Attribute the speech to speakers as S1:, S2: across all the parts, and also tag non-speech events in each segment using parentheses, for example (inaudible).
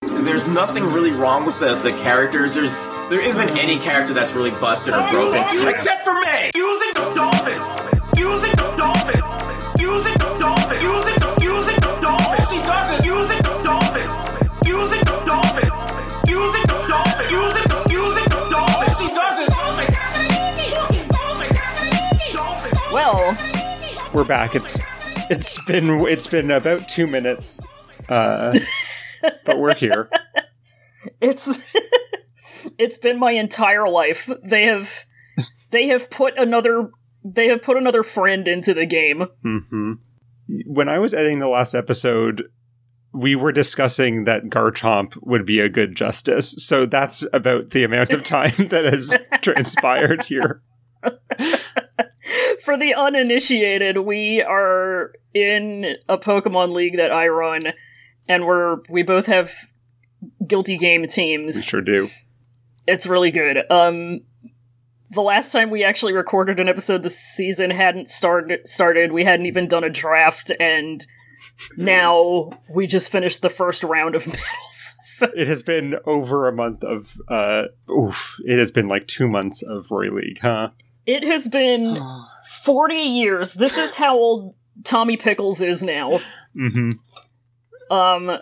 S1: There's nothing really wrong with the, the characters. There's there isn't any character that's really busted or broken, except for May.
S2: Using the dolphin. Using the dolphin. Using the dolphin. Using the using the dolphin. She doesn't. Using the dolphin. Using the dolphin. Using the dolphin. Using the using the dolphin. She doesn't. Dolphin. Dolphin. Dolphin.
S3: Well,
S4: We're back. It's it's been it's been about two minutes, uh, but we're here.
S3: it's (laughs) it's been my entire life. They have they have put another they have put another friend into the game.
S4: hmm When I was editing the last episode, we were discussing that Garchomp would be a good justice. So that's about the amount of time that has transpired here.
S3: For the uninitiated, we are in a Pokemon League that I run, and we're we both have guilty game
S4: We
S3: teams.
S4: sure do.
S3: It's really good. Um, the last time we actually recorded an episode this season hadn't started. Started. We hadn't even done a draft, and now we just finished the first round of (laughs) medals. So
S4: It has been over a month of uh oof, it has been like two months of Roy League, huh?
S3: it has been forty years. This is how old Tommy Pickles is now.
S4: Mm-hmm.
S3: Um,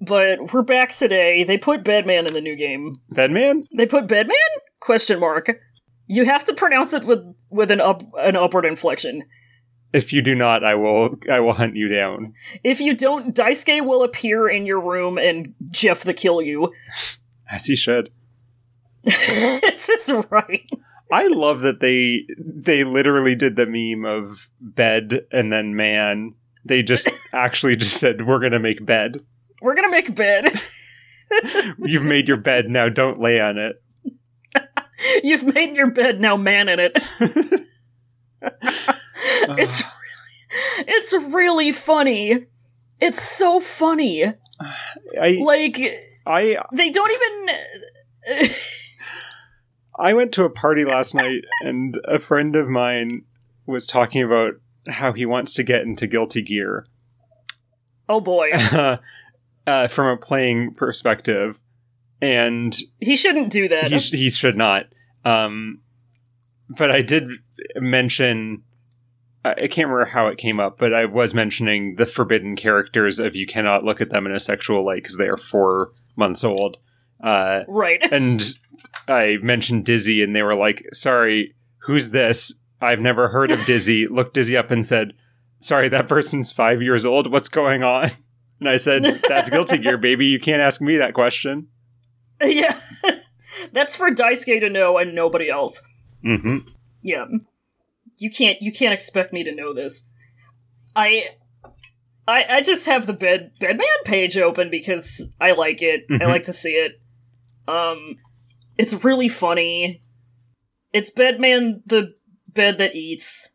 S3: but we're back today. They put Bedman in the new game.
S4: Bedman?
S3: They put Bedman? Question mark. You have to pronounce it with with an up an upward inflection.
S4: If you do not, I will I will hunt you down.
S3: If you don't, Daisuke will appear in your room and Jeff the kill you. (laughs)
S4: As he should.
S3: this is right.
S4: I love that they they literally did the meme of bed and then man. They just actually just said we're gonna make bed.
S3: We're gonna make bed. (laughs)
S4: You've made your bed now. Don't lay on it.
S3: You've made your bed, now man
S4: (laughs)
S3: in it. it's
S4: Uh.
S3: really, it's really funny. It's so funny.
S4: I
S3: Like
S4: I
S3: they don't even (laughs)
S4: I went to a party last night, and a friend of mine was talking about how he wants to get into Guilty Gear (laughs)
S3: Oh boy.
S4: uh, from a playing perspective, and
S3: He shouldn't do that.
S4: he, sh- he should not. Um, but I did mention. I I can't remember how it came up, but I was mentioning the forbidden characters of you cannot look at them in a sexual light because they are four months old. Uh,
S3: right. (laughs)
S4: and I mentioned Dizzy, and they were like, "Sorry, who's this? I've never heard of Dizzy." Looked Dizzy up and said, "Sorry, that person's five years old. What's going on?" And I said, "That's Guilty Gear, baby. You can't ask me that question."
S3: yeah. That's for Daisuke to know and nobody else.
S4: hmm
S3: Yeah. You can't you can't expect me to know this. I I I just have the bed bedman page open because I like it. I
S4: Mhm.
S3: like to see it. Um it's really funny. It's bedman the bed that eats.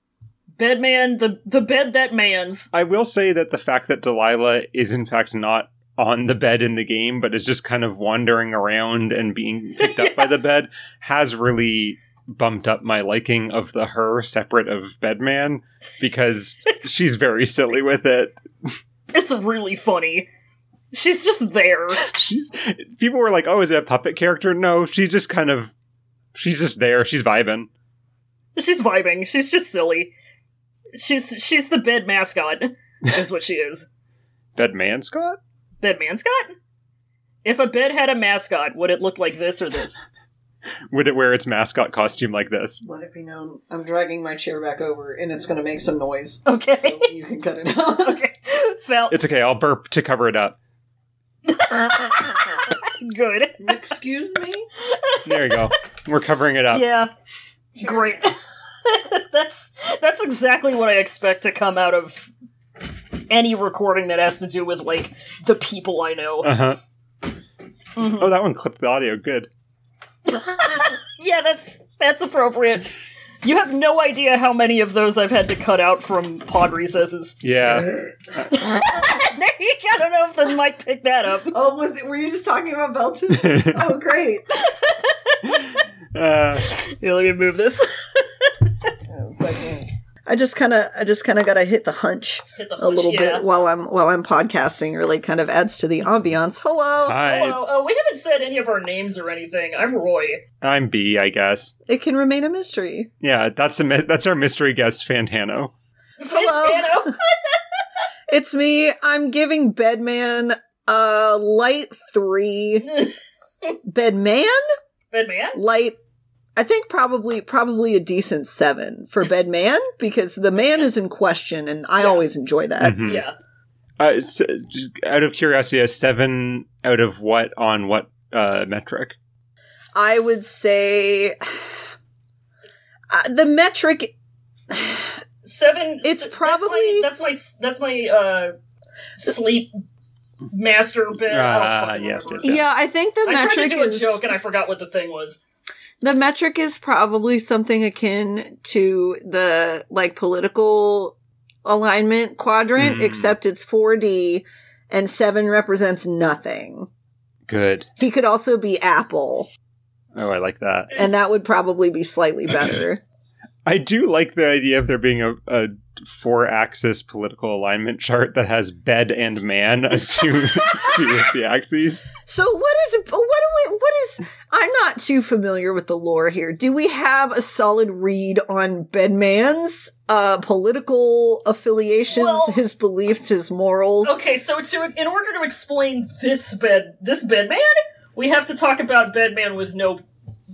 S3: Bedman the the bed that mans.
S4: I will say that the fact that Delilah is in fact not on the bed in the game, but is just kind of wandering around and being picked up by the bed, has really bumped up my liking of the her separate of Bedman because she's very silly with it.
S3: It's really funny. She's just there.
S4: she's people were like, "Oh, is it a puppet character?" No, she's just kind of she's just there. She's vibing.
S3: She's vibing. She's just silly. She's she's the bed mascot, is what she is.
S4: Bedman Scott.
S3: Bed mascot? If a bed had a mascot, would it look like this or this?
S4: Would it wear its mascot costume like this?
S5: Let it be known. I'm dragging my chair back over, and it's going to make some noise.
S3: Okay.
S5: So you can
S3: (laughs)
S5: cut it out.
S3: okay. Felt
S4: It's okay. I'll burp to cover it up.
S3: good.
S5: Excuse me.
S4: There you go. We're covering it up.
S3: Yeah. Great. (laughs) that's that's exactly what I expect to come out of any recording that has to do with like the people I know.
S4: Uh huh.
S3: Mhm.
S4: Oh, that one clipped the audio. Good.
S3: Yeah, that's that's appropriate. You have no idea how many of those I've had to cut out from pod recesses. (laughs)
S4: Yeah.
S3: there you go. I don't know if they might pick that up.
S5: Oh, was it, were you just talking about Belgium? oh, great.
S4: Uh,
S3: Here, let me move this.
S5: Oh, fucking- I, I just kind of I just kind of got to hit the hunch
S3: Hit (laughs) the
S5: a
S3: hunch,
S5: little
S3: yeah.
S5: bit while I'm while I'm podcasting. Really, kind of adds to the ambiance. Hello.
S4: Hi,
S3: Hello. Oh, we haven't said any of our names or anything. I'm Roy.
S4: I'm B, I guess.
S5: It can remain a mystery.
S4: Yeah, that's a mi- that's our mystery guest, Fantano.
S3: It's (laughs) Anno.
S5: It's me. I'm giving Bedman a light
S3: (laughs)
S5: three. Bedman
S3: Bedman?
S5: light. I think probably probably a decent seven for Bedman because the man is in question, and I
S3: Yeah.
S5: always enjoy that.
S4: Mhm.
S3: Yeah.
S4: Uh, s- j- out of curiosity, a seven out of what on what uh, metric?
S5: I would say uh, the metric.
S3: Seven.
S5: It's
S3: s-
S5: probably-
S3: That's my. That's my. That's my uh, sleep master bed. I don't
S4: Ah,
S3: fucking
S4: yes,
S3: remember.
S4: yes, yes.
S5: Yeah, I think the
S3: I tried to
S5: metric
S3: do a
S5: is
S3: joke and I forgot what the thing was.
S5: the metric is probably something akin to the like political alignment quadrant,
S4: Mm.
S5: except it's 4D and seven represents nothing.
S4: Good.
S5: He could also be Apple,
S4: Oh, I like that.
S5: and that would probably be slightly better.
S4: I do like the idea of there being a, a four-axis political alignment chart that has bed and man as two, (laughs) two of the axes.
S5: so what is what do we what is I'm not too familiar with the lore here. Do we have a solid read on Bedman's uh political affiliations,
S3: Well-
S5: his beliefs, his morals?
S3: Okay, so to in order to explain this bed, this Bedman, we have to talk about Bedman with no,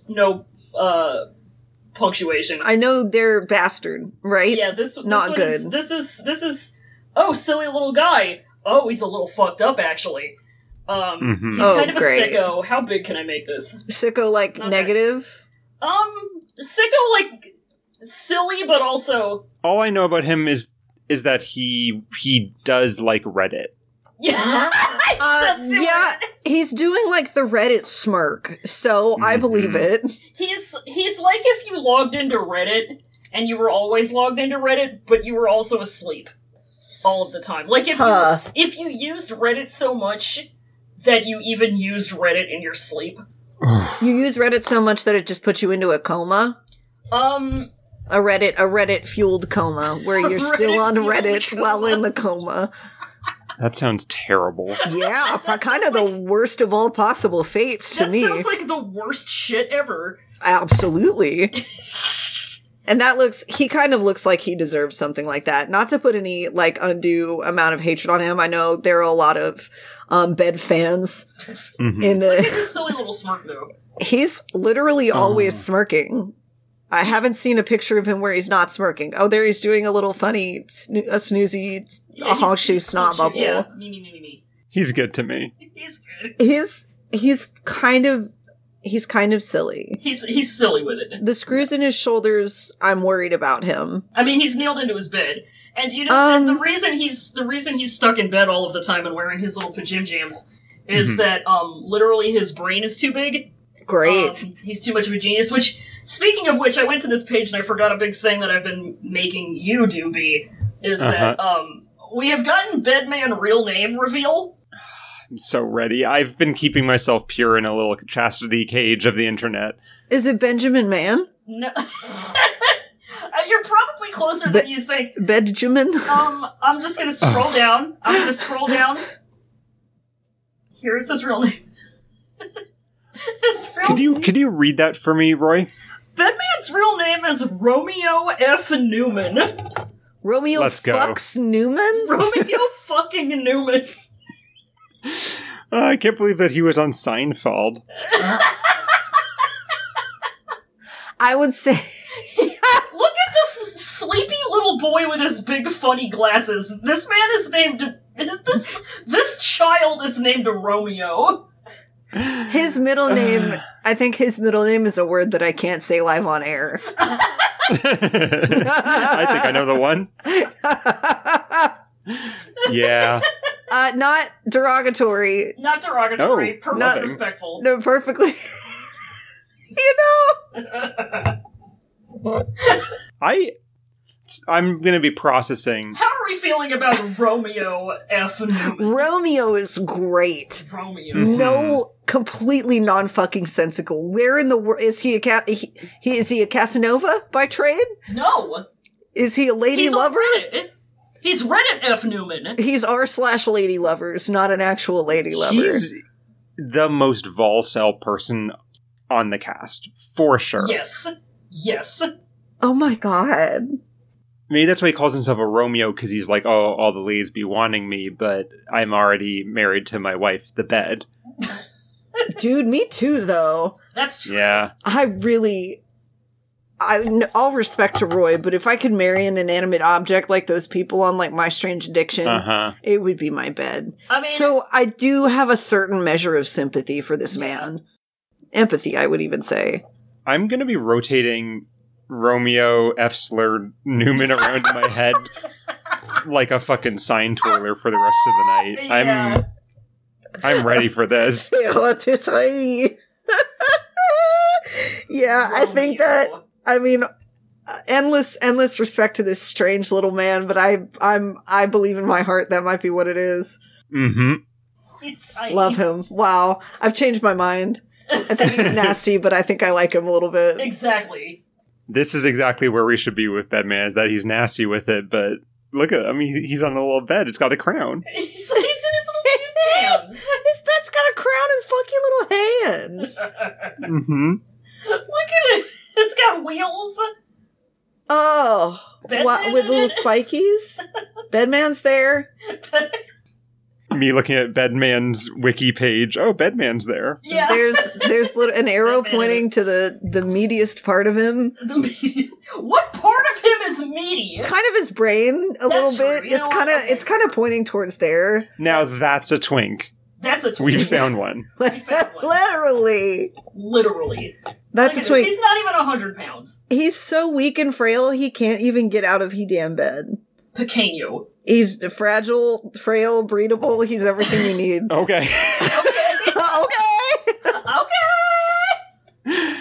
S3: no uh, punctuation.
S5: I know they're bastard, right?
S3: yeah, this this
S5: not
S3: one is-
S5: good.
S3: this is this is oh silly little guy. Oh, he's a little fucked up actually. Um,
S4: Mhm.
S3: he's
S5: Oh,
S3: kind of a
S5: great.
S3: sicko. How big can I make this?
S5: Sicko like
S3: Okay.
S5: negative.
S3: Um, sicko like silly, but also (laughs)
S4: All I know about him is is that he he does like Reddit.
S3: yeah. (laughs)
S5: Uh,
S3: Just do
S5: yeah,
S3: it.
S5: he's doing like the Reddit smirk, so I
S4: Mhm.
S5: believe it.
S3: He's he's like if you logged into Reddit and you were always logged into Reddit, but you were also asleep all of the time. Like if
S5: Huh.
S3: you, if you used Reddit so much that you even used Reddit in your sleep.
S5: You use Reddit so much that it just puts you into a coma.
S3: Um,
S5: A Reddit, a Reddit fueled coma,
S3: (laughs)
S5: where you're still on
S3: Reddit-fueled
S5: Reddit
S3: coma.
S5: while in the coma.
S4: That sounds terrible.
S3: (laughs)
S5: Yeah, kind of the worst of all possible fates to
S3: that
S5: me.
S3: sounds like the worst shit
S5: (laughs)
S3: ever. (laughs)
S5: Absolutely. and that looks he kind of looks like he deserves something like that. Not to put any like undue amount of hatred on him. I know there are a lot of um bed fans
S3: Hmm.
S4: Mhm.
S5: in
S3: It's
S5: the (laughs)
S3: a silly little smirk though.
S5: he's literally always
S4: Oh.
S5: smirking. I haven't seen a picture of him where he's not smirking. Oh, there he's doing a little funny, snoo- a snoozy, a
S3: he's-
S5: honk shoe
S3: he's-
S5: snot bubble.
S3: Yeah, me, me, me, me, me.
S4: He's good to me.
S3: He's good.
S5: He's he's kind of he's kind of silly.
S3: He's he's silly with it.
S5: The screws in his shoulders, I'm worried about him.
S3: I mean, he's nailed into his bed. And you know
S5: Um,
S3: and the reason he's the reason he's stuck in bed all of the time and wearing his little pajam jams is
S4: Mhm.
S3: that um literally his brain is too big.
S5: Great.
S3: Um, he's too much of a genius. Which speaking of which, I went to this page and I forgot a big thing that I've been making you do. Be is that um we have gotten Bedman real name reveal.
S4: I'm so ready. I've been keeping myself pure in a little chastity cage of the internet.
S5: Is it Benjamin Mann?
S3: No. Uh, You're probably closer
S5: But-
S3: than you think.
S5: Benjamin?
S3: Um, I'm just gonna scroll down. I'm gonna scroll down. Here's his real name. (laughs) his real,
S4: Could you could you read that for me, Roy?
S3: Bedman's real name is Romeo F. Newman. (laughs)
S5: Romeo
S4: Let's go.
S5: fucks Newman?
S3: Romeo fucking Newman.
S4: Uh, I can't believe that he was on Seinfeld. (laughs)
S5: I would say
S3: Look at this sleepy little boy with his big funny glasses. This man is named. This this child is named Romeo.
S5: his middle name, I think his middle name is a word that I can't say live on air. (laughs)
S4: I think I know the one.
S5: uh,
S4: Yeah.
S5: not derogatory.
S3: Not derogatory.
S4: Oh,
S3: perfectly
S5: nothing.
S3: respectful.
S5: No, perfectly. (laughs) you know?
S4: I I'm gonna be processing.
S3: How are we feeling about Romeo F. Newman?
S5: Romeo is great.
S3: Romeo.
S4: Mm-hmm.
S5: No, completely non fucking sensical. Where in the world is he a ca- he, he? Is he a Casanova by trade?
S3: No.
S5: Is he a lady
S3: He's
S5: lover?
S3: on Reddit. He's Reddit F Newman.
S5: He's r slash lady lovers, not an actual lady lover.
S4: He's the most Volcel person on the cast, for sure.
S3: Yes. Yes.
S5: oh my god.
S4: Maybe that's why he calls himself a Romeo, because he's like, oh, all the ladies be wanting me, but I'm already married to my wife, the bed.
S5: Dude, me too though.
S3: That's true.
S4: Yeah.
S5: I really, I n- all respect to Roy, but if I could marry an inanimate object like those people on like My Strange Addiction,
S4: Uh huh.
S5: it would be my bed.
S3: I mean,
S5: So I do have a certain measure of sympathy for this man, empathy, I would even say.
S4: I'm going to be rotating Romeo F. Slur Newman around in my head like a fucking sign twirler for the rest of the night.
S3: Yeah.
S4: I'm. I'm ready for this.
S5: What is I? (laughs) yeah, I think that.
S3: Romeo.
S5: I mean, uh, endless, endless respect to this strange little man, but I, I'm, I believe in my heart that might be what it is.
S4: hmm
S3: he's tight.
S5: Love him. Wow. I've changed my mind. I
S3: (laughs)
S5: think he's nasty, but I think I like him a little bit.
S3: Exactly.
S4: This is exactly where we should be with Bedman, is that he's nasty with it, but look at I mean he's on a little bed, it's got a crown.
S3: He's, he's in his little
S5: (laughs)
S3: jam jams.
S5: His pet's got a crown and funky little hands.
S4: Mm-hmm.
S3: Look at it. It's got wheels.
S5: Oh, wha- with little
S3: (laughs)
S5: spikies. Bedman's there.
S4: Me looking at Bedman's wiki page. Oh, Bedman's there.
S3: Yeah.
S5: There's there's little, an arrow
S3: Bedman.
S5: pointing to the the meatiest part of him,
S3: what part of him is meaty?
S5: kind of his brain a little
S3: true.
S5: bit.
S3: You
S5: It's
S3: know
S5: kind of
S3: what? Okay.
S5: it's kind of pointing towards there,
S4: Now that's a twink.
S3: That's a
S4: (laughs)
S3: twink.
S4: We found one.
S3: found one.
S5: literally.
S3: Literally.
S5: That's
S3: Look
S5: a
S3: at
S5: twink.
S3: this. He's not even 100 pounds.
S5: He's so weak and frail he can't even get out of he damn bed.
S3: Pequeno.
S5: He's fragile, frail, breedable. He's everything you
S3: (laughs)
S5: need. (laughs)
S4: Okay.
S5: okay.
S3: Okay!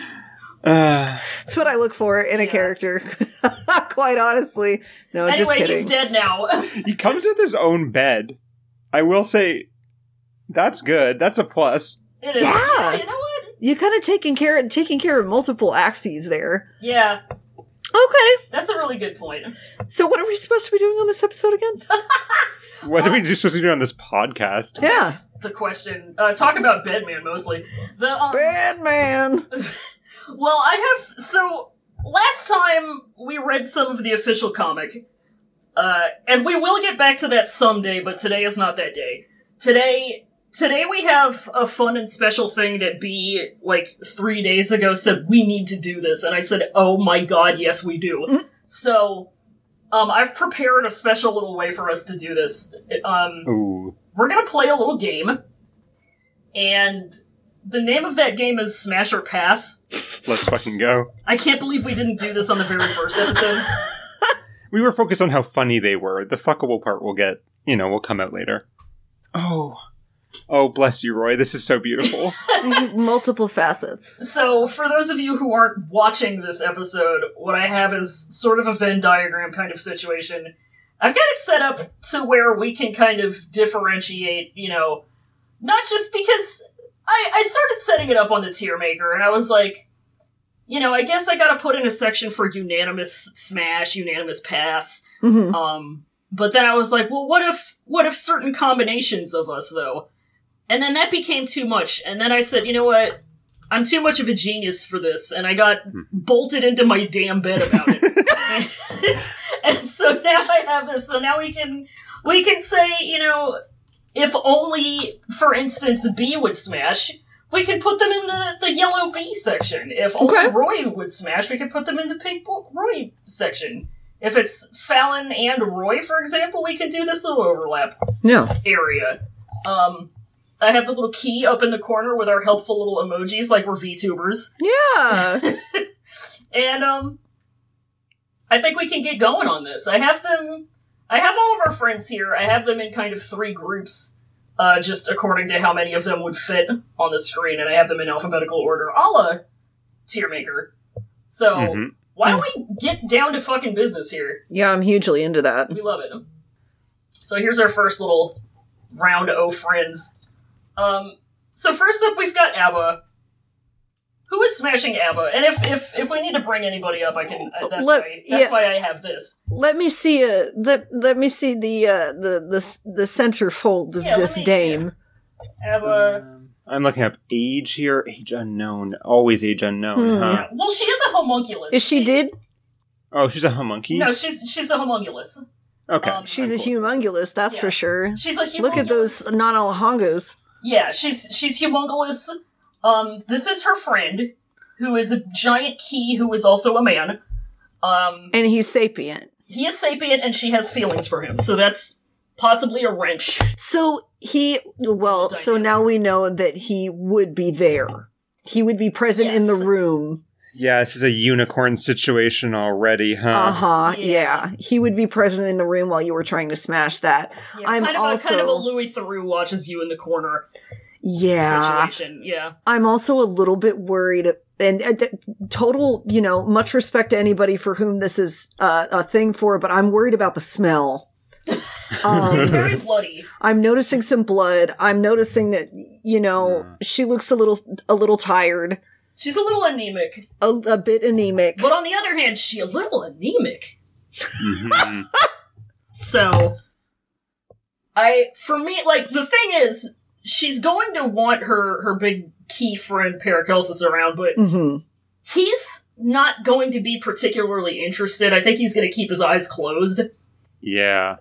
S4: Uh,
S5: That's what I look for in a
S3: Yeah.
S5: character. (laughs) Quite honestly. No, just
S3: anyway, he's
S5: kidding.
S3: dead now. (laughs)
S4: he comes with his own bed. I will say that's good. That's a plus.
S3: It is.
S5: Yeah.
S3: You know what?
S5: you kind of taking care taking care of multiple axes there.
S3: Yeah,
S5: Okay.
S3: that's a really good point.
S5: So what are we supposed to be doing on this episode again?
S3: (laughs)
S4: What are we just supposed to do on this podcast?
S5: Yeah.
S3: That's the question. Uh, talk about Bedman mostly. The um,
S5: Bad man.
S3: (laughs) Well, I have so last time we read some of the official comic, uh, and we will get back to that someday. But today is not that day. Today, today we have a fun and special thing that B like three days ago said we need to do this, and I said, "Oh my god, yes we do." so, um, I've prepared a special little way for us to do this. Um,
S4: Ooh.
S3: we're gonna play a little game, and the name of that game is Smash or Pass.
S4: Let's fucking go.
S3: I can't believe we didn't do this on the very first episode.
S4: We were focused on how funny they were. The fuckable part will get, you know, will come out later. Oh. Oh, bless you, Roy. This is so (laughs) beautiful.
S5: multiple facets.
S3: so, for those of you who aren't watching this episode, what I have is sort of a Venn diagram kind of situation. I've got it set up to where we can kind of differentiate, you know, not just because I, I started setting it up on the tier maker and I was like, you know, I guess I gotta put in a section for unanimous smash, unanimous pass,
S5: Mhm.
S3: Um, but then I was like, well, what if what if certain combinations of us though? And then that became too much. And then I said, you know what? I'm too much of a genius for this, and I got bolted into my damn bed about it. (laughs) and so now I have this. So now we can we can say, you know, if only, for instance, B would smash. We can put them in the, the yellow B section. If only
S5: Okay.
S3: Roy would smash, we could put them in the pink Bo- Roy section. If it's Fallon and Roy, for example, we can do this little overlap
S5: No.
S3: area. Um, I have the little key up in the corner with our helpful little emojis, like we're VTubers. (laughs)
S5: Yeah.
S3: And um, I think we can get going on this. I have them. I have all of our friends here. I have them in kind of three groups, uh, just according to how many of them would fit on the screen, and I have them in alphabetical order, a la tier maker. So
S4: Mhm.
S3: why don't we get down to fucking business here?
S5: yeah, I'm hugely into that.
S3: We love it. So here's our first little round O friends. Um, so first up, we've got ABBA. Who is smashing ABBA? And if if if we need to bring anybody up, I can. uh, That's,
S5: Let-
S3: why, that's
S5: yeah.
S3: why I have this.
S5: Let me see uh let, let me see the uh the the s- the centerfold of
S3: Yeah, let
S5: this
S3: me-
S5: dame.
S3: ABBA.
S4: I'm looking up age here. Age unknown. Always age unknown,
S5: Hmm.
S4: huh?
S3: Well, she is a homunculus.
S5: Is she did?
S4: Oh, she's a homunculus.
S3: No, she's she's a homunculus.
S4: okay.
S3: um,
S5: She's a
S4: I'm cool.
S5: humongulous, that's
S3: Yeah.
S5: for sure.
S3: She's a humongous.
S5: Look at those non alahongas.
S3: Yeah, she's she's humongous. Um, this is her friend, who is a giant key, who is also a man. Um,
S5: And he's sapient.
S3: he is sapient, and she has feelings for him. So that's possibly a wrench.
S5: So he well, so now we know that he would be there. He would be present in the
S3: Yes.
S5: room.
S4: Yeah, this is a unicorn situation already, huh? (laughs)
S5: Uh huh.
S3: Yeah.
S5: Yeah. He would be present in the room while you were trying to smash that.
S3: Yeah,
S5: I'm
S3: kind of a kind of a
S5: also-
S3: Louis Theroux watches you in the corner
S5: Yeah.
S3: situation. Yeah,
S5: I'm also a little bit worried and uh, th- total, you know, much respect to anybody for whom this is uh, a thing for, but I'm worried about the smell.
S3: it's
S5: Um,
S3: very bloody.
S5: I'm noticing some blood. I'm noticing that, you know, she looks a little, a little tired,
S3: She's a little anemic,
S5: a, a bit anemic.
S3: but on the other hand, she's a little anemic.
S4: Mhm.
S3: So I for me like the thing is she's going to want her her big key friend Paracelsus around, but
S5: hmm
S3: he's not going to be particularly interested. I think he's going to keep his eyes closed.
S4: yeah.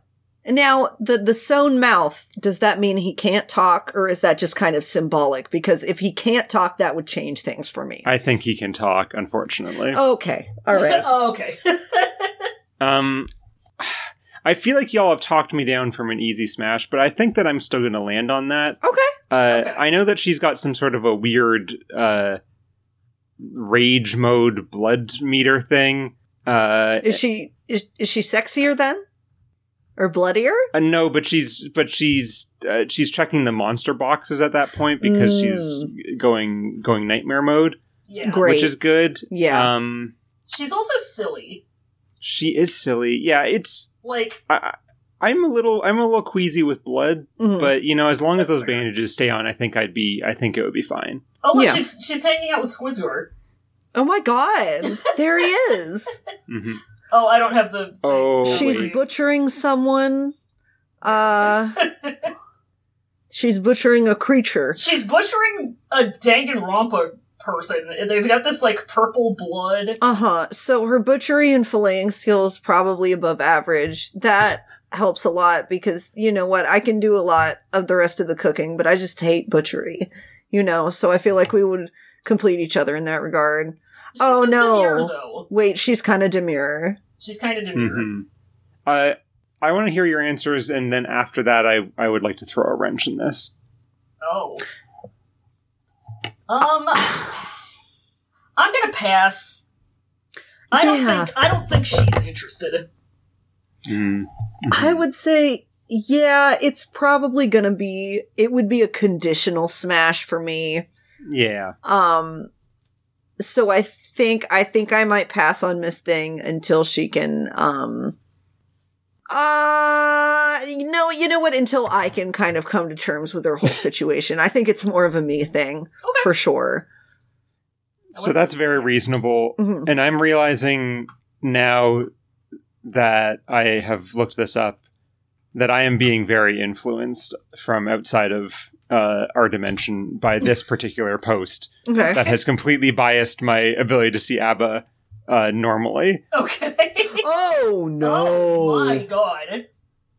S5: Now, the, the sewn mouth, does that mean he can't talk or is that just kind of symbolic? Because if he can't talk, that would change things for me.
S4: I think he can talk, unfortunately.
S5: okay.
S3: (laughs)
S5: All right.
S3: oh, okay.
S5: Oh.
S4: Um, (sighs) I feel like y'all have talked me down from an easy smash, but I think that I'm still going to land on that.
S5: Okay.
S4: Uh,
S3: Okay.
S4: I know that she's got some sort of a weird uh, rage mode blood meter thing. Uh,
S5: Is she is, is she sexier then? Or bloodier?
S4: uh, no, but she's but she's uh, she's checking the monster boxes at that point because she's going going nightmare mode,
S3: yeah.
S5: Mm. Great.
S4: which is good.
S5: Yeah.
S4: Um,
S3: She's also silly.
S4: she is silly. Yeah, it's
S3: Like
S4: I, I- I'm a little I'm a little queasy with blood,
S5: Mhm.
S4: but you know as long as
S3: Hmm. That's
S4: those
S3: fair.
S4: bandages stay on i think i'd be i think it would be fine
S3: oh, look,
S5: Yeah.
S3: she's she's hanging out with Squidward.
S5: oh
S3: (laughs)
S5: my god. There he is.
S4: mm-hmm.
S3: Oh, I don't have the.
S4: Oh,
S5: she's
S4: wait.
S5: butchering someone. Uh She's butchering a creature.
S3: She's butchering a Danganronpa person. They've got this like purple blood.
S5: Uh-huh. So her butchery and filleting skills probably above average. That helps a lot because you know what? I can do a lot of the rest of the cooking, but I just hate butchery. You know, so I feel like we would complete each other in that regard.
S3: She's
S5: Oh,
S3: a
S5: no.
S3: demure, though.
S5: Wait, she's kind of demure.
S3: She's kind of demure.
S4: Mhm. uh, i want to hear your answers and then after that i i would like to throw a wrench in this
S3: Oh. Um, (sighs) I'm gonna pass. I don't
S5: Yeah.
S3: think I don't think she's interested. (laughs) Mm-hmm.
S5: I would say, yeah, it's probably gonna be, it would be a conditional smash for me.
S4: yeah
S5: Um, so I think, I think I might pass on Miss Thing until she can, um, uh, you know, you know what? Until I can kind of come to terms with
S3: (laughs)
S5: her whole situation. I think it's more of a me thing
S3: Okay.
S5: for sure.
S4: so that's very reasonable
S5: Mhm.
S4: and i'm realizing now that i have looked this up that i am being very influenced from outside of uh, our dimension
S5: (laughs)
S4: by this particular post
S5: Okay.
S4: that has completely biased my ability to see ABBA uh, normally.
S3: Okay.
S5: Oh no.
S3: Oh my god.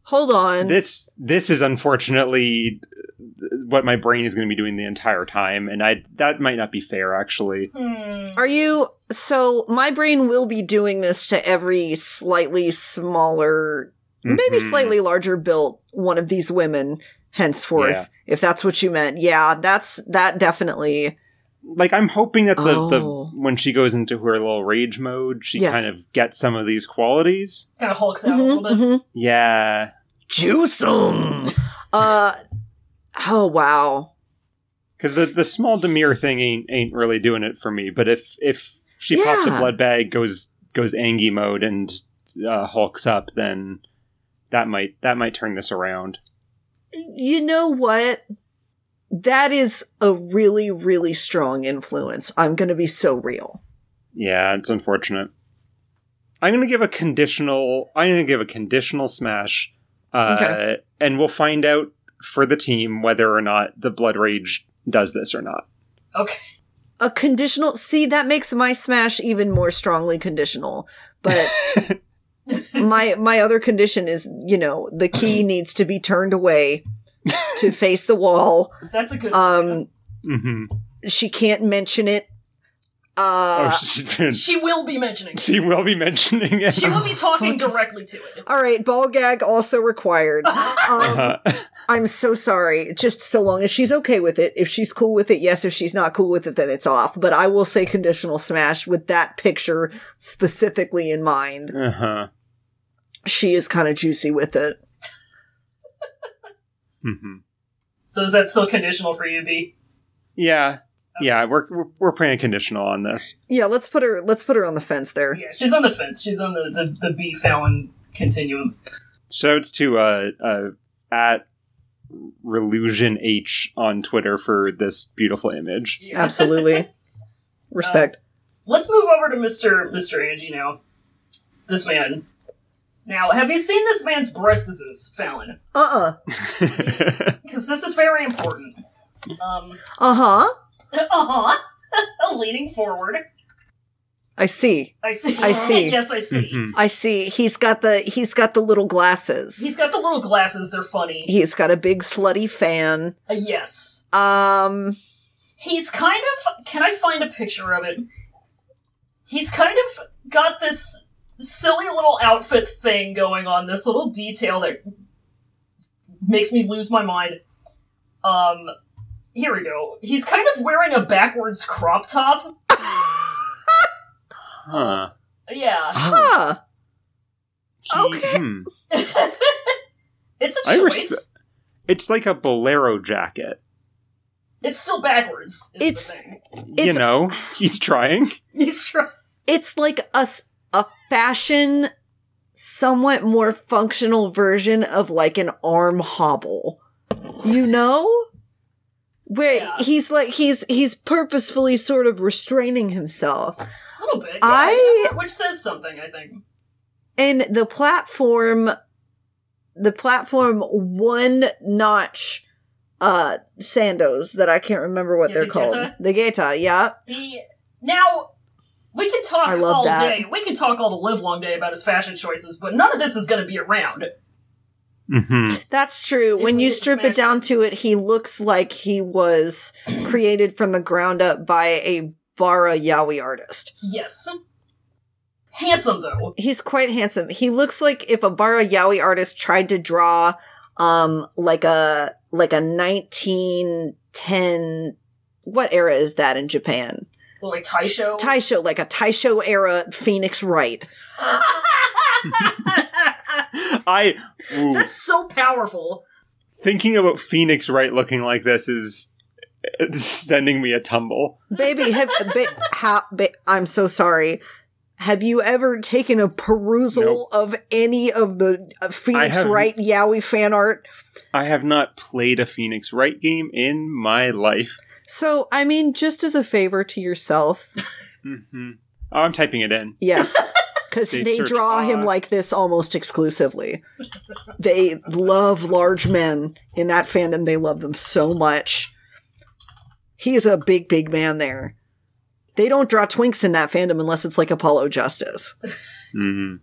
S5: Hold on.
S4: This this is unfortunately uh, what my brain is going to be doing the entire time, and I that might not be fair actually.
S3: Hmm.
S5: Are you so my brain will be doing this to every slightly smaller maybe
S4: Mhm.
S5: slightly larger built one of these women henceforth
S4: Yeah.
S5: if that's what you meant. Yeah, that's that definitely.
S4: Like I'm hoping that the, the
S5: Oh.
S4: when she goes into her little rage mode, she
S5: Yes.
S4: kind of gets some of these qualities.
S3: Kind of hulks out a little bit.
S5: Mhm, mhm.
S4: Yeah,
S5: Juice 'em. Uh oh wow.
S4: because the the small demure thing ain't ain't really doing it for me. But if if she pops a
S5: Yeah.
S4: blood bag, goes goes Angie mode, and uh, hulks up, then that might that might turn this around.
S5: You know what? that is a really, really strong influence. I'm going to be so real.
S4: Yeah, it's unfortunate. I'm going to give a conditional. I'm going to give a conditional smash, uh,
S5: Okay.
S4: and we'll find out for the team whether or not the blood rage does this or not.
S3: Okay.
S5: A conditional, see, that makes my smash even more strongly conditional. But my, my other condition is, you know, the key needs to be turned away to face the wall.
S3: That's a good
S5: Um,
S4: hmm
S5: she can't mention it. Uh,
S4: oh, (laughs) she, she,
S3: She will be mentioning. it.
S4: she will be mentioning it.
S3: She will be talking directly to it.
S5: all right, ball gag also required. Um,
S4: Uh,
S5: I'm so sorry. Just so long as she's okay with it. If she's cool with it, yes. If she's not cool with it, then it's off. But I will say conditional smash with that picture specifically in mind.
S4: (laughs) uh-huh.
S5: She is kind of juicy with it.
S4: hmm
S3: So is that still conditional for you, B?
S4: Yeah, yeah. We're we're- we're playing conditional on this.
S5: Yeah, let's put her. Let's put her on the fence there.
S3: Yeah, she's on the fence. She's on the the, the B Fallon continuum.
S4: Shouts to uh, uh, at Relusion H on Twitter for this beautiful image.
S5: Absolutely. Respect.
S3: Let's move over to Mister Mister Angie now. This man. Now, have you seen this man's breast disease, Fallon?
S5: Uh uh-uh.
S3: Because this is very important. Um.
S5: uh. huh.
S3: Uh huh. (laughs) Leaning forward.
S5: I see.
S3: I see.
S5: I
S3: (laughs)
S5: see.
S3: yes, I see.
S4: Mhm.
S5: I see. He's got the. He's got the little glasses.
S3: He's got the little glasses. They're funny.
S5: he's got a big slutty fan.
S3: Uh, yes.
S5: Um.
S3: He's kind of. Can I find a picture of it? He's kind of got this silly little outfit thing going on. This little detail that makes me lose my mind. Um, here we go. He's kind of wearing a backwards crop top.
S4: Huh.
S3: Yeah,
S5: Huh.
S4: He-
S5: Okay.
S4: hmm.
S3: it's a
S4: I
S3: choice.
S4: respe- It's like a bolero jacket.
S3: it's still backwards. Is
S5: It's-
S3: the thing.
S5: It's-
S4: you know, (laughs) he's trying.
S3: He's trying.
S5: (laughs) it's like a, s- a fashion somewhat more functional version of like an arm hobble you know where he's like he's he's purposefully sort of restraining himself
S3: A little bit. yeah.
S5: I-
S3: which says something, I think.
S5: and the platform the platform one notch uh sandos that i can't remember what
S3: Yeah,
S5: they're
S3: the
S5: called
S3: Geta?
S5: the geta yeah
S3: The now we can talk
S5: I love
S3: all
S5: that.
S3: day. We can talk all the live long day about his fashion choices, but none of this is going to be around.
S4: Mm-hmm.
S5: That's true.
S3: If
S5: when
S3: we
S5: you
S3: didn't
S5: strip it
S3: smash
S5: down to it, he looks like he was created from the ground up by a Bara Yaoi artist.
S3: Yes, handsome though.
S5: He's quite handsome. He looks like if a Bara Yaoi artist tried to draw um like a like a 1910 what era is that in Japan?
S3: Like Taisho.
S5: Taisho, like a Taisho era Phoenix Wright.
S4: (laughs) I
S3: (laughs)
S4: ooh,
S3: That's so powerful.
S4: thinking about Phoenix Wright looking like this is (laughs) it's sending me a tumble.
S5: Baby, have ba- how, ba- I'm so sorry. Have you ever taken a perusal of any of the uh, Phoenix
S4: have-
S5: Wright Yowie fan art?
S4: I have not played a Phoenix Wright game in my life.
S5: So, I mean, just as a favor to yourself,
S4: hmm Oh, I'm typing it in. (laughs)
S5: yes, because
S4: They
S5: they,
S4: search
S5: draw him
S4: odd.
S5: like this almost exclusively. They love large men in that fandom. They love them so much. He is a big, big man there. They don't draw twinks in that fandom unless it's like Apollo Justice.
S4: Mhm.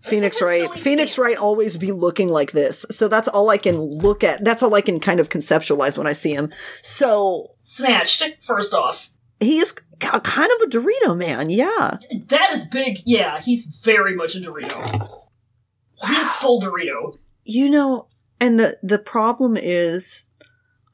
S5: Phoenix Wright.
S3: silly
S5: Phoenix
S3: thing.
S5: Wright always be looking like this. So that's all I can look at. That's all I can kind of conceptualize when I see him. So
S3: Snatched. First off,
S5: he is k- kind of a Dorito man. Yeah.
S3: that is big. Yeah, he's very much a Dorito. He's full Dorito.
S5: You know, and the, the problem is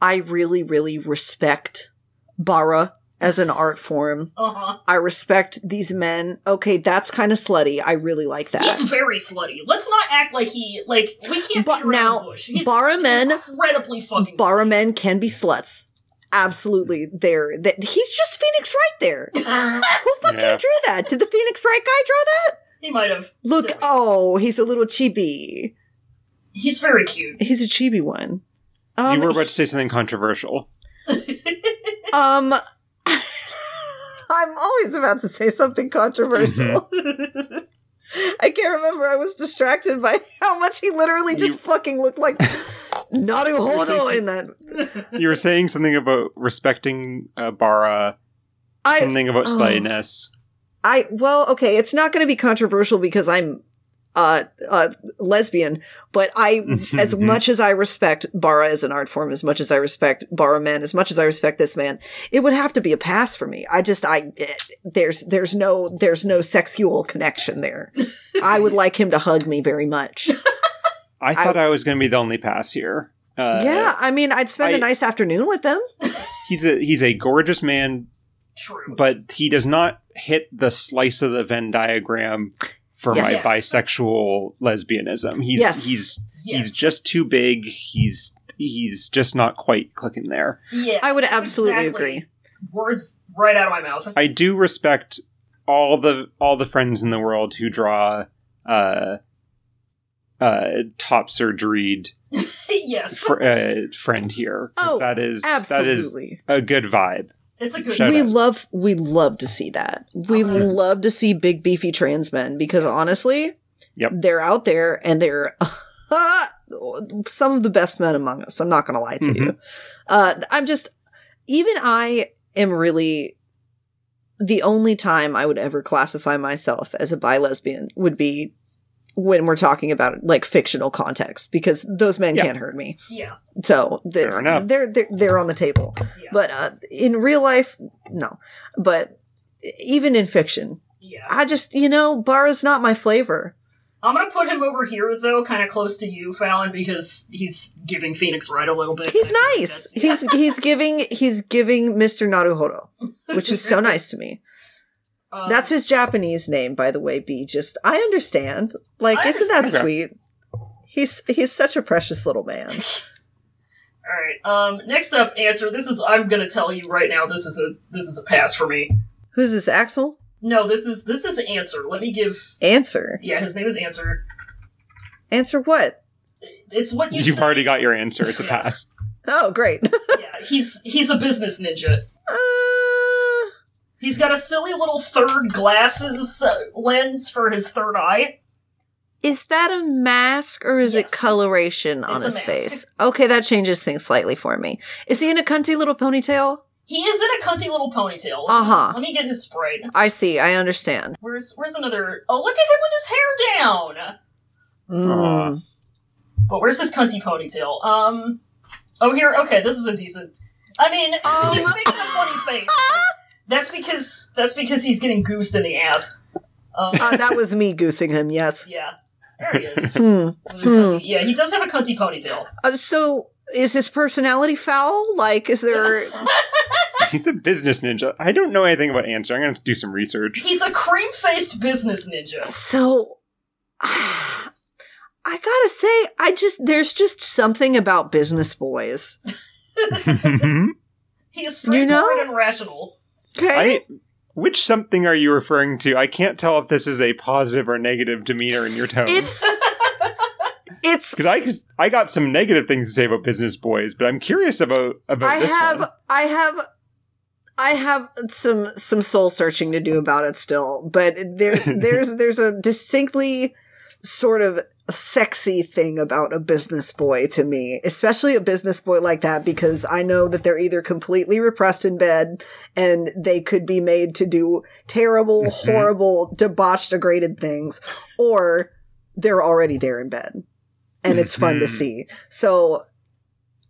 S5: I really, really respect Bara as an art form.
S3: Uh huh.
S5: I respect these men. Okay. That's kind of slutty. I really like that.
S3: He's very slutty. Let's not act like he like we can't.
S5: But
S3: beat around
S5: now,
S3: the bush. He's
S5: Barra men-
S3: incredibly fucking.
S5: Bara men can be sluts. Absolutely. They're, that he's just Phoenix Wright there. Who fucking
S4: Yeah.
S5: drew that? Did the Phoenix Wright guy draw that?
S3: (laughs) he might have.
S5: Look,
S3: Silly.
S5: oh, he's a little chibi.
S3: he's very cute.
S5: He's a chibi one. Um,
S4: you were about to say something controversial.
S5: Um, (laughs) I'm always about to say something controversial. (laughs) I can't remember. I was distracted by how much he literally just fucking looked like Naru Hodo in that.
S4: You were saying something about respecting uh, Bara,
S5: I,
S4: something about
S5: oh.
S4: slayness.
S5: I, well, okay, it's not going to be controversial because I'm uh, uh lesbian, but I, as
S4: Mm-hmm.
S5: much as I respect Bara as an art form, as much as I respect Bara men, as much as I respect this man, it would have to be a pass for me. I just, I, eh, there's, there's no, there's no sexual connection there. I would like him to hug me very much.
S4: I thought I, was going to be the only pass here. Uh,
S5: yeah, I mean, I'd spend a
S4: I-
S5: nice afternoon with them.
S4: he's a he's a gorgeous man,
S3: True.
S4: but he does not hit the slice of the Venn diagram for
S5: Yes.
S4: my bisexual lesbianism. He's
S5: Yes.
S4: he's
S3: Yes.
S4: he's just too big. He's he's just not quite clicking there.
S3: Yeah.
S5: I would
S3: that's
S5: absolutely
S3: exactly-
S5: agree.
S3: Words right out of my mouth.
S4: I do respect all the all the friends in the world who draw uh uh top surgeried
S3: (laughs) yes.
S4: fr- uh, friend here. 'Cause
S5: Oh,
S4: that is
S5: Absolutely.
S4: that is a good vibe.
S3: it's a good
S4: Shout
S5: we
S4: out. Mm-hmm.
S5: love we love to see that. We love to see big beefy trans men because honestly,
S4: Yep.
S5: they're out there and they're (laughs) some of the best men among us. I'm not going to lie to
S4: Mm-hmm.
S5: you. Uh, I'm just even I am really the only time I would ever classify myself as a bi lesbian would be when we're talking about like fictional context because those men
S4: Yeah.
S5: can't hurt me.
S3: Yeah.
S5: So that's,
S4: Fair enough.
S5: they're, they're they're on the table.
S3: Yeah.
S5: But uh, in real life, no. But even in fiction,
S3: Yeah.
S5: I just you know, bar is not my flavor.
S3: I'm gonna put him over here though, kind of close to you, Fallon, because he's giving Phoenix right a little bit.
S5: He's
S3: I feel like
S5: nice.
S3: that's-
S5: He's he's giving he's giving Mr. Naruhodo, which is
S3: (laughs)
S5: so nice to me.
S3: um,
S5: That's his Japanese name, by the way. B. Just I understand. Like,
S3: I
S5: isn't that
S4: understand.
S5: sweet? He's he's such a precious little man.
S3: All right. Um. Next up, answer. This is. I'm gonna tell you right now. This is a. This is a pass for me.
S5: Who's this Axel?
S3: No. This is. This is answer. Let me give.
S5: Answer.
S3: Yeah. His name is answer.
S5: Answer what?
S3: It's what you.
S4: You've
S3: said.
S4: already got your answer.
S3: (laughs)
S4: It's a pass.
S5: Oh, great. (laughs)
S3: Yeah. He's. He's a business ninja.
S5: uh,
S3: He's got a silly little third glasses uh, lens for his third eye.
S5: Is that a mask or is it
S3: Yes.
S5: coloration on
S3: It's a
S5: his
S3: mask.
S5: face? Okay, that changes things slightly for me. Is he in a cunty little ponytail?
S3: He is in a cunty little ponytail.
S5: Uh huh.
S3: Let me get his sprite.
S5: I see. I understand.
S3: Where's Where's another? Oh, look at him with his hair down.
S5: Mm.
S3: But where's his cunty ponytail? Um. Oh, here. Okay, this is a decent. I
S5: (laughs)
S3: mean,
S5: Oh
S3: he's
S5: my-
S3: making a funny face. That's because that's because he's getting goosed in the ass. Um,
S5: Uh, that was me goosing him. Yes.
S3: yeah, there he
S5: (laughs)
S3: is.
S5: Hmm.
S3: With his cunty- Yeah, he does have a cunty ponytail.
S5: Uh, so, is his personality foul? Like,
S3: (laughs)
S5: is there?
S4: (laughs) He's a business ninja. I don't know anything about answer. I'm going to do
S3: (laughs)
S4: some research.
S3: He's a cream-faced business ninja.
S5: so, I gotta say, I just there's just something about business boys.
S3: He is
S5: You
S3: straightforward
S5: know?
S3: and rational.
S5: Okay.
S4: I, which something are you referring to? I can't tell if this is a positive or negative demeanor in your tone.
S5: it's it's
S4: because I, could- I got some negative things to say about business boys, but I'm curious about about
S5: I
S4: this
S5: have, (laughs)
S4: one.
S5: I have, I have some some soul searching to do about it still. But
S4: (laughs)
S5: there's there's there's a distinctly sort of sexy thing about a business boy to me, especially a business boy like that, because I know that they're either completely repressed in bed and they could be made to do terrible, horrible, debauched, degraded things, or they're already there in bed. And it's fun to
S4: Mhm.
S5: see. So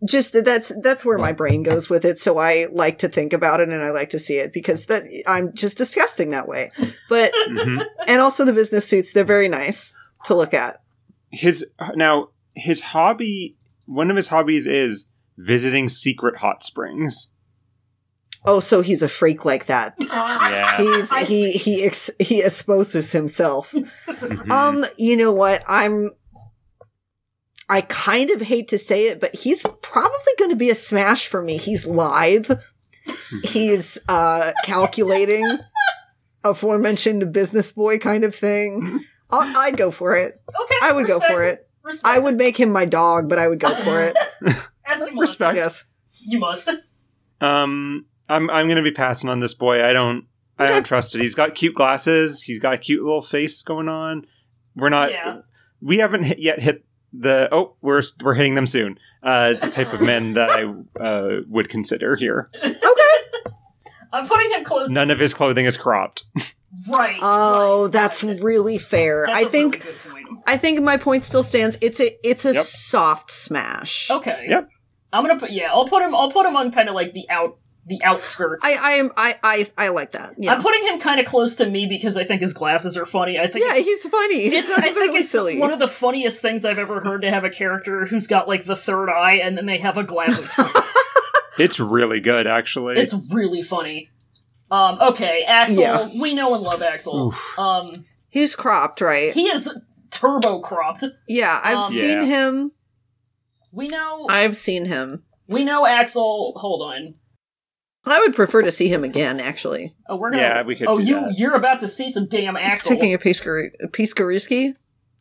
S5: just that- that's that's where my brain goes with it so i like to think about it and i like to see it because that i'm just disgusting that way but
S4: Mhm.
S5: and also the business suits they're very nice to look at
S4: His now his hobby. One of his hobbies is visiting secret hot springs.
S5: oh so he's a freak like that
S4: Yeah.
S5: he's he he ex- he exposes himself
S3: Mm-hmm.
S5: um you know what i'm i kind of hate to say it but he's probably going to be a smash for me he's lithe
S3: Mm-hmm.
S5: he's uh calculating aforementioned business boy kind of
S3: Mm-hmm.
S5: thing I- i'd go for it
S3: Okay,
S5: i would go for it
S3: (laughs)
S5: i would make him my dog but i would go for it
S3: As you must.
S4: Respect.
S5: yes
S3: You must.
S4: Um, I'm I'm gonna be passing on this boy. I don't I don't trust it. He's got cute glasses. He's got a cute little face going on. We're not.
S3: Yeah.
S4: We haven't hit, yet hit the oh we're we're hitting them soon. Uh, type of men that I uh, would consider here.
S3: I'm putting him close.
S4: None of his clothing is cropped.
S3: right.
S5: Oh,
S3: right.
S5: that's really fair.
S3: That's
S5: I
S3: a
S5: think
S3: really good point.
S5: I think my point still stands. It's a it's a
S4: Yep.
S5: soft smash.
S3: Okay.
S4: Yep.
S3: I'm gonna put yeah. I'll put him. I'll put him on kind of like the out the outskirts.
S5: I I am I I I like that. Yeah,
S3: I'm putting him kind of close to me because I think his glasses are funny. I think
S5: yeah,
S3: it's,
S5: he's funny. (laughs)
S3: it's,
S5: It's,
S3: I think
S5: really
S3: it's
S5: silly.
S3: one of the funniest things I've ever heard to have a character who's got like the third eye and then they have a glasses.
S4: (laughs)
S3: frame.
S4: It's really good, actually.
S3: it's really funny. Um, okay, Axel.
S5: Yeah.
S3: We know and love Axel. Um,
S5: he's cropped, right?
S3: he is turbo cropped.
S5: yeah, I've
S3: Um,
S5: seen
S4: Yeah.
S5: him.
S3: We know.
S5: I've seen him.
S3: we know Axel. Hold on.
S5: I would prefer to see him again. Actually,
S3: Oh, we're gonna.
S4: Yeah, we could
S3: Oh,
S4: do
S3: you
S4: that.
S3: you're about to see some damn
S5: it's
S3: Axel.
S5: taking a Piskaruski.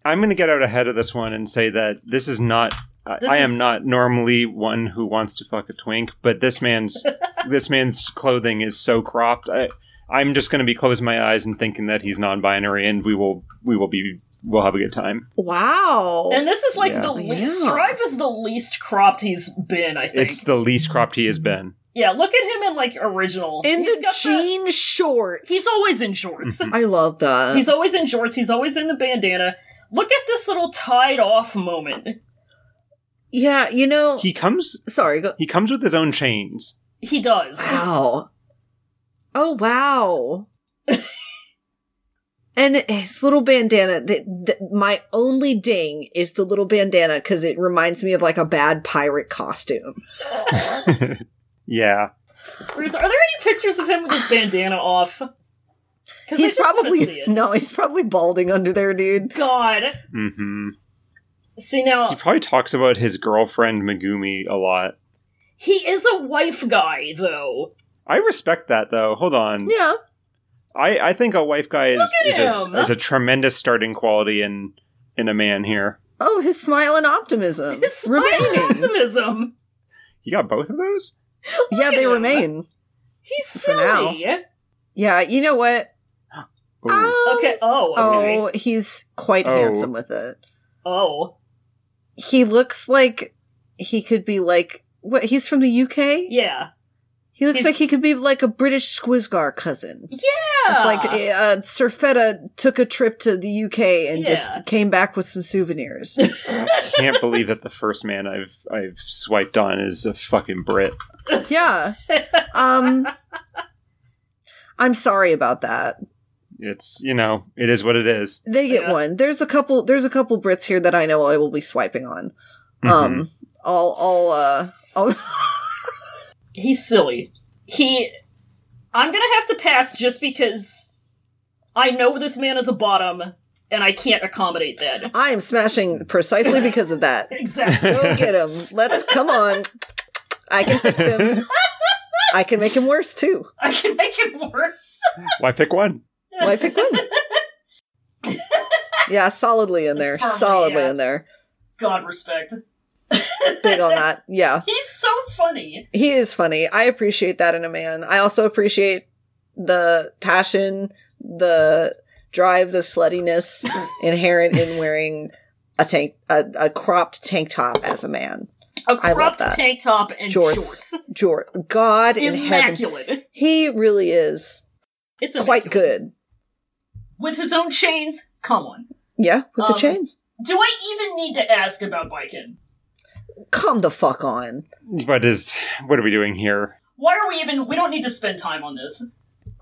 S4: I'm going to get out ahead of this one and say that this is not. I
S3: This
S4: I am
S3: is-
S4: not normally one who wants to fuck a twink, but
S3: (laughs)
S4: this man's this man's clothing is so cropped. I, I'm just going to be closing my eyes and thinking that he's non-binary, and we will we will be we'll have a good time.
S5: Wow.
S3: And this is like
S4: Yeah.
S3: the least.
S5: Yeah.
S3: Strive is the least cropped he's been, I think.
S4: It's the least cropped he has been.
S3: yeah, look at him in like original.
S5: in
S3: He's
S5: the
S3: got
S5: jean shorts.
S3: he's always in shorts.
S4: Mm-hmm.
S5: I love that.
S3: he's always in shorts. He's always in the bandana. Look at this little tied off moment.
S5: yeah, you know.
S4: He comes
S5: sorry. Go-
S4: he comes with his own chains.
S3: He does.
S5: Wow. Oh
S3: (laughs)
S5: wow. and his little bandana. The, the, my only ding is the little bandana because it reminds me of like a bad pirate costume.
S4: Yeah,
S3: Bruce, Are there any pictures of him with his bandana off? 'Cause (laughs) I
S5: He's
S3: just wanna see
S5: probably
S3: it.
S5: no. He's probably balding under there, dude.
S3: God.
S4: hmm
S3: See
S4: he
S3: now,
S4: probably talks about his girlfriend Megumi a lot.
S3: he is a wife guy though.
S4: I respect that though. Hold on,
S5: Yeah.
S4: I, I think a wife guy is
S3: at
S4: is a,
S3: him.
S4: is a tremendous starting quality in in a man here.
S5: Oh, his smile and optimism
S3: His smile
S5: remaining.
S3: optimism.
S4: You got both of those?
S5: yeah,
S3: at
S5: they
S3: him.
S5: remain.
S3: He's
S5: For now.
S3: silly.
S5: Yeah, you know what?
S4: Ooh.
S5: Um,
S3: Okay. Oh. Okay.
S5: Oh, he's quite
S4: Oh.
S5: handsome with it.
S3: Oh.
S5: He looks like he could be like what? He's from the UK.
S3: Yeah.
S5: He looks
S3: He's-
S5: like he could be like a British Squizgar cousin.
S3: Yeah.
S5: It's like uh, Sir Feta took a trip to the UK and
S3: Yeah.
S5: just came back with
S3: (laughs)
S5: some souvenirs.
S4: Can't believe that the first man I've I've swiped on is a fucking Brit.
S5: yeah. Um, I'm sorry about that.
S4: It's you know it is what it is.
S5: They get
S3: Yeah.
S5: one. There's a couple. There's a couple Brits here that I know I will be swiping on.
S4: Mm-hmm.
S5: Um, I'll, I'll, uh, I'll (laughs)
S3: he's silly. He I'm gonna have to pass just because I know this man is a bottom and I can't accommodate
S5: (laughs)
S3: that.
S5: I am smashing precisely because of that.
S3: Exactly.
S5: Go get him. Let's come on. I can
S3: (laughs)
S5: fix him. I can make him worse too.
S3: I can make it worse.
S4: Why pick one?
S5: Why pick one?
S3: (laughs)
S5: yeah, solidly in there.
S3: That's firmly,
S5: Solidly
S3: yeah.
S5: in there.
S3: (laughs) God respect.
S5: Big on
S3: (laughs)
S5: that. Yeah.
S3: He's so funny.
S5: He is funny. I appreciate that in a man. I also appreciate the passion, the drive,
S3: (laughs)
S5: the sluttiness inherent in wearing a tank a, a cropped tank top as a man.
S3: A
S5: I love
S3: cropped
S5: that.
S3: tank top and
S5: Jorts.
S3: shorts.
S5: Jor God in heaven.
S3: Immaculate.
S5: He really is
S3: It's
S5: quite
S3: immaculate.
S5: good.
S3: With his own chains, come on.
S5: Yeah, with the
S3: Um,
S5: chains.
S3: Do I even need to ask about Biken?
S5: Come the fuck on.
S4: What is what are we doing here?
S3: Why are we even we don't need to spend time on this.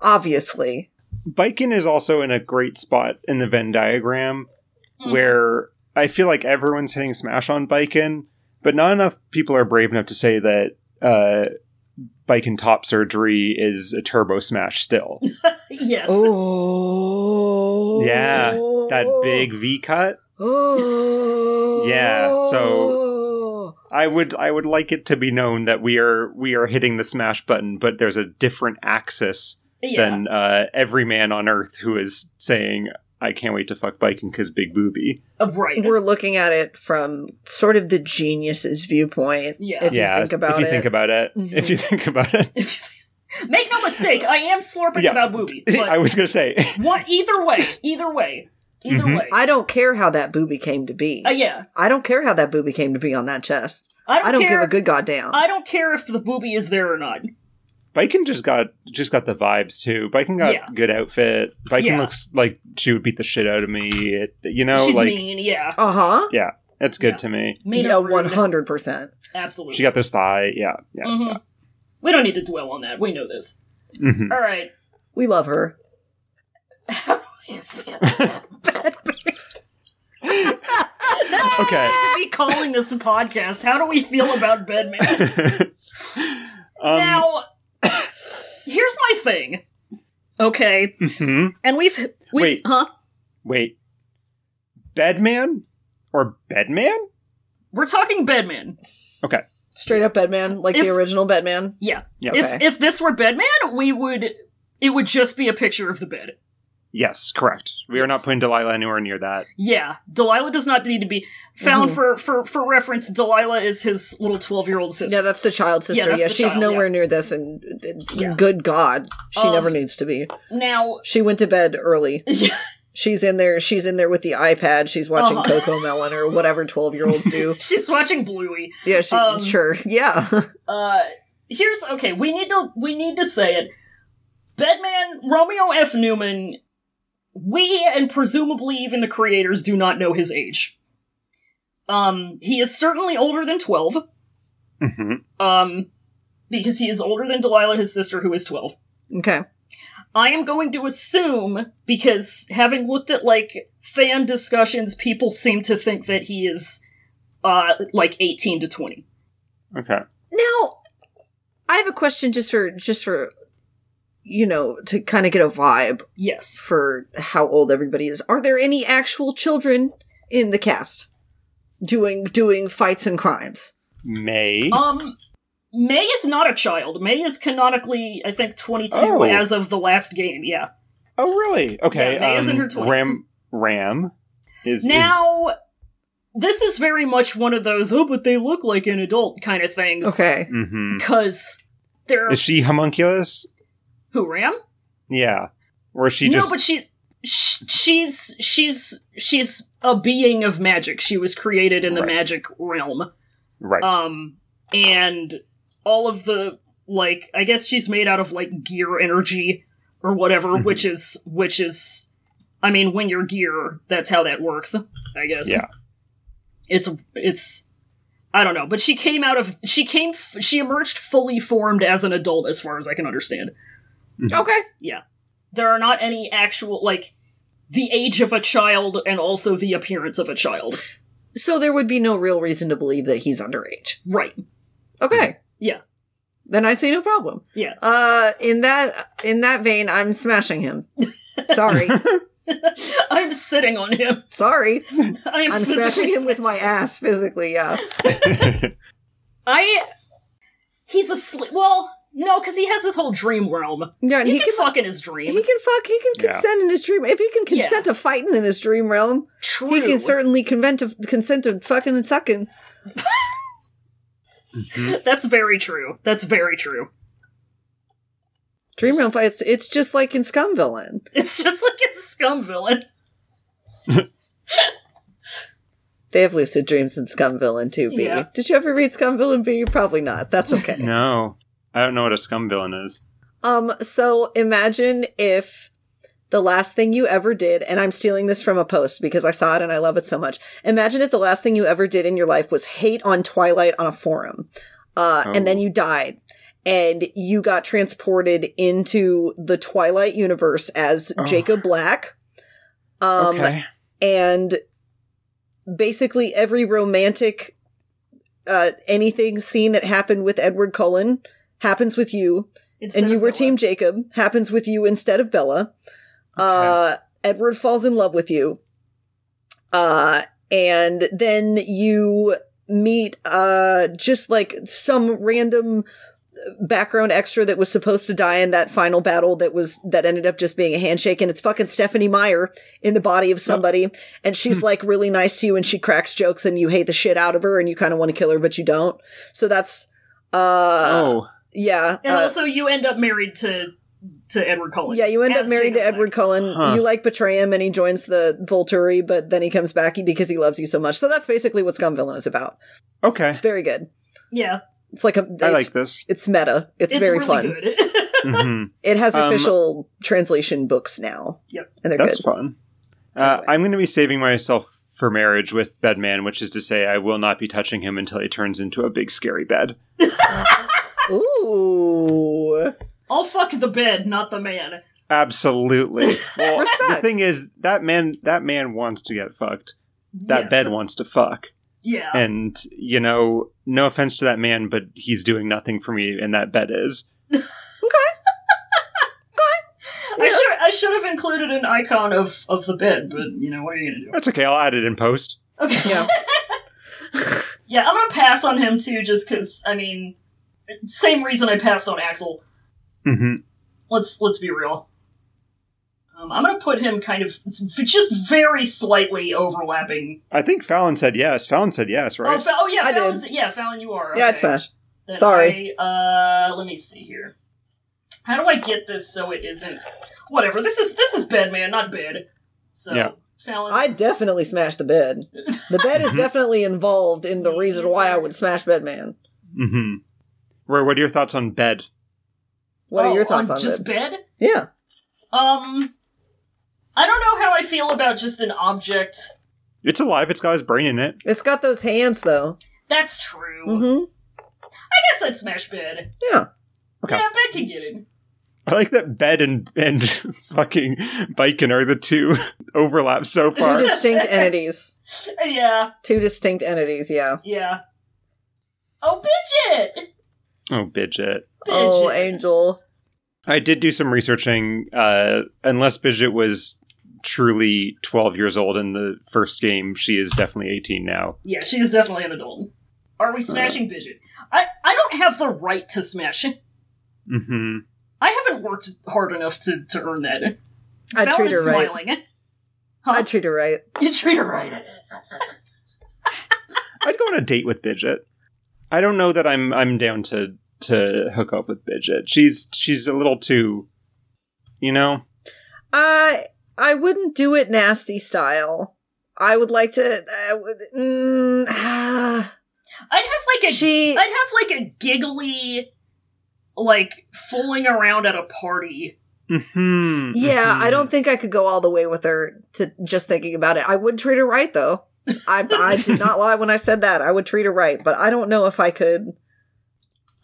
S5: Obviously.
S4: Bikin is also in a great spot in the Venn diagram
S5: Mm-hmm.
S4: where I feel like everyone's hitting smash on Bikin, but not enough people are brave enough to say that uh, Bikin top surgery is a turbo smash
S5: (laughs)
S4: still.
S3: Yes.
S5: Oh.
S4: Yeah, that big V cut.
S5: Oh.
S4: Yeah, so- I would I would like it to be known that we are we are hitting the smash button, but there's a different axis
S3: yeah.
S4: than uh, every man on Earth who is saying I can't wait to fuck Biking because big booby.
S3: Uh, right.
S5: We're looking at it from sort of the genius's viewpoint.
S3: Yeah.
S5: If
S4: yeah,
S5: you think about
S4: if you
S5: it. Mm-hmm.
S4: think about it, if you think about it,
S3: Make no mistake, I am slurping
S4: Yeah.
S3: about booby.
S4: (laughs) I
S3: But
S4: was gonna say
S3: what? Either way, either way, either
S4: Mhm.
S3: way.
S5: I don't care how that booby came to be.
S3: Uh, yeah,
S5: I don't care how that booby came to be on that chest.
S3: I don't,
S5: I don't
S3: care.
S5: give a good goddamn.
S3: I don't care if the booby is there or not.
S4: Biking just got just got the vibes too. Biking got
S3: Yeah.
S4: good outfit. Biking
S3: Yeah.
S4: looks like she would beat the shit out of me. It, you know,
S3: She's
S4: like
S3: mean. Yeah,
S5: Uh huh.
S4: it's good
S3: Yeah.
S4: to me.
S3: mean.
S5: Yeah,
S3: and rude.
S5: one hundred percent.
S3: Absolutely.
S4: She got this thigh. Yeah, yeah.
S3: Mhm. We don't need to dwell on that. We know this.
S4: Mhm.
S3: All right.
S5: We love her.
S4: (laughs) Okay.
S3: be calling this a podcast. How do we feel about Bedman?
S4: Mm-hmm.
S3: (laughs)
S4: Um,
S3: now, here's my thing. Okay,
S4: mhm.
S3: and we've we've
S4: Wait.
S3: huh?
S4: Wait, Bedman or Bedman?
S3: We're talking Bedman.
S5: Straight up Bedman, like
S3: If-
S5: the original Bedman.
S3: Yeah.
S4: Yeah.
S3: If
S5: Okay.
S3: if this were Bedman, we would it would just be a picture of the bed.
S4: Yes, correct. We are not
S3: Yes.
S4: putting Delilah anywhere near that.
S3: Yeah, Delilah does not need to be found
S4: Mm-hmm.
S3: for for for reference. Delilah is his little twelve year old sister.
S5: Yeah, that's the child sister.
S3: that's
S5: Yeah,
S3: the
S5: she's
S3: child,
S5: nowhere near this, and uh,
S3: Yeah.
S5: good God, she
S3: Um,
S5: never needs to be.
S3: Now, (laughs)
S5: She went to bed early.
S3: Yeah.
S5: She's in there. She's in there with the iPad. She's watching
S3: Uh-huh.
S5: Coco Melon or whatever twelve year olds (laughs) do.
S3: she's watching Bluey.
S5: Yeah, she,
S3: Um,
S5: sure. Yeah, (laughs)
S3: Uh, here's okay. We need to we need to say it. Bedman Romeo F. Newman. We and presumably even the creators do not know his age. Um, he is certainly older than twelve.
S4: hmm
S3: Um, because he is older than Delilah, his sister, who is twelve.
S5: okay.
S3: I am going to assume because having looked at like fan discussions, people seem to think that he is uh like eighteen to twenty.
S4: Okay.
S5: Now, I have a question just for just for you know to kind of get a vibe
S3: Yes.
S5: for how old everybody is. Are there any actual children in the cast doing doing fights and crimes?
S4: May.
S3: Um, May is not a child. May is canonically, I think, 22
S4: Oh.
S3: as of the last game. Yeah.
S4: oh, really? Okay. um,
S3: Yeah, May is in her twenties.
S4: Ram. Ram is Is,
S3: Now, this is very much one of those oh, but they look like an adult kind of things.
S5: Okay.
S4: Mhm.
S3: Because they're
S4: Is she homunculus?
S3: who Ram?
S4: Yeah. Or is she
S3: no,
S4: just?
S3: but she's sh- she's she's she's a being of magic. She was created in the
S4: Right.
S3: magic realm.
S4: right.
S3: Um, and all of the like, I guess she's made out of like gear energy or whatever,
S5: Mm-hmm.
S4: Mhm.
S3: which is which is, I mean, when you're gear, that's how that works. I guess.
S4: Yeah.
S3: It's it's, I don't know, but she came out of she came f- she emerged fully formed as an adult, as far as I can understand.
S5: Okay.
S3: There are not any actual like. The age of a child and also the appearance of a child.
S5: So there would be no real reason to believe that he's underage.
S3: Right.
S5: Okay.
S3: Yeah.
S5: Then I see no problem. (laughs)
S3: Yeah.
S5: Uh in that in that vein, I'm smashing him.
S3: (laughs)
S5: Sorry.
S3: I'm sitting on him. (laughs)
S5: Sorry.
S3: I am
S5: I'm smashing him
S3: (laughs)
S5: with my ass physically, yeah.
S3: I. He's asleep. Well, no, because he has his whole dream realm.
S5: Yeah, and
S3: He,
S5: he,
S3: can,
S5: can,
S3: fuck in his dream.
S5: he can fuck, he can
S4: Yeah.
S5: consent in his dream. If he can consent to fighting in his dream realm,
S3: True.
S5: he can certainly convent to, consent to fucking and sucking.
S3: That's very true. That's very true. (laughs)
S5: Dream realm fights, it's just like in Scum Villain.
S3: It's just like it's a scum villain.
S5: They have lucid dreams in Scum Villain too, B.
S3: Yeah.
S5: Did you ever read Scum Villain B? Probably not. That's okay.
S4: no, I don't know what a scum villain is.
S5: Um, so imagine if the last thing you ever did, and I'm stealing this from a post because I saw it and I love it so much. Imagine if the last thing you ever did in your life was hate on Twilight on a forum, uh, and then
S4: Oh.
S5: you died. And you got transported into the Twilight universe as
S4: Oh.
S5: Jacob Black. Um,
S4: okay.
S5: and basically every romantic uh, anything scene that happened with Edward Cullen happens with you
S3: Instead
S5: and you
S3: of
S5: were
S3: villain.
S5: team jacob happens with you instead of bella uh edward falls in love with you uh and then you meet uh just like some random background extra that was supposed to die in that final battle that was that ended up just being a handshake and it's fucking Stephanie Meyer in the body of somebody and
S3: Hmm.
S5: she's like really nice to you and she cracks jokes and you hate the shit out of her and you kind of want to kill her but you don't. So that's uh
S4: oh,
S5: yeah.
S3: And
S5: uh,
S3: also, you end up married to to Edward Cullen.
S5: yeah, you end up
S3: as
S5: married to
S3: Jacob
S5: Edward
S3: Black.
S5: Cullen.
S4: Huh.
S5: You like betray him and he joins the Volturi, but then he comes back because he loves you so much. So that's basically what Scum Villain is about.
S4: okay.
S5: It's very good.
S3: Yeah,
S5: It's like a it's,
S4: Eh. I like
S5: (laughs)
S4: this.
S5: it's meta. It's,
S3: it's,
S5: very
S3: really
S5: fun.
S3: Good. (laughs)
S4: hmm
S5: It has
S4: Um,
S5: official translation books now.
S3: Yep.
S5: And they're
S4: That's
S5: good.
S4: fun. Uh, I'm going to be saving myself for marriage with Bedman, which is to say, I will not be touching him until he turns into a big scary bed.
S5: Ooh.
S3: I'll fuck the bed, not the man.
S4: Absolutely. Well, the
S5: Respect.
S4: thing is, that man, that man wants to get fucked. That
S3: Yes.
S4: bed wants to fuck.
S3: Yeah.
S4: And you know, no offense to that man, but he's doing nothing for me, and that bed is.
S3: I should I should have included an icon of of the bed, but you know what are you gonna
S4: That's okay. I'll add it in post.
S3: do? Okay.
S5: Yeah.
S3: (laughs) Yeah, I'm gonna pass on him too, just because I mean, same reason I passed on Axel.
S4: hmm
S3: Let's let's be real. Um, I'm gonna put him kind of it's v- just very slightly overlapping.
S4: I think Fallon said yes. Fallon said yes, right?
S3: Oh, Fa- oh yeah,
S5: I did.
S3: Fallon's, yeah, Fallon, you are.
S5: Yeah, it's
S3: okay.
S5: fine.
S3: Then
S5: Sorry.
S3: I, uh, let me see here. How do I get this so it isn't whatever? This is this is bed, man, not bed. So
S4: Yeah.
S3: Fallon,
S5: I definitely smashed the bed. The bed
S4: Mm-hmm.
S5: is definitely involved in the reason why I would smash Bedman.
S4: hmm Roy, what are your thoughts on bed?
S5: What are your
S3: Oh,
S5: thoughts on,
S3: just
S5: it?
S3: bed?
S5: Yeah.
S3: Um, I don't know how I feel about just an object.
S4: It's alive. It's got his brain in it.
S5: It's got those hands though.
S3: That's true.
S5: Mm-hmm.
S3: I guess I'd smash bed.
S5: Yeah.
S4: Okay.
S3: Yeah, bed can get it.
S4: I like that bed and and (laughs) fucking biking are the two (laughs) overlap so
S5: Two
S3: (laughs)
S4: far.
S5: distinct entities.
S3: Uh, Yeah,
S5: Two distinct entities, yeah.
S3: yeah. Oh, Bidget! Bidget.
S4: oh, Bidget.
S5: Oh, Angel.
S4: I did do some researching. Uh, unless Bidget was truly 12 years old in the first game, she is definitely 18 now.
S3: yeah, she is definitely an adult. Are we smashing Bidget? I I don't have the right to smash it.
S4: hmm
S3: I haven't worked hard enough to, to earn that.
S5: I
S3: Val
S5: treat
S3: is
S5: her right.
S3: smiling. (laughs)
S5: I treat her right.
S3: You treat her right.
S4: I'd go on a date with Bidget. I don't know that I'm I'm down to to hook up with Bidget. She's she's a little too, you know.
S5: I I wouldn't do it nasty style. I would like to. I would, mm, (sighs)
S3: I'd have like a
S5: she
S3: I'd have like a giggly, like fooling around at a party.
S4: hmm
S5: Yeah, I don't think I could go all the way with her to just thinking about it. I would treat her right though. I I did not lie when I said that. I would treat her right, but I don't know if I could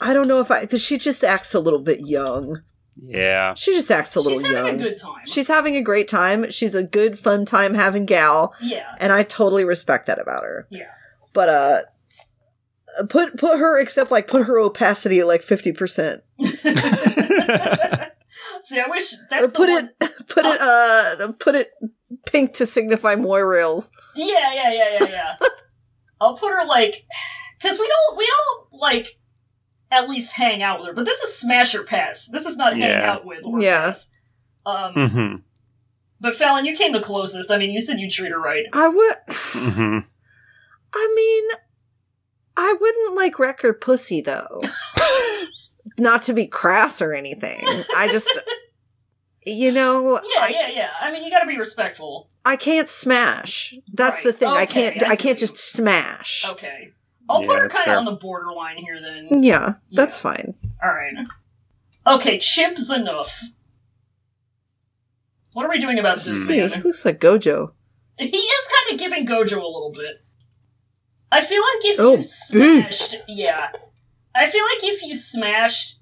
S5: I don't know if I cuz she just acts a little bit young. (laughs)
S4: Yeah.
S5: She just acts a little
S3: She's having
S5: young.
S3: a good time.
S5: She's having a great time. She's a good fun time having gal,
S3: yeah, (laughs)
S5: and I totally respect that about her.
S3: yeah.
S5: But uh put put her except like put her opacity at like 50%
S3: See, I wish that's
S5: or
S3: the
S5: put
S3: one-
S5: it (laughs) put it uh put it pink to signify more rails.
S3: Yeah, yeah, yeah,
S5: (laughs)
S3: yeah, yeah. I'll put her like, because we don't, we don't like at least hang out with her. But this is smash or pass. This is not hang
S4: Yeah.
S3: out with. Or
S5: Yeah.
S3: pass. Um,
S4: hmm
S3: but Fallon, you came the closest. I mean, you said you treat her right.
S5: I would
S4: hmm
S5: I mean, I wouldn't like wreck her
S3: (laughs)
S5: pussy though. Not to be crass or anything. I just, you know,
S3: (laughs) Yeah,
S5: I,
S3: yeah, yeah. I mean, you got to be respectful.
S5: I can't smash. That's the
S3: Right.
S5: thing. I
S3: Okay,
S5: can't.
S3: I
S5: I can't
S3: see.
S5: just smash.
S3: Okay, I'll
S4: Yeah,
S3: put her
S4: that's
S3: kind
S4: fair.
S3: of on the borderline here. Then
S5: Yeah, that's
S3: Yeah.
S5: fine.
S3: All right. Okay, chimp's enough. What are we doing about this
S5: He
S3: man?
S5: looks like Gojo.
S3: He is kind of giving Gojo a little bit. I feel like if
S5: Oh,
S3: you
S5: beef.
S3: smashed, yeah, I feel like if you smashed,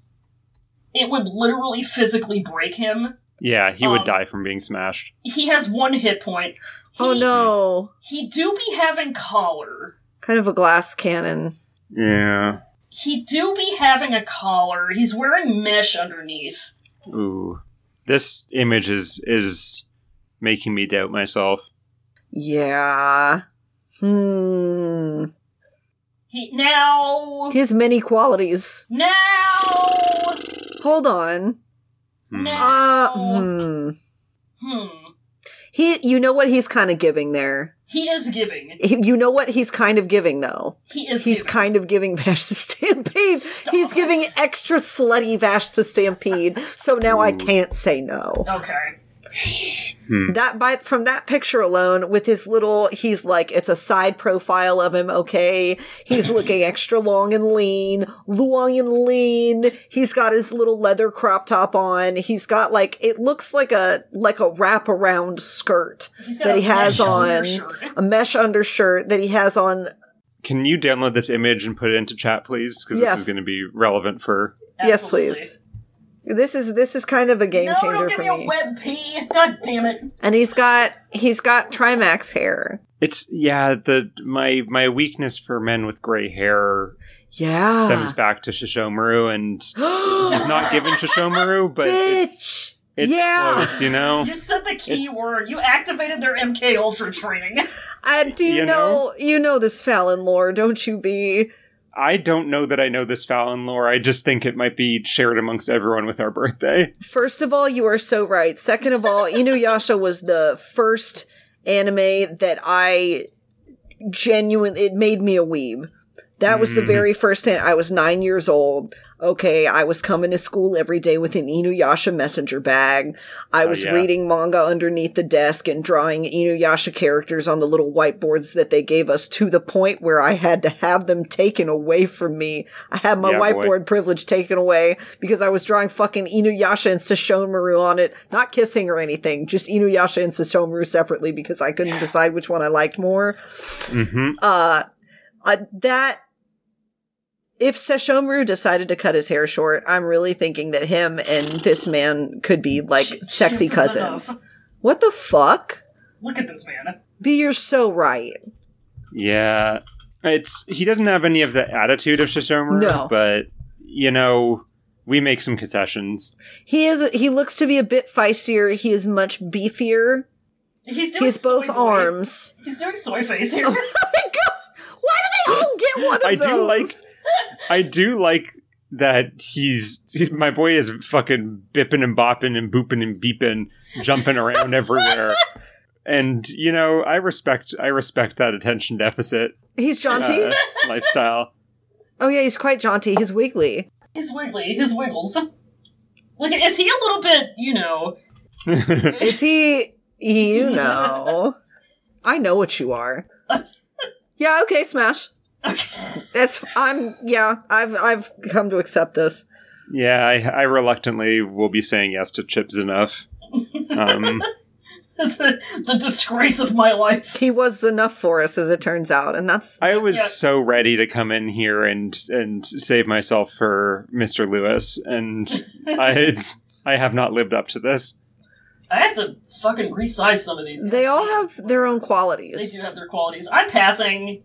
S3: it would literally physically break him.
S4: Yeah, he would
S3: Um,
S4: die from being smashed.
S3: He has one hit point. He,
S5: Oh no,
S3: He do be having collar.
S5: kind of a glass cannon.
S4: Yeah.
S3: He do be having a collar. He's wearing mesh underneath.
S4: Ooh. This image is is making me doubt myself.
S5: Yeah. Hmm.
S3: He, now,
S5: He has many qualities.
S3: now,
S5: Hold on.
S4: Hmm.
S5: Uh,
S3: now.
S5: hmm.
S3: hmm.
S5: He, you know what he's kind of giving there.
S3: He is giving.
S5: He- you know what he's kind of giving though.
S3: He is.
S5: He's
S3: giving.
S5: kind of giving (laughs) Vash the Stampede. He's giving extra slutty Vash the Stampede. So now I can't say no.
S3: okay.
S4: Hmm.
S5: That by from that picture alone, with his little, he's like it's a side profile of him. Okay,
S3: (laughs)
S5: he's looking extra long and lean, long and lean. He's got his little leather crop top on. He's got like it looks like a like a wraparound skirt
S3: He's got
S5: that
S3: a
S5: he has
S3: mesh
S5: on,
S3: undershirt.
S5: a mesh undershirt that he has on.
S4: Can you download this image and put it into chat, please? Because this
S5: Yes.
S4: is going to be relevant for.
S5: Yes,
S3: Absolutely.
S5: please. This is this is kind of a game
S3: No,
S5: changer
S3: don't give
S5: for
S3: me
S5: me.
S3: a web p. God damn
S5: (laughs)
S3: it.
S5: and he's got he's got Trimax hair.
S4: It's yeah. The my my weakness for men with gray hair
S5: Yeah. (gasps)
S4: stems back to Shishomaru, and it's not given
S5: (gasps)
S4: Shishomaru, but it's,
S5: Bitch.
S4: it's
S5: yeah.
S4: close. You know,
S3: You said the key
S4: It's-
S3: word. You activated their MK Ultra training. (laughs)
S5: I do
S4: You
S5: know, you know this Fallon lore, don't you? Be
S4: I don't know that I know this Fallon lore. I just think it might be shared amongst everyone with our birthday.
S5: first of all, you are so right. Second of all, Inuyasha was the first anime that I genuinely it made me a weeb. That was the very first an- I was nine years old. Okay, I was coming to school every day with an Inuyasha messenger bag. I was
S4: yeah.
S5: reading manga underneath the desk and drawing Inuyasha characters on the little whiteboards that they gave us to the point where I had to have them taken away from me. I had my
S4: Yeah, boy.
S5: whiteboard privilege taken away because I was drawing fucking Inuyasha and Sesshomaru on it. Not kissing or anything, just Inuyasha and Sesshomaru separately because I couldn't decide which one I liked more
S4: hmm
S5: uh, uh that if Sesshomaru decided to cut his hair short, I'm really thinking that him and this man could be like
S3: Sh-
S5: sexy
S3: shippers
S5: cousins.
S3: enough.
S5: What the fuck?
S3: Look at this man.
S5: B, you're so right.
S4: Yeah, it's he doesn't have any of the attitude of Shishomaru,
S5: No.
S4: but you know, we make some concessions.
S5: He is. He looks to be a bit feistier. He is much beefier.
S3: He's doing
S5: He has both
S3: soy boy.
S5: arms.
S3: He's doing soy face
S5: (laughs)
S3: here.
S5: Oh my god! Why do they all get one of
S4: I
S5: those?
S4: do like I do like that he's, he's my boy is fucking bipping and bopping and booping and beeping,
S3: (laughs)
S4: jumping around everywhere. And you know, I respect I respect that attention deficit
S5: He's jaunty.
S4: uh, (laughs) lifestyle.
S5: oh yeah, he's quite jaunty. He's wiggly.
S3: (laughs) He's wiggly. His wiggles. Look, at- is he a little bit, you know? (laughs)
S5: Is he? (laughs) You know. I know what you (laughs) are. Yeah. Okay. Smash. That's. I'm. Yeah. I've. I've come to accept this.
S4: Yeah, I, I reluctantly will be saying yes to chips enough.
S3: (laughs)
S4: Um,
S3: the, the disgrace of my life.
S5: He was enough for us, as it turns out, and that's.
S4: I was
S3: Yeah.
S4: so ready to come in here and and save myself for Mr. Lewis,
S3: (laughs)
S4: and I I have not lived up to this.
S3: I have to fucking resize some of these.
S5: They all have their own
S3: They do
S5: qualities.
S3: have their qualities. I'm passing.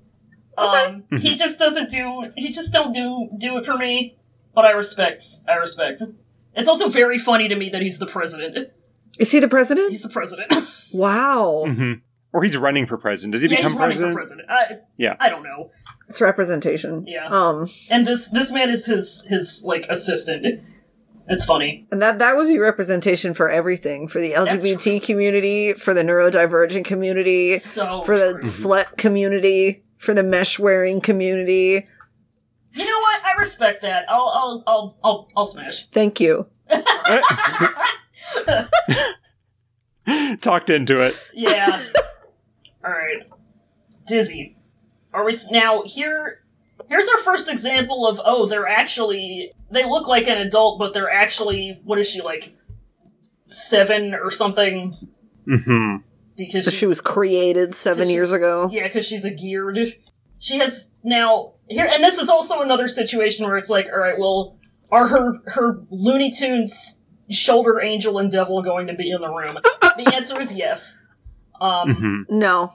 S3: Um, he just doesn't do. He just don't do do it for me. But I respect. I respect. It's also very funny to me that he's the president.
S5: Is he the president?
S3: He's the
S4: (coughs)
S3: president.
S5: Wow,
S4: hmm Or he's running for president. Does he
S3: yeah,
S4: become
S3: he's running
S4: president?
S3: for president. I,
S4: Yeah.
S3: I don't know.
S5: it's representation.
S3: Yeah.
S5: Um,
S3: And this this man is his his like assistant. It's funny.
S5: and that that would be representation for everything for the LGBT community, for the neurodivergent community,
S3: So
S5: for the
S3: true.
S5: slut community, for the mesh wearing community.
S3: you know what? I respect that. I'll I'll I'll I'll, I'll smash.
S5: Thank you.
S4: (laughs) Talked into it. (laughs)
S3: Yeah. All right. Dizzy. Are we s- now here? Here's our first example of oh, they're actually they look like an adult, but they're actually what is she like seven or something?
S4: hmm
S3: Because
S5: She
S3: she's-
S5: was created seven
S3: She's-
S5: years ago.
S3: Yeah, because she's a geared. She has now here, and this is also another situation where it's like, all right, well, are her her Looney Tunes shoulder angel and devil going to be in the room? the answer is yes. Um,
S4: hmm
S5: No,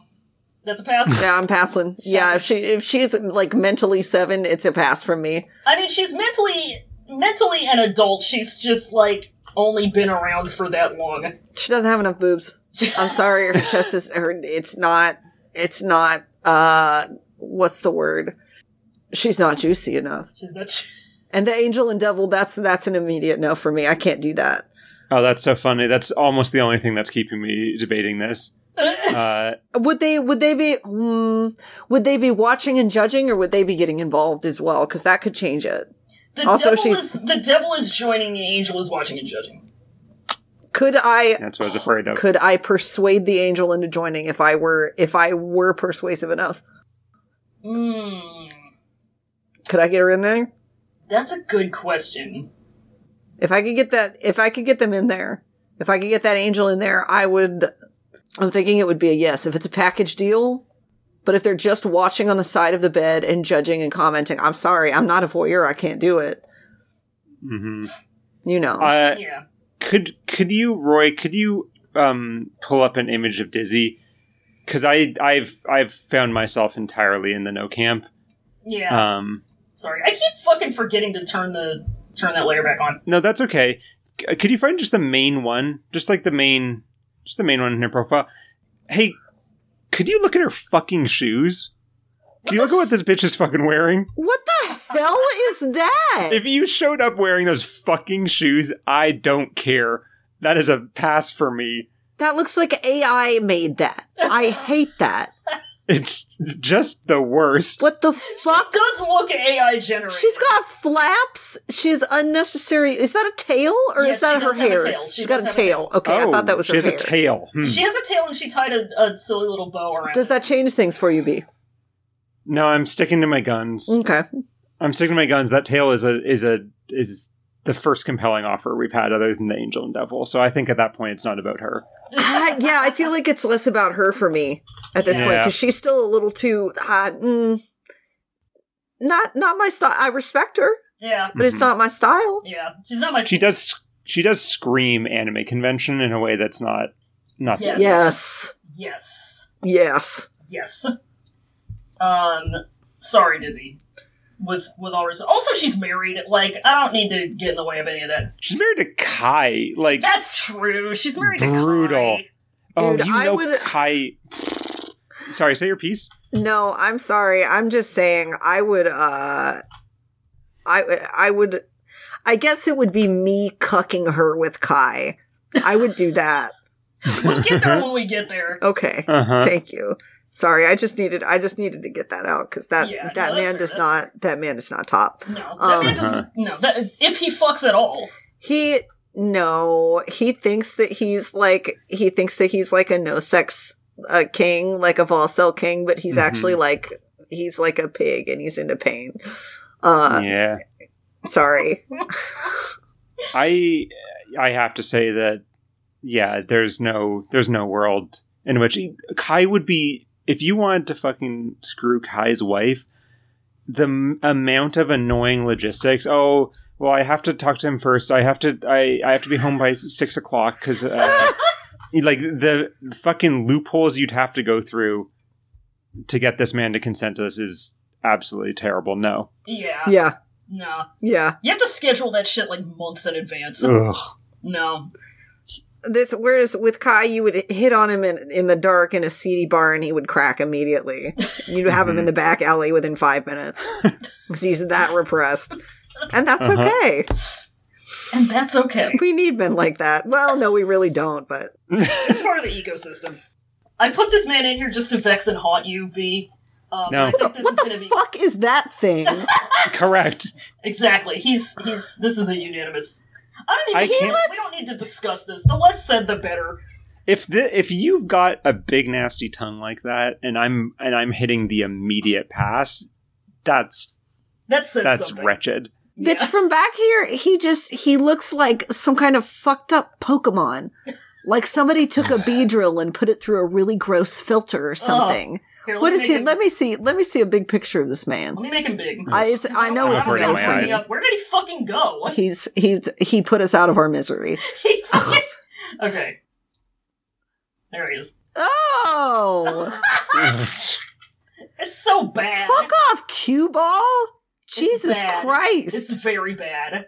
S3: that's a pass.
S5: yeah, I'm
S3: (laughs)
S5: passing. Yeah, if she if she's like mentally seven, it's a pass from me.
S3: I mean, she's mentally mentally an adult. She's just like only been around for that long.
S5: She doesn't have enough
S3: (laughs)
S5: boobs. I'm sorry, her chest is her. It's not. It's not. Uh, what's the word? she's not juicy enough.
S3: She's not. (laughs) sh-
S5: And the angel and devil, that's that's an immediate no for me. I can't do that.
S4: Oh, that's so funny. That's almost the only thing that's keeping me debating this. Uh,
S5: Would they would they be hmm, would they be watching and judging, or would they be getting involved as well? Because that could change it.
S3: The
S5: Also,
S3: devil
S5: she's-
S3: is the devil is joining. The angel is watching and judging.
S5: Could I
S4: that's what I was afraid of.
S5: could I persuade the angel into joining if I were if I were persuasive enough?
S3: Mm,
S5: Could I get her in there?
S3: that's a good question.
S5: If I could get that if I could get them in there, if I could get that angel in there, I would I'm thinking it would be a yes. If it's a package deal, but if they're just watching on the side of the bed and judging and commenting, I'm sorry, I'm not a voyeur, I can't do it.
S4: hmm
S5: You know.
S4: Uh,
S3: Yeah.
S4: could could you, Roy? Could you um, pull up an image of Dizzy? Because I I've I've found myself entirely in the no camp.
S3: Yeah.
S4: Um,
S3: Sorry, I keep fucking forgetting to turn the turn that layer back on.
S4: no, that's okay. C- uh, could you find just the main one? Just like the main, just the main one in her profile. Hey, could you look at her fucking shoes? Can you look at what this bitch is fucking wearing?
S5: what the hell is that?
S4: If you showed up wearing those fucking shoes, I don't care. That is a pass for me.
S5: that looks like AI made that. I hate that.
S4: It's just the worst.
S5: What the
S3: It
S5: fuck?
S3: does look AI generated.
S5: She's got flaps. She's unnecessary. Is that a tail or
S3: Yes,
S5: is that
S3: she
S5: her
S3: does have a
S5: hair?
S3: tail. She
S5: She's got a
S3: does have a
S5: tail. Okay, I thought that was
S4: Oh, she
S5: her
S4: has
S5: hair.
S4: a tail. Hmm.
S3: She has a tail and she tied a, a silly little bow around.
S5: Does
S3: it.
S5: that change things for you, B?
S4: No, I'm sticking to my guns.
S5: Okay.
S4: I'm sticking to my guns. That tail is a is a is the first compelling offer we've had, other than the angel and devil. So I think at that point, it's not about her.
S5: Ah, yeah, I feel like it's less about her for me at this point
S4: Yeah.
S5: because she's still a little too. Uh, mm, not not my style. I respect her,
S3: Yeah.
S5: but it's
S4: Mhm.
S5: not my style.
S3: Yeah. She's not my.
S4: She does she does scream anime convention in a way that's not not.
S3: Yes.
S5: Yes,
S3: Yes.
S5: yes.
S3: Yes. Um. Sorry, Dizzy. With with all respect. Also, she's married. Like, I don't need to get in the way of any of that.
S4: She's married to Kai. Like
S3: That's true. She's married
S4: Brutal.
S3: to Kai.
S4: oh,
S5: Dude,
S4: you
S5: I
S4: know
S5: would-
S4: Kai. Sorry, say your piece.
S5: No, I'm sorry. I'm just saying. I would. uh I I would. I guess it would be me cucking her with Kai. I would do that.
S3: We'll get there when we get
S4: (laughs)
S3: there.
S5: Okay.
S4: Uh huh.
S5: Thank you. Sorry, I just needed I just needed to get that out because that
S3: Yeah, no,
S5: that
S3: that's fair.
S5: man does
S3: That's
S5: not that man does not top.
S3: No, that
S5: Um,
S3: man
S4: uh-huh.
S3: doesn't. No, that, if he fucks at all,
S5: He no, he thinks that he's like he thinks that he's like a no sex uh, king, like a Volcel king, but he's
S4: Mhm.
S5: actually like he's like a pig and he's into pain. Uh,
S4: yeah.
S5: sorry.
S4: I I have to say that yeah, there's no there's no world in which Kai would be if you wanted to fucking screw Kai's wife, the m- amount of annoying logistics. Oh, well, I have to talk to him first. I have to I I have to be home by six o'clock because uh, like the fucking loopholes you'd have to go through to get this man to consent to this is absolutely terrible. No.
S3: yeah,
S5: Yeah,
S3: no,
S5: yeah.
S3: you have to schedule that shit like months in advance.
S4: Ugh.
S3: No,
S5: This whereas with Kai, you would hit on him in, in the dark in a seedy bar and he would crack immediately. You'd have
S4: Mm-hmm.
S5: him in the back alley within
S4: (laughs)
S5: five minutes because he's that repressed. And that's
S4: Uh-huh.
S5: okay.
S3: and that's
S5: (laughs)
S3: okay.
S5: We need men like that. Well, no, we really don't, but
S3: It's part of the ecosystem. I put this man in here just to vex and haunt you, B. Um,
S4: No.
S3: I think this
S5: what
S3: is going to
S5: the
S3: be
S5: fuck is
S3: (laughs)
S5: that thing?
S4: Correct.
S3: exactly. He's he's. This is a unanimous. I don't
S4: I
S3: even.
S4: can't-
S3: we don't need to discuss this. The less said, the better.
S4: if the if you've got a big nasty tongue like that and i'm and i'm hitting the immediate pass that's
S3: That says
S4: that's
S3: something.
S4: wretched
S5: Bitch, from back here, he just, he looks like some kind of fucked up Pokemon. Like somebody took a
S3: (laughs)
S5: bee drill and put it through a really gross filter or something.
S3: Oh. Here, let
S5: what
S3: me
S5: is
S3: make
S5: he?
S3: Him,
S5: Let me see. Let me see a big picture of this man.
S3: Let me make him big.
S5: I, it's, I know
S3: I'm
S5: it's a
S4: Hurting
S5: no
S4: my
S5: for
S4: eyes.
S5: me.
S3: Where did he fucking go? (laughs)
S5: He's he's he put us out of our misery. (laughs)
S3: He fucking- okay. There he is.
S5: Oh,
S3: (laughs) It's so bad.
S5: fuck off, cue ball!
S3: It's
S5: Jesus
S3: bad. It's
S5: Christ!
S3: very bad.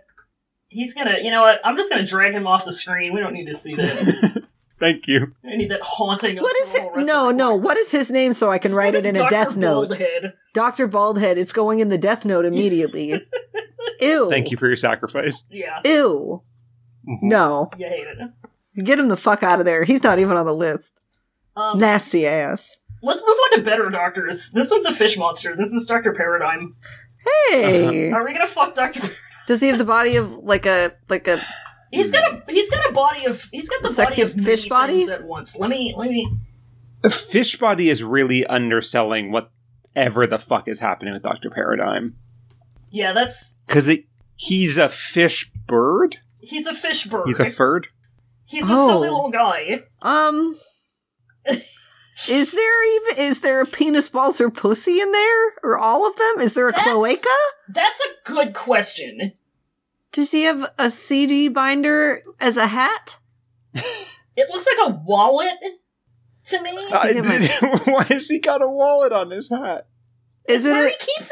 S3: He's gonna, you know what? I'm just gonna drag him off the screen. We don't need to see that.
S4: Thank you.
S3: I need that haunting.
S5: What is his, no, no. What is his name so I can write it in a death note?
S3: note.
S5: Doctor Baldhead. It's going in the death note immediately. Ew.
S4: Thank you for your sacrifice.
S3: Yeah,
S5: Ew. No,
S3: you hate it.
S5: get him the fuck out of there. He's not even on the list.
S3: Um,
S5: Nasty ass.
S3: Let's move on to better doctors. This one's a fish monster. This is Doctor Paradigm.
S5: Hey,
S3: Are we gonna fuck Doctor?
S5: does he have the body of like a like a?
S3: He's got a he's got a body of he's got the
S5: Sexy
S3: body of
S5: fish
S3: many
S5: body?
S3: things at once. Let me let me.
S4: Fish body is really underselling whatever the fuck is happening with Doctor Paradigm
S3: Yeah, that's
S4: because he's a fish bird.
S3: he's a fish bird.
S4: He's a furred.
S3: He's a
S5: Oh.
S3: silly little guy.
S5: Um, is there even is there a penis balls or pussy in there or all of them? Is there a
S3: That's-
S5: cloaca?
S3: That's a good question.
S5: Does he have a CD binder as a hat?
S3: It looks like a wallet to me.
S4: Uh,
S5: think it
S4: did- (laughs) why has he got a wallet on his hat? (sighs)
S5: Is it?
S3: Where
S5: A,
S3: he keeps his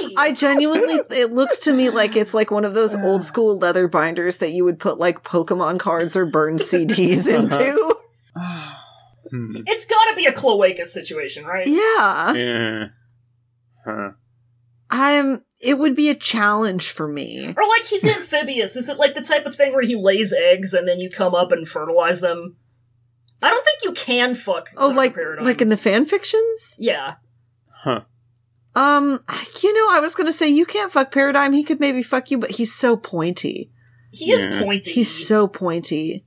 S3: ID.
S5: I genuinely, it looks to me like it's like one of those old school leather binders that you would put like Pokemon cards or
S3: (laughs)
S5: burned CDs
S3: Uh-huh.
S5: into.
S4: Hmm.
S3: it's got to be a cloaca situation, right?
S5: Yeah.
S4: Yeah. Hmm. Huh.
S5: I'm it would be a challenge for me.
S3: Or like he's amphibious. Is it like the type of thing where he lays eggs and then you come up and fertilize them? I don't think you can fuck.
S5: Oh,
S3: Dr.
S5: like
S3: Paradigm.
S5: like in the fan fictions?
S3: yeah.
S5: Um, you know, I was gonna say you can't fuck Paradigm. He could maybe fuck you, but he's so pointy.
S3: He is
S4: Yeah.
S3: pointy.
S5: He's so pointy.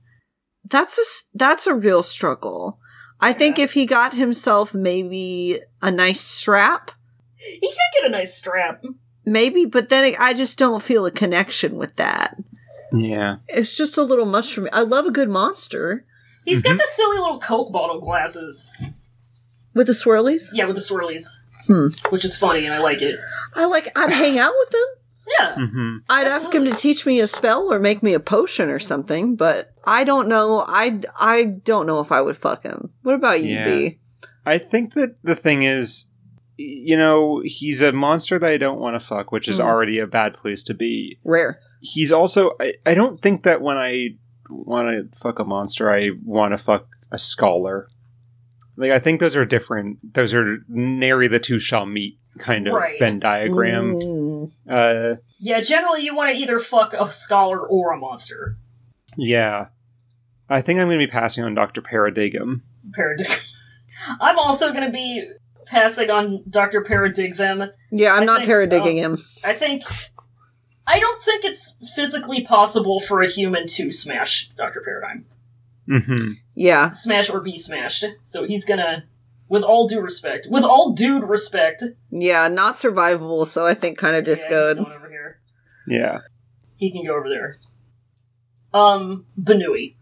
S5: That's a s- that's a real struggle. I think if he got himself maybe a nice strap,
S3: he could get a nice strap.
S5: maybe, but then it, I just don't feel a connection with that.
S4: Yeah.
S5: It's just a little much for me. I love a good monster
S3: He's
S5: Mm-hmm.
S3: got the silly little Coke bottle glasses.
S5: with the swirlies.
S3: Yeah, with the swirlies.
S5: Hmm.
S3: Which is funny and I like it.
S5: I like. I'd hang out with them.
S3: Yeah.
S4: hmm
S5: I'd ask him to teach me a spell or make me a potion or something, but I don't know. I I don't know if I would fuck him. What about you,
S4: Yeah.
S5: B?
S4: I think that the thing is, you know, he's a monster that I don't want to fuck, which is
S5: Mhm.
S4: already a bad place to be.
S5: Rare.
S4: He's also, I, I don't think that when I want to fuck a monster, I want to fuck a scholar. Like, I think those are different. Those are nary the two shall meet kind of
S3: Right.
S4: Venn diagram.
S5: Mm.
S4: Uh,
S3: Yeah, generally you want to either fuck a scholar or a monster.
S4: yeah. I think I'm going to be passing on Dr. Paradigm.
S3: Paradig. I'm also going to be passing on Dr. Paradig them.
S5: Yeah, I'm
S3: I
S5: not
S3: think-
S5: paradigging him.
S3: I think. I don't think it's physically possible for a human to smash Dr. Paradigm.
S4: hmm
S5: Yeah.
S3: Smash or be smashed. So he's gonna. With all due respect. With all dude respect.
S5: Yeah, not survivable, so I think kind of
S3: Yeah, he's
S5: discoed.
S3: going over here.
S4: Yeah.
S3: He can go over there. Um, Benui.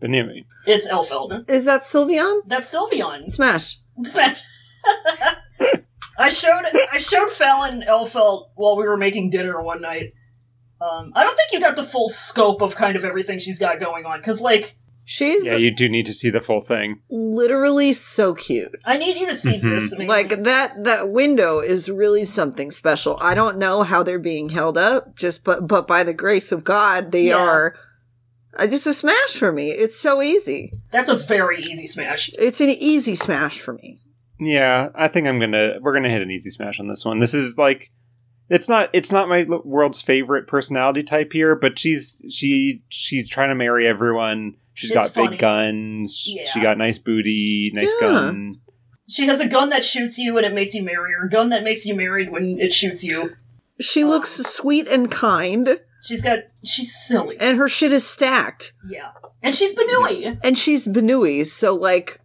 S4: But anyway.
S3: It's Elfeld.
S5: Is that Sylveon?
S3: That's Sylveon.
S5: Smash.
S3: Smash. (laughs) I showed I showed Fallon Elfeld while we were making dinner one night. Um, I don't think you got the full scope of kind of everything she's got going on because, like,
S5: She's
S4: Yeah, you do need to see the full thing.
S5: literally so cute.
S3: I need you to see
S4: Mhm.
S3: this. I mean,
S5: Like that that window is really something special. I don't know how they're being held up, just but but by the grace of God, they
S3: Yeah.
S5: are. It's just a smash for me. It's so easy.
S3: that's a very easy smash.
S5: It's an easy smash for me.
S4: Yeah, I think I'm gonna we're gonna hit an easy smash on this one. This is like it's not it's not my l- world's favorite personality type here, but she's she she's trying to marry everyone. She's
S3: It's
S4: got
S3: funny.
S4: big guns.
S3: Yeah.
S4: She got nice booty, nice
S5: Yeah.
S4: gun.
S3: She has a gun that shoots you and it makes you marry her. A gun that makes you married when it shoots you.
S5: She looks sweet and kind,
S3: She's got. She's silly.
S5: and her shit is stacked.
S3: Yeah. And she's Benui.
S5: And she's Benui, so like,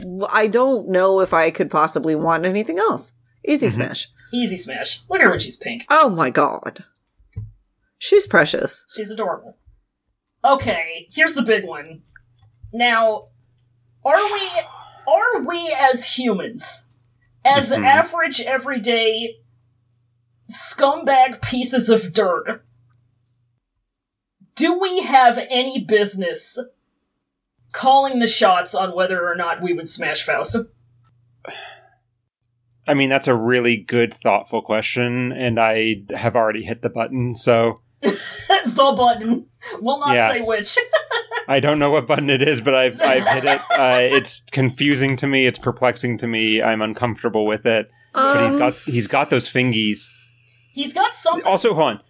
S5: w- I don't know if I could possibly want anything else. Easy smash.
S3: Easy smash. Look at her when she's pink.
S5: Oh my god, she's precious.
S3: She's adorable. Okay, here's the big one. Now, are we are we as humans, as
S4: Mhm.
S3: average everyday scumbag pieces of dirt, do we have any business calling the shots on whether or not we would smash Faust? (laughs)
S4: I mean, that's a really good, thoughtful question, and I have already hit the button, so
S3: the button. Will not
S4: Yeah.
S3: say which.
S4: I don't know what button it is, but I've, I've
S3: (laughs)
S4: hit it. Uh, it's confusing to me. It's perplexing to me. I'm uncomfortable with it. but he's
S5: Um,
S4: got he's got those fingies.
S3: He's got something.
S4: Also, hold on.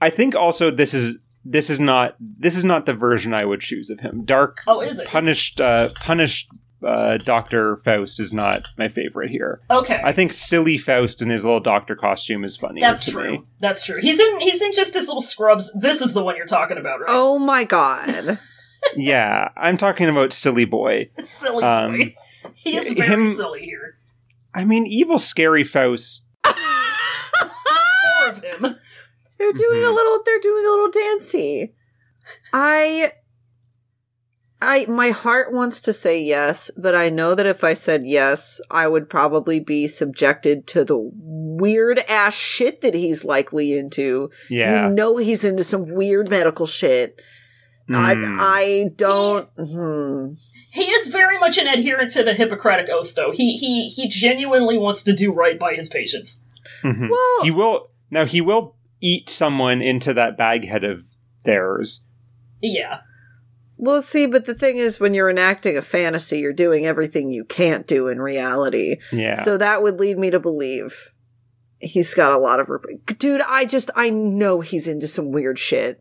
S4: I think also this is this is not this is not the version I would choose of him. Dark
S3: Oh, is it?
S4: punished uh, punished uh, Doctor Faust is not my favorite here.
S3: Okay.
S4: I think silly Faust in his little doctor costume is funny.
S3: That's
S4: to
S3: true.
S4: Me.
S3: That's true. He's in he's in just his little scrubs. This is the one you're talking about, right?
S5: Oh my god.
S4: (laughs)
S5: (laughs)
S4: Yeah, I'm talking about silly boy.
S3: (laughs) silly
S4: Um,
S3: boy. He is
S4: him-
S3: very silly here.
S4: I mean, evil scary Faust.
S3: More of him.
S5: They're doing a
S4: Mhm.
S5: little they're doing a little dancey. I I my heart wants to say yes, but I know that if I said yes, I would probably be subjected to the weird ass shit that he's likely into.
S4: Yeah,
S5: You know he's into some weird medical shit.
S4: Mm.
S5: I I don't hmm.
S3: He is very much an adherent to the Hippocratic oath, though. He he he genuinely wants to do right by his patients.
S4: Mhm.
S5: Well,
S4: he will now. He will eat someone into that bag head of theirs.
S3: Yeah.
S5: Well, see, but the thing is, when you're enacting a fantasy, you're doing everything you can't do in reality.
S4: Yeah.
S5: So that would lead me to believe he's got a lot of. Rep- Dude, I just, I know he's into some weird shit.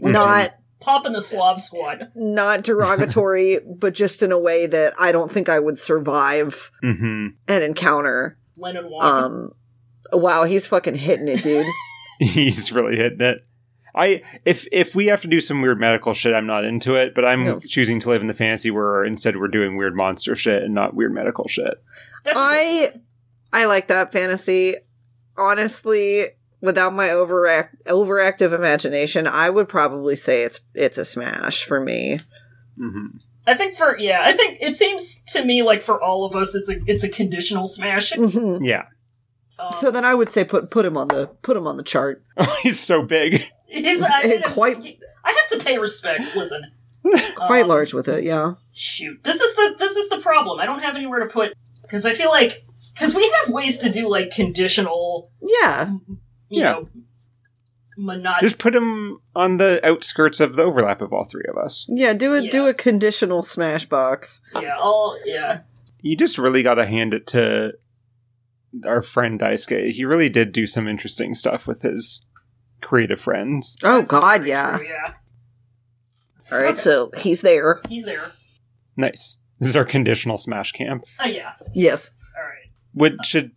S4: Mhm.
S5: Not
S3: Pop in the Slav squad.
S5: not derogatory, (laughs) but just in a way that I don't think I would survive
S4: hmm
S5: an encounter.
S3: Lennon Walker.
S5: Um, wow, he's fucking hitting it, dude.
S4: (laughs) He's really hitting it. I if if we have to do some weird medical shit, I'm not into it. But I'm
S5: No.
S4: choosing to live in the fantasy where instead we're doing weird monster shit and not weird medical shit.
S3: That's
S5: I I like that fantasy. Honestly, without my overact overactive imagination, I would probably say it's it's a smash for me.
S4: hmm
S3: I think for yeah, I think it seems to me like for all of us, it's a it's a conditional smash.
S5: Mhm.
S4: Yeah, (laughs)
S3: Um,
S5: So then I would say put put him on the put him on the chart.
S4: he's so big.
S3: his,
S5: (laughs)
S3: I, mean,
S5: Quite-
S3: I have to pay respect. Listen,
S5: (laughs) Quite
S3: Um,
S5: large with it, yeah.
S3: shoot, this is the this is the problem. I don't have anywhere to put because I feel like because we have ways to do like conditional,
S5: Yeah.
S3: you
S4: Yeah.
S3: know, monotonous.
S4: Just put him on the outskirts of the overlap of all three of us.
S5: Yeah, do a do
S3: Yeah.
S5: a conditional smash box.
S3: Yeah, all yeah.
S4: You just really got to hand it to our friend Daisuke. He really did do some interesting stuff with his creative friends.
S5: Oh
S3: That's
S5: god,
S3: very
S5: yeah.
S3: true, yeah.
S5: All right, so he's there.
S3: He's there.
S4: Nice. This is our conditional smash camp.
S3: Oh yeah.
S5: Yes.
S3: All right.
S4: What should?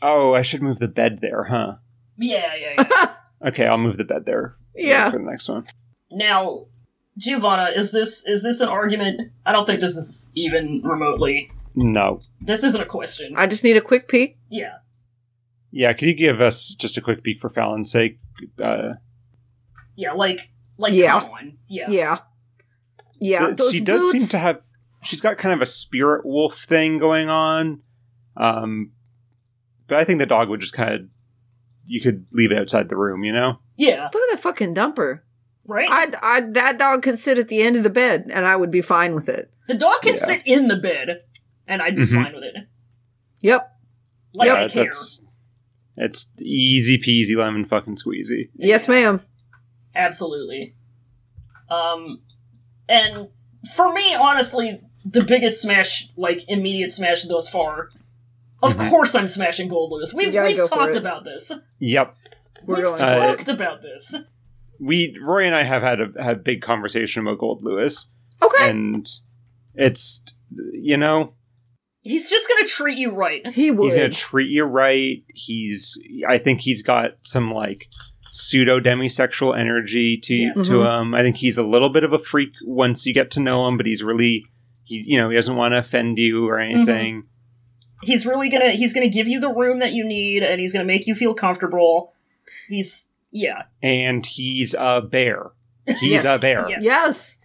S4: Oh, I should move the bed there, huh?
S3: Yeah, yeah, yeah.
S5: (laughs)
S4: Okay, I'll move the bed there.
S5: Yeah.
S4: For the next one.
S3: Now, Giovanna, is this is this an argument? I don't think this is even remotely.
S4: No.
S3: This isn't a question.
S5: I just need a quick peek.
S3: yeah.
S4: Yeah, could you give us just a quick peek for Fallon's sake? Uh,
S3: Yeah, like like
S5: Yeah.
S3: come on. Yeah.
S5: Yeah. Yeah,
S4: th-
S5: those
S4: uh, she does
S5: boots.
S4: seem to have. She's got kind of a spirit wolf thing going on. Um, but I think the dog would just kind of. You could leave it outside the room, you know?
S3: Yeah,
S5: Look at that fucking dumper.
S3: right?
S5: I, I that dog could sit at the end of the bed and I would be fine with it.
S3: the dog can
S4: Yeah.
S3: sit in the bed and I'd be
S4: Mhm.
S3: fine with it.
S5: Yep.
S3: Like
S4: Uh,
S3: I care.
S4: that's. It's easy peasy lemon fucking squeezy.
S5: Yes, ma'am.
S3: Absolutely. Um and for me, honestly, the biggest smash, like immediate smash thus far. Of
S4: Mhm.
S3: course I'm smashing Gold Lewis. We've,
S5: Mm-hmm. You gotta
S3: we've
S5: go for
S3: talked
S5: it.
S3: about this.
S4: Yep.
S5: We're
S3: we've
S5: going
S4: for it.
S3: talked about this.
S4: We Roy and I have had a had a big conversation about Gold Lewis,
S5: Okay.
S4: and it's you know
S3: He's just gonna treat you right.
S5: he would.
S4: He's gonna treat you right. He's I think he's got some like pseudo demisexual energy to
S3: Yes.
S4: to
S5: Mm-hmm.
S4: him. I think he's a little bit of a freak once you get to know him, but he's really he you know, he doesn't want to offend you or
S5: Mm-hmm.
S4: anything.
S3: he's really gonna he's gonna give you the room that you need and he's gonna make you feel comfortable he's yeah (laughs)
S4: And he's a bear. He's
S5: Yes.
S4: a bear.
S3: Yeah.
S5: yes.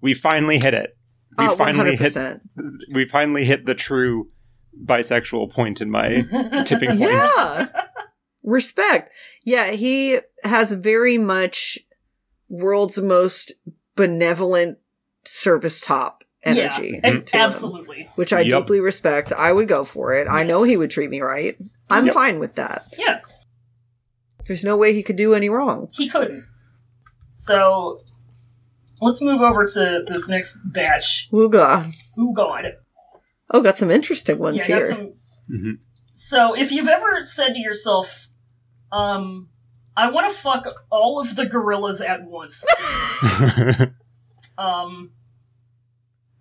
S4: We finally hit it. We
S5: Oh,
S4: finally
S5: 100%.
S4: hit we finally hit the true bisexual point in
S5: (laughs)
S4: my tipping point.
S5: Yeah. (laughs) Respect. Yeah, he has very much world's most benevolent service top energy. Mm-hmm.
S3: yeah, ab-
S5: to him,
S3: absolutely
S5: which I
S4: Yup.
S5: deeply respect. I would go for it. I know
S3: Yes.
S5: he would treat me right. I'm
S4: Yup.
S5: fine with that.
S3: yeah
S5: There's no way he could do any wrong.
S3: he couldn't so Let's move over to this next batch.
S5: Ooh, God.
S3: Ooh, God.
S5: Oh, got some interesting ones
S3: I got
S5: here.
S3: some-
S4: Mhm.
S3: So if you've ever said to yourself, um, I want to fuck all of the gorillas at once, um,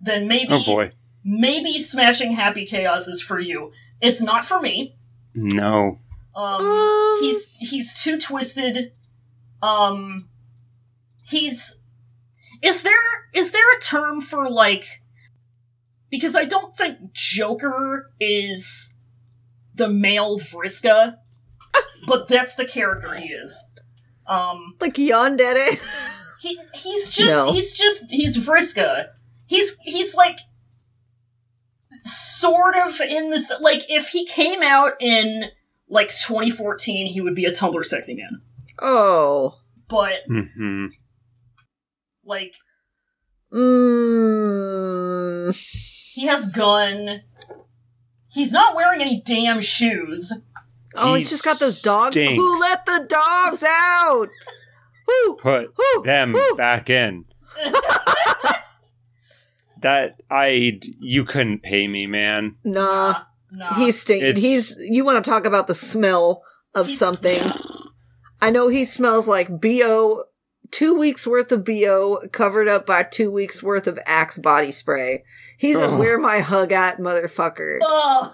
S3: then maybe
S4: (laughs) oh boy.
S3: maybe smashing Happy Chaos is for you. It's not for me.
S4: No.
S3: Um,
S5: Um,
S3: he's he's too twisted. Um, he's is there is there a term for like because I don't think Joker is the male Vriska, but that's the character he is. Um,
S5: like Yandere. (laughs)
S3: he he's just
S5: No.
S3: he's just he's Vriska. He's he's like sort of in this like if he came out in like 2014 he would be a Tumblr sexy man.
S5: Oh.
S3: But
S4: hmm
S3: like
S5: Mm.
S3: he has gun. He's not wearing any damn shoes.
S5: Oh,
S4: He
S5: he's just got those dogs.
S4: stinks.
S5: Who let the dogs out? Who?
S4: Put
S5: Who?
S4: them
S5: Who?
S4: back in. that I you couldn't pay me, man.
S5: Nah.
S3: Nah.
S5: He stinks.
S4: It's-
S5: Uh, He's. You want to talk about the smell of
S3: He's-
S5: something? I know he smells like bo. Two weeks worth of bo covered up by two weeks worth of Axe body spray. He's a
S4: Ugh.
S5: where my hug at motherfucker,
S3: Ugh.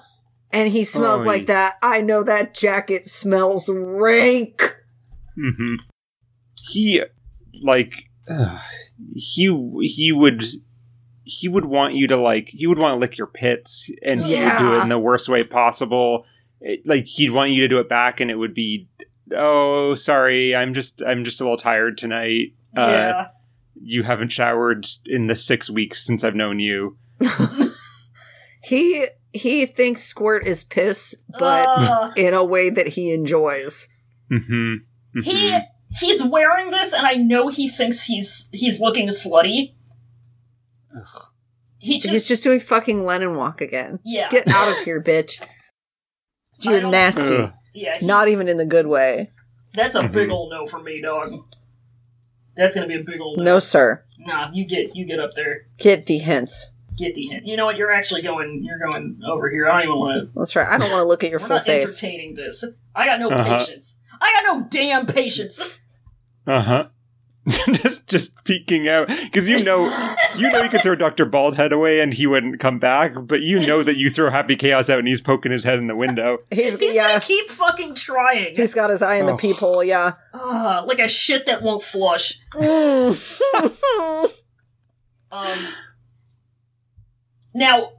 S5: and he smells
S4: Oy.
S5: like that. I know that jacket smells rank.
S4: hmm He, like, (sighs) ugh, he he would he would want you to like he would want to lick your pits, and he would do
S5: Yeah.
S4: it in the worst way possible. It- like he'd want you to do it back, and it would be, oh, sorry, I'm just I'm just a little tired tonight. Uh,
S3: yeah.
S4: you haven't showered in the six weeks since I've known you.
S5: He he thinks squirt is piss, but
S4: (laughs)
S3: Ugh.
S5: in a way that he enjoys.
S4: hmm
S3: he he's wearing this and i know he thinks he's he's looking slutty he just,
S5: He's just doing fucking Lennon walk again.
S3: yeah
S5: Get out of here,
S3: (laughs)
S5: bitch.
S3: I
S5: You're
S3: don't-
S5: nasty.
S3: yeah he's-
S5: Not even in the good way.
S3: that's a big
S4: Mhm.
S3: old no for me dog that's gonna be a big old no
S5: No, sir.
S3: nah you get you get up there
S5: Get thee hence.
S3: get the hint you know what you're actually going you're going over here i don't even want to
S5: That's right. I don't want
S3: (laughs)
S5: to look at your
S3: we're
S5: full
S3: not
S5: face.
S3: entertaining this i got no
S4: Uh-huh.
S3: patience i got no damn patience
S4: Uh huh. (laughs) just just peeking out because you know you know you could throw Doctor Baldhead away and he wouldn't come back, but you know that you throw Happy Chaos out and he's poking his head in
S3: (laughs)
S4: the window.
S5: (laughs) He's,
S3: he's
S5: yeah.
S3: gonna keep fucking trying
S5: He's got his eye in the
S4: Oh.
S5: peephole. Yeah.
S3: Ugh, like a shit that won't flush
S5: Mm.
S3: Um, now,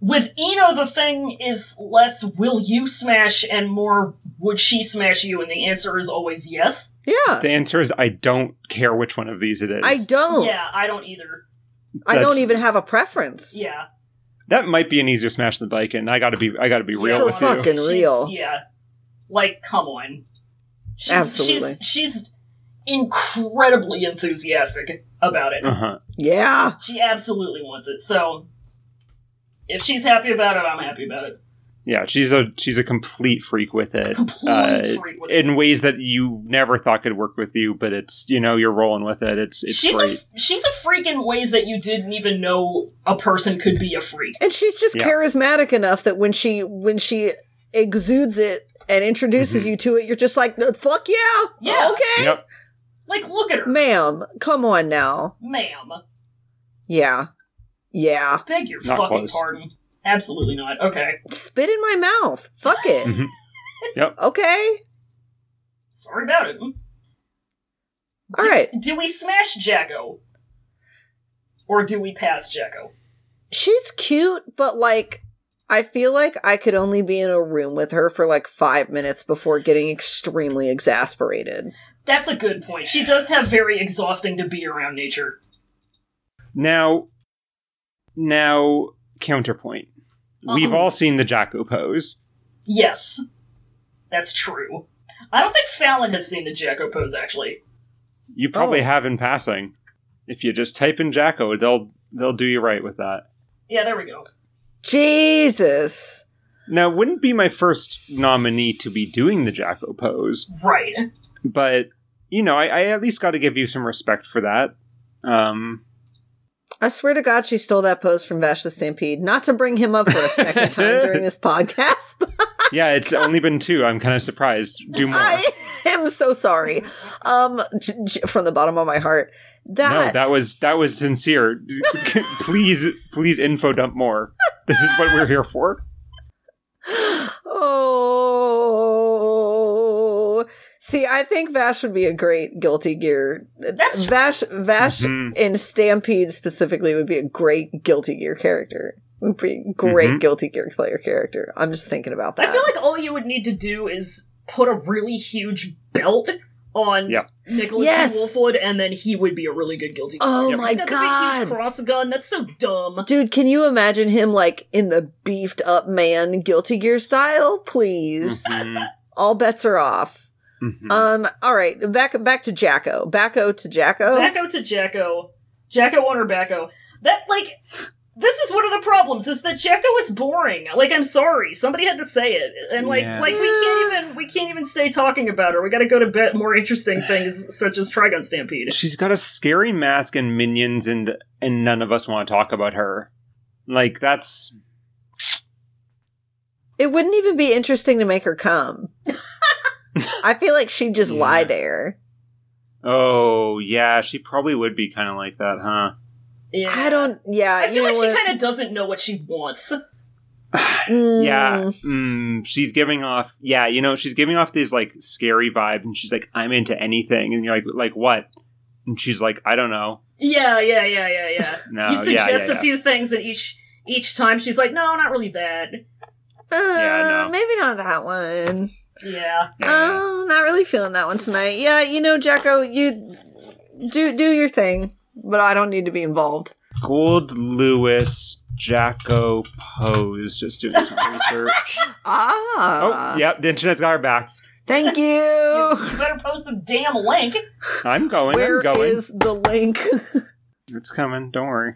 S3: with Eno, the thing is less will you smash and more would she smash you, and the answer is always yes.
S5: yeah.
S4: The answer is I don't care which one of these it is.
S5: I don't.
S3: Yeah, I don't either.
S5: I don't
S4: That's-
S5: even have a preference.
S3: Yeah,
S4: That might be an easier smash than bike, and I gotta be I gotta be real
S5: So
S4: with
S5: fuck
S4: you.
S5: fucking real.
S3: Yeah, like come on. She's,
S5: Absolutely.
S3: She's, she's incredibly enthusiastic about it.
S4: Uh huh.
S5: Yeah.
S3: She absolutely wants it. So, if she's happy about it, I'm happy about it.
S4: Yeah, she's a she's a complete freak with it.
S3: Complete
S4: Uh,
S3: freak with it.
S4: in ways that you never thought could work with you, but it's you know you're rolling with it. It's it's
S3: she's
S4: great.
S3: a she's a freak in ways that you didn't even know a person could be a freak.
S5: and she's just
S4: Yeah.
S5: charismatic enough that when she when she exudes it and introduces you to it you're just like "The fuck yeah
S3: Yeah.
S5: okay
S4: Mm-hmm. yep.
S3: Like, look at her,
S5: ma'am come on now
S3: ma'am.
S5: yeah yeah
S3: Beg your
S4: Not
S3: fucking
S4: close.
S3: pardon. Absolutely not. Okay,
S5: spit in my mouth fuck it (laughs)
S4: Mhm. Yep.
S5: okay
S3: sorry about it. Do,
S5: all right
S3: Do we smash Jacko, or do we pass Jacko?
S5: she's cute but like i feel like i could only be in a room with her for like five minutes before getting extremely exasperated
S3: That's a good point. She does have very exhausting to be around nature.
S4: Now, now counterpoint. We've
S5: Uh-huh.
S3: Uh-oh.
S4: all seen the Jacko pose.
S3: Yes, that's true. I don't think Fallon has seen the Jacko pose actually.
S4: You probably
S5: Oh.
S4: have in passing. If you just type in Jacko, they'll they'll do you right with that.
S3: Yeah, there we go.
S5: jesus
S4: Now, it wouldn't be my first nominee to be doing the Jacko pose,
S3: Right.
S4: but you know, I, I at least got to give you some respect for that. Um,
S5: I swear to God, she stole that pose from Vash the Stampede. Not to bring him up for
S4: (laughs)
S5: a second time during this podcast, but
S4: yeah,
S5: (laughs)
S4: it's only been two. I'm kind of surprised. Do more.
S5: I am so sorry. Um, j- j- from the bottom of my heart,
S4: No,
S5: that,
S4: that was that was sincere. (laughs) please, please, info dump more. This is what we're here for.
S5: oh. See, I think Vash would be a great Guilty Gear.
S3: That's-
S5: Vash. Vash
S4: Mhm.
S5: in Stampede specifically would be a great Guilty Gear character. Would be a great
S4: Mhm.
S5: Guilty Gear player character. I'm just thinking about that.
S3: I feel like all you would need to do is put a really huge belt on
S4: Yeah.
S3: Nicholas E.
S5: Yes.
S3: Wolfwood, and then he would be a really good guilty.
S5: Oh
S4: Yep.
S5: my
S3: He's got the big
S5: god.
S3: huge cross gun. That's so dumb.
S5: Dude, can you imagine him like in the beefed up man Guilty Gear style? Please.
S4: Mhm,
S5: All bets are off.
S4: mhm.
S5: Um all right, back back to Jacko. Backo to Jacko.
S3: Backo to Jacko. Jacko on her Backo. That, like, this is one of the problems, is that Jacko is boring. Like, I'm sorry. Somebody had to say it. And, like,
S4: Yeah.
S3: like we can't even, we can't even stay talking about her. We gotta go to bit more interesting things, such as Trigon Stampede.
S4: She's got a scary mask and minions, and and none of us want to talk about her. Like that's
S5: It wouldn't even be interesting to make
S4: (laughs)
S5: her come. I feel like she'd just
S4: Yeah.
S5: lie there.
S4: oh yeah, she probably would be kind of like that, huh?
S3: Yeah.
S5: I don't yeah,
S3: I
S5: you
S3: feel
S5: know
S3: like she
S5: what?
S3: kind of doesn't know what she wants.
S5: Mm,
S4: Yeah, mm, she's giving off. Yeah, you know, she's giving off these like scary vibes, and she's like, "I'm into anything," and you're like, "Like what?" And she's like, "I don't know."
S3: Yeah, yeah, yeah, yeah, yeah.
S5: (laughs) Oh,
S4: No,
S3: you
S4: yeah, yeah,
S3: suggest
S4: yeah.
S3: a few things, and each each time she's like, "No, not really that."
S5: Uh,
S4: Yeah, no.
S5: maybe not that one.
S3: Yeah,
S4: Yeah.
S5: Oh, not really feeling that one tonight. Yeah, you know, Jacko, you do do your thing, but I don't need to be involved.
S4: Gold Lewis Jacko Pose. Just doing some
S3: (laughs)
S4: research.
S5: Ah,
S3: Uh.
S4: oh, yep, the internet's got her back. (laughs)
S5: Thank
S3: you,
S5: you.
S3: you better post a damn link.
S4: I'm going.
S5: Where
S4: I'm going.
S5: is the link? (laughs)
S4: It's coming.
S3: (laughs)
S4: Don't worry.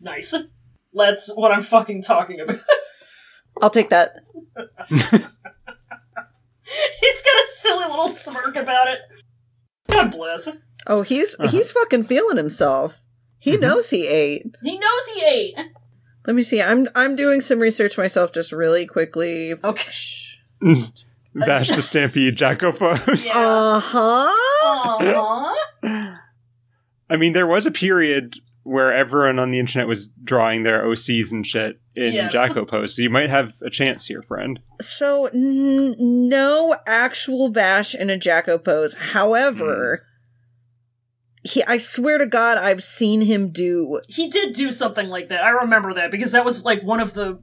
S3: Nice. That's what I'm fucking talking about.
S5: I'll take that.
S3: (laughs) He's got a silly little smirk about it. God bless.
S5: Oh, he's
S4: Uh-huh.
S5: he's fucking feeling himself. He
S4: Mhm.
S5: knows he ate.
S3: He knows he ate.
S5: Let me see. I'm I'm doing some research myself just really quickly.
S3: Okay.
S4: Bash the Stampede Jacko Pose.
S3: Yeah.
S5: Uh-huh.
S3: Aww.
S4: I mean, there was a period where everyone on the internet was drawing their OCs and shit in
S3: Yes.
S4: Jacko Pose, so you might have a chance here, friend.
S5: So n- no actual Vash in a Jacko pose. However, he I swear to God I've seen him do
S3: He did do something like that. I remember that because that was like one of the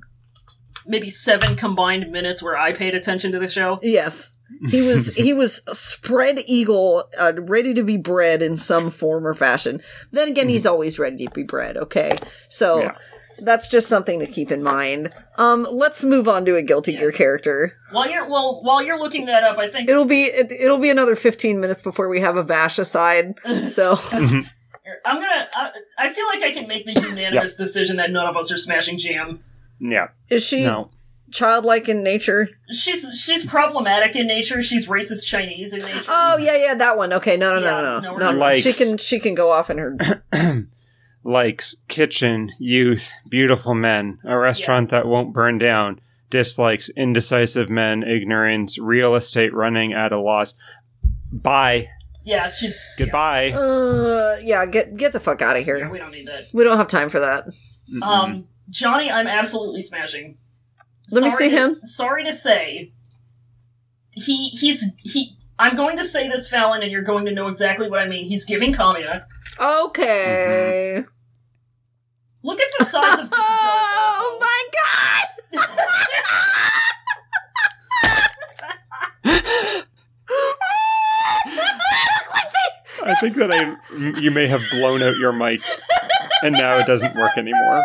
S3: maybe seven combined minutes where I paid attention to the show.
S5: Yes. He was he was a spread eagle, uh, ready to be bred in some form or fashion. Then again, he's always ready to be bred. Okay, so
S4: Yeah.
S5: that's just something to keep in mind. Um, let's move on to a guilty gear character.
S3: While you're well, while you're looking that up, I think
S5: It'll be it, it'll be another fifteen minutes before we have a Vash
S3: (laughs)
S5: aside. So
S3: I'm gonna. I, I feel like I can make the unanimous decision that none of us are smashing jam.
S4: Yeah.
S5: is she
S4: No.
S5: childlike in nature?
S3: She's she's problematic in nature. She's racist Chinese in nature.
S5: Oh yeah, yeah, that one. Okay, no, no,
S3: Yeah,
S5: no,
S3: no,
S5: no,
S3: we're
S5: no,
S3: not-
S5: no. She
S4: Likes.
S5: can she can go off in
S4: (coughs)
S5: her
S4: Likes kitchen, youth, beautiful men, a restaurant that won't burn down, dislikes indecisive men, ignorance, real estate running at a loss. Bye.
S3: yeah, she's
S4: Goodbye.
S5: uh, yeah. Get get the fuck out of
S3: Yeah, yeah,
S5: here.
S3: we don't need that.
S5: We don't have time for that.
S4: Mm-mm.
S3: Um, Johnny, I'm absolutely smashing.
S5: Let me
S3: Sorry
S5: see
S3: to-
S5: him.
S3: Sorry to say, he he's he. I'm going to say this, Fallon, and you're going to know exactly what I mean. He's giving Kamiya.
S5: Okay.
S4: Mm-hmm.
S3: Look at the size
S5: (laughs)
S3: of this
S5: Oh
S3: dog.
S5: my
S4: (laughs)
S5: god! (laughs)
S4: I think that I you may have blown out your mic, and now it doesn't work anymore.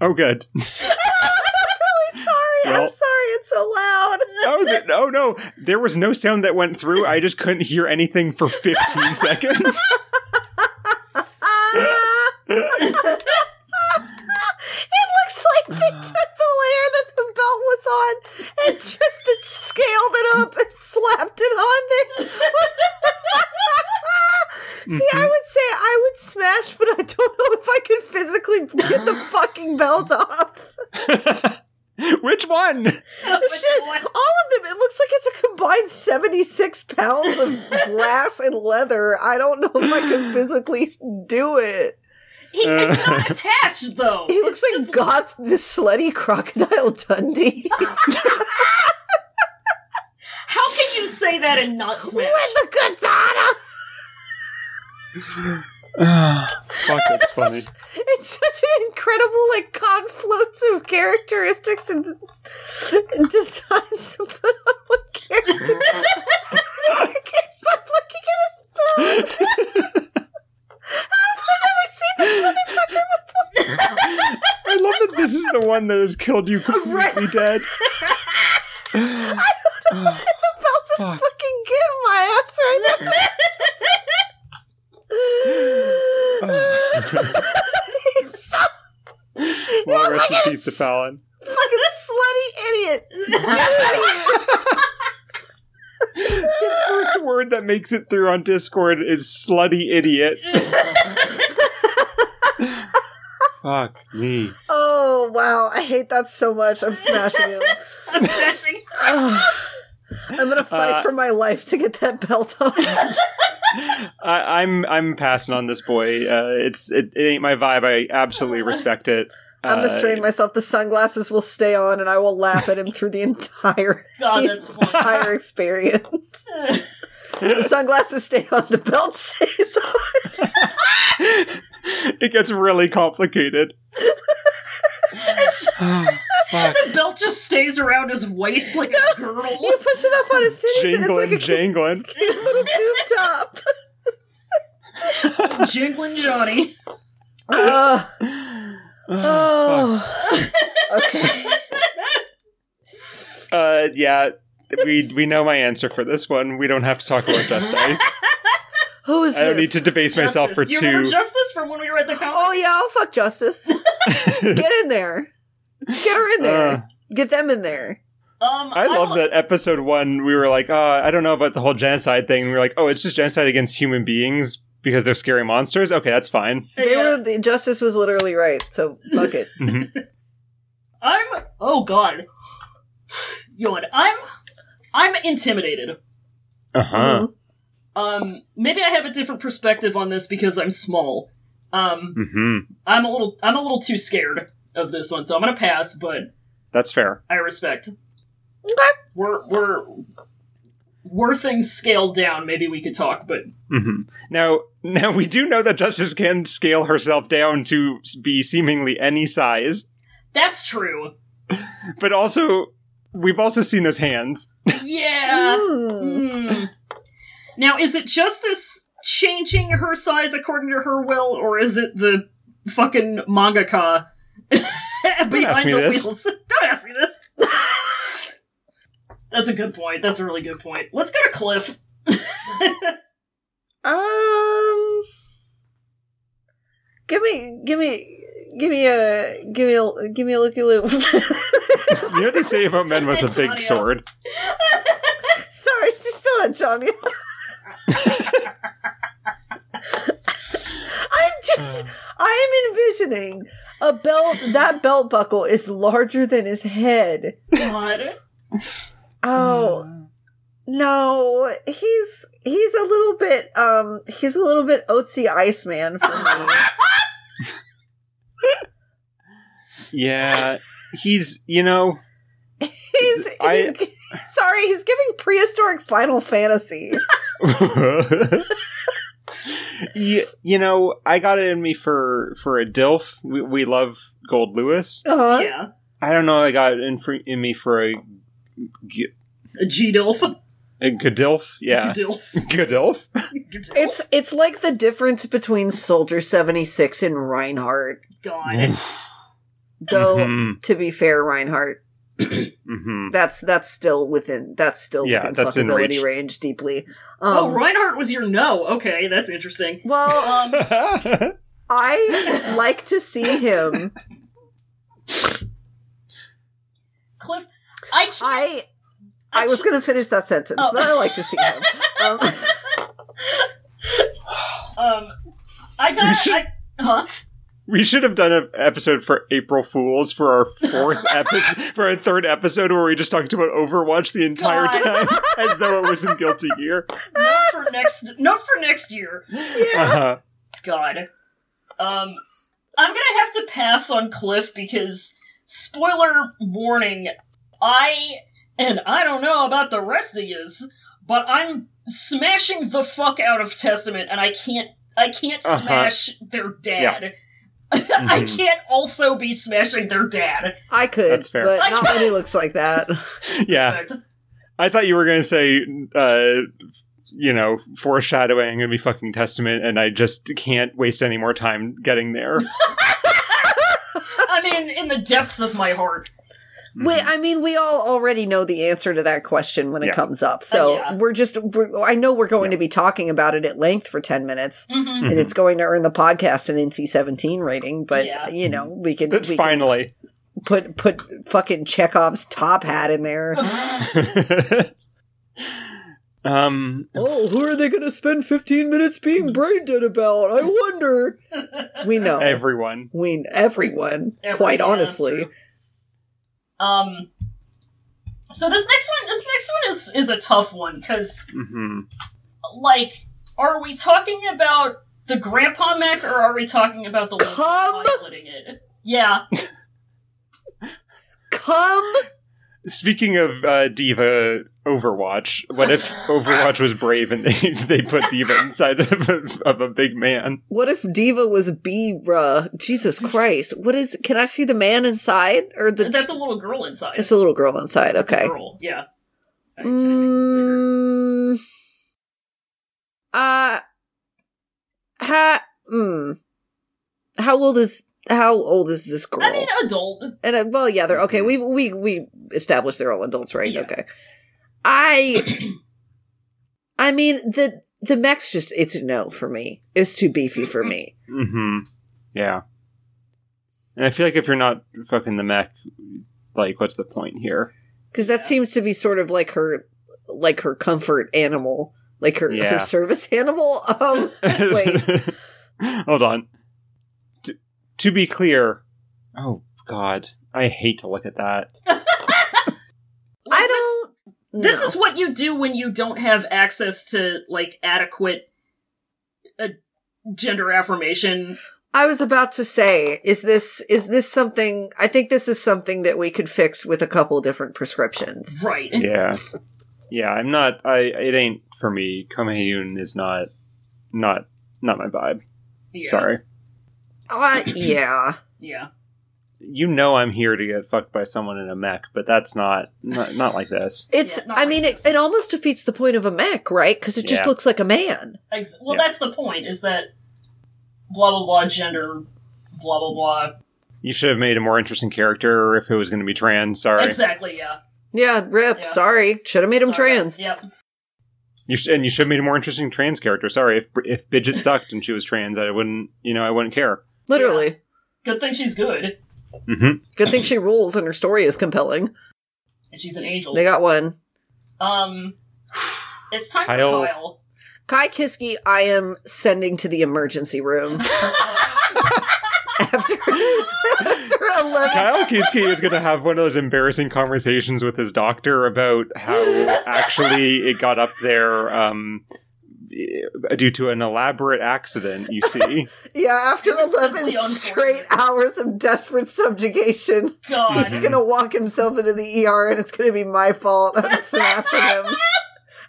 S4: Oh, good.
S5: (laughs) I'm really sorry. I'm
S4: Well-
S5: sorry. It's so loud.
S4: Oh, th- oh no! There was no sound that went through. I just couldn't hear anything for 15 seconds. (laughs)
S5: Ah. (laughs) it looks like they took the layer that the belt was on and just it scaled it up and slapped it on there. (laughs) See, I would say I would smash, but I don't know if I could physically get the fucking belt off.
S4: Which one?
S5: Shit, all of
S3: what-
S5: them. It looks like it's a combined seventy-six pounds of brass and leather. I don't know if I could physically do it.
S3: He, it's
S4: Uh, (laughs)
S3: not attached though.
S5: He looks like goth, the slutty crocodile Dundee.
S3: How can you say that and not smash?
S5: (laughs) With the katana.
S4: Fuck, that's funny.
S5: It's such an incredible like confluence of characteristics and, and designs to put on one (laughs) character. I can't stop looking at his belt. (laughs) I've never seen this motherfucker before. (laughs)
S4: I love that this is the one that has killed you completely dead. Oh,
S5: (laughs) The belt is fucking getting my ass right now.
S4: (laughs)
S5: (laughs) He's so
S4: Well, rest
S5: look at
S4: in peace to
S5: it.
S4: Fallon.
S5: fucking slutty idiot.
S4: The first word that makes it through on Discord is slutty idiot. (laughs) Fuck me.
S5: Oh wow, I hate that so much. I'm smashing him.
S3: (laughs) I'm smashing.
S5: Ugh. I'm gonna fight
S4: Uh,
S5: for my life to get that belt off.
S4: I, I'm I'm passing on this boy. Uh, it's it, it ain't my vibe. I absolutely respect it.
S5: I'm
S4: Uh,
S5: gonna strain myself. The sunglasses will stay on, and I will laugh at him through the entire
S3: (laughs) God, that's funny.
S5: entire experience. The sunglasses stay on. The belt stays on.
S4: (laughs) It gets really (sighs) complicated. Oh, Fuck.
S3: the belt just stays around his waist like a girdle.
S5: You push it up on his titties, and
S4: Jangling,
S5: it's like a
S4: jangling.
S5: cute little tube (laughs) top.
S3: Jingling Johnny.
S5: Ugh. Uh, oh. okay.
S4: Uh, yeah, we we know my answer for this one. We don't have to talk about Just Ice.
S5: Who is
S4: I don't need
S5: this?
S4: to debase myself
S3: Justice.
S4: for
S3: Do you remember
S4: two.
S3: Justice from when we were at the
S5: Oh
S3: comic?
S5: yeah, I'll
S4: (laughs)
S5: fuck Justice. Get in there. Get her in there.
S4: Uh.
S5: Get them in there.
S3: um,
S4: I love
S3: lo-
S4: that episode one. We were like, uh, I don't know about the whole genocide thing. We were like, oh, it's just genocide against human beings because they're scary monsters. Okay, that's fine.
S5: They
S3: Yeah.
S5: were the justice was literally right, so fuck (laughs) it.
S4: Mhm.
S3: I'm. Oh God. Yawn. I'm. I'm intimidated.
S4: (laughs) uh-huh.
S3: Um, maybe I have a different perspective on this because I'm small. Um,
S4: hmm
S3: I'm a little. I'm a little too scared of this one, so I'm gonna pass. But
S4: That's fair.
S3: I respect. We're we're were things scaled down. Maybe we could talk, but
S4: hmm Now, now we do know that Justice can scale herself down to s- be seemingly any size,
S3: that's true.
S4: but also we've also seen those hands.
S3: Yeah.
S5: Hmm.
S3: Hmm. Now, is it justice changing her size according to her will, or is it the fucking mangaka (laughs) behind
S4: ask me
S3: the
S4: this.
S3: wheels? (laughs) Don't ask me this. That's a good point. That's a really good point. Let's go to Cliff.
S5: Uh, Um Give me give me give me a give me a give me a looky (laughs) loop.
S4: You know what they say about men with a big sword.
S5: Sorry, she's still at Johnny. I'm just I am envisioning a belt that belt buckle is larger than his head.
S3: God.
S5: Oh no, he's he's a little bit um he's a little bit Oatsy Iceman for me.
S4: Yeah, he's you know
S5: he's,
S4: I-
S5: he's sorry, he's giving prehistoric Final Fantasy.
S4: (laughs) you, you know, I got it in me for for a DILF. We, we love Gold Lewis.
S5: Uh,
S3: Yeah.
S4: I don't know. I got it in, for, in me for a, g-
S3: A G-Dilf.
S4: a Gadilf.
S3: (laughs)
S4: Yeah,
S3: G-Dilf.
S4: Gadilf.
S3: G-Dilf.
S5: It's it's like the difference between Soldier 76 and Reinhardt. um,
S3: God.
S4: (laughs)
S5: Though
S4: Mhm,
S5: to be fair, Reinhardt,
S4: mhm.
S5: that's that's still within that's still
S4: Yeah,
S5: within
S4: that's in
S5: fuckability
S4: reach.
S5: range deeply.
S3: Oh,
S5: Um
S3: Reinhardt was your no. Okay, that's interesting.
S5: well,
S3: Um,
S4: Mm-hmm.
S3: (laughs)
S5: I like to see him.
S3: Cliff, I can't
S5: I I was going to finish that sentence,
S3: Oh.
S5: but I like to see him. Um,
S3: Um, I
S4: We
S3: got.
S4: should-
S3: I, huh?
S4: We should have done an episode for April Fools for our fourth
S3: (laughs)
S4: episode, for our third episode where we just talked about Overwatch the entire
S3: God.
S4: time as though it wasn't Guilty
S3: (laughs)
S4: Gear.
S3: Note for next. Note for next year.
S4: Uh,
S3: God. Um, I'm gonna have to pass on Cliff because spoiler warning. I and I don't know about the rest of yous, but I'm smashing the fuck out of Testament, and I can't. I can't
S4: Uh-huh.
S3: smash their dad. (laughs) I
S4: Mhm.
S3: can't also be smashing their dad.
S5: I could,
S4: That's fair. Mm-hmm.
S5: but not when he looks
S4: (laughs)
S5: like that.
S4: yeah,
S3: Respect.
S4: I thought you were going to say, uh, you know, foreshadowing and be fucking testament, and I just can't waste any more time getting there.
S3: I mean, in the depths of my heart.
S5: (laughs) Wait, I mean, we all already know the answer to that question when it
S4: Yeah.
S5: comes up. So
S3: Uh, yeah.
S5: we're just, we're, I know we're going to be talking about it at length for 10 minutes
S3: Mhm.
S4: Mm-hmm.
S5: and it's going to earn the podcast an NC 17 rating, but
S3: Yeah.
S5: you know, we can,
S4: But
S5: we can
S4: finally,
S5: put, put fucking Chekhov's top hat
S3: (laughs)
S5: in there.
S4: (laughs) um,
S5: oh, who are they going to spend 15 minutes being brain dead about? I wonder. we know.
S4: everyone.
S5: we, everyone,
S3: Every-
S5: quite
S3: yeah,
S5: honestly.
S3: true. Um. So this next one, this next one is is a tough one because,
S4: hmm
S3: like, are we talking about the grandpa mech or are we talking about the one
S5: Come.
S3: piloting it? Yeah.
S5: Come
S4: Speaking of uh, Diva Overwatch, what
S5: (laughs)
S4: if Overwatch was brave and they, (laughs) they put Diva inside of a, of a big man?
S5: What if Diva was B bruh?
S3: (laughs)
S5: Jesus Christ. What is can I see the man inside? Or the
S3: That's a little girl inside.
S5: it's a little girl inside, okay.
S3: girl. Yeah. I- I think
S5: Mm, uh ha mm. How old is how old is this
S3: it's bigger.
S5: girl?
S3: I mean, adult.
S5: and uh, well, yeah, they're okay. We we we established they're all adults, right?
S3: Mm-hmm. Yeah.
S5: Okay. I (clears throat) I mean the the mech's just it's a no for me. It's too beefy
S3: Mm-hmm.
S5: for me.
S4: hmm Yeah. And I feel like if you're not fucking the mech, like, what's the point here?
S5: because that seems to be sort of like her like her comfort animal like her,
S4: Yeah.
S5: her service animal (laughs) um wait
S4: (laughs) Hold on. T- to be clear, oh god, I hate to look at that.
S5: i don't
S3: This
S5: know.
S3: is what you do when you don't have access to like adequate uh, gender affirmation.
S5: i was about to say is this is this something i think this is something that we could fix with a couple different prescriptions
S3: Right.
S4: Yeah, yeah. I'm not. I. It ain't for me. Kamehun is not. Not. Not my vibe.
S3: Yeah.
S4: Sorry.
S5: uh, yeah
S3: Yeah.
S4: You know I'm here to get fucked by someone in a mech, but that's not not, not like this.
S5: it's
S3: Yeah, not
S5: i
S3: like
S5: mean it,
S3: this.
S5: it almost defeats the point of a mech right because it just
S4: Yeah.
S5: looks like a man
S3: Ex- well,
S4: Yeah.
S3: that's the point. Is that blah blah blah gender, blah blah blah.
S4: You should have made a more interesting character if it was going to be trans. Sorry.
S3: Exactly. Yeah.
S5: yeah rip
S3: Yeah.
S5: sorry should have made him
S3: Sorry.
S5: trans
S3: Yep.
S4: You sh- and you should have made a more interesting trans character. Sorry. If if Bidget sucked and she was trans, I wouldn't. You know, I wouldn't care.
S5: literally
S3: Good thing she's good
S4: Mm-hmm.
S5: good thing she rules and her story is compelling
S3: and she's an angel.
S5: they got one
S3: um, it's time
S4: Kyle.
S3: for Kyle.
S5: Kai Kiski, I am sending to the
S3: (laughs)
S5: emergency room after, after 11.
S4: Kyle Kiske is going to have one of those embarrassing conversations with his doctor about how actually it got up there um, eh, due to an elaborate accident, you see.
S5: Yeah, after
S3: It was
S5: 11
S3: simply
S5: straight hours of desperate subjugation,
S3: God.
S4: (laughs)
S5: he's going to walk himself into the ER and it's going to be my fault.
S3: (laughs)
S5: I'm smashing him.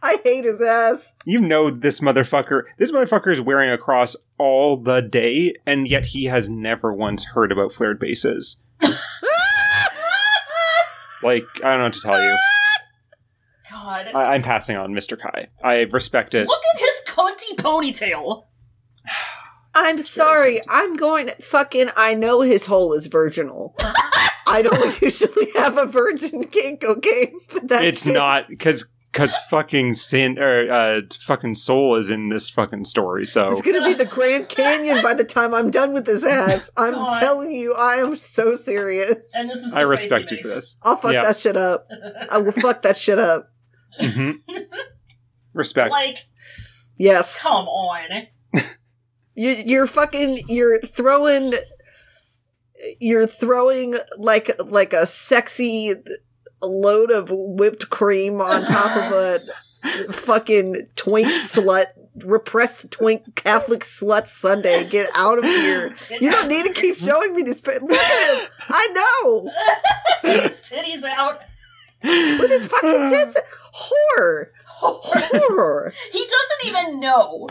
S5: I hate his ass.
S4: You know this motherfucker. This motherfucker is wearing a cross all the day, and yet he has never once heard about flared bases. Like, I don't know what to tell you.
S3: God.
S4: I- I'm passing on Mr. Kai. I respect it.
S3: Look at his cunty ponytail.
S5: I'm sorry. I'm going to fucking. I know his hole is virginal. I don't usually have a virgin kink, okay? But that's
S4: it's not because because fucking sin or uh, fucking soul is in this fucking story. So
S5: It's gonna be the Grand Canyon by the time I'm done with this ass. I'm
S3: God.
S5: telling you, I am so serious.
S3: And this is. The
S4: I
S3: face he
S4: respect you
S3: makes.
S4: for this.
S5: I'll fuck
S4: Yeah.
S5: that shit up. I will fuck that shit up.
S4: Mhm. respect.
S3: Like,
S5: Yes.
S3: come on.
S5: You, you're fucking. You're throwing. You're throwing like like a sexy load of whipped cream on top
S3: (laughs)
S5: of a fucking twink slut repressed twink Catholic slut Sunday. Get out of here! You don't need to keep showing me this. pic- Look at him. I know.
S3: His titties out.
S5: Look at
S3: (laughs)
S4: (laughs)
S5: his fucking tits. Horror. Horror.
S3: He doesn't even know.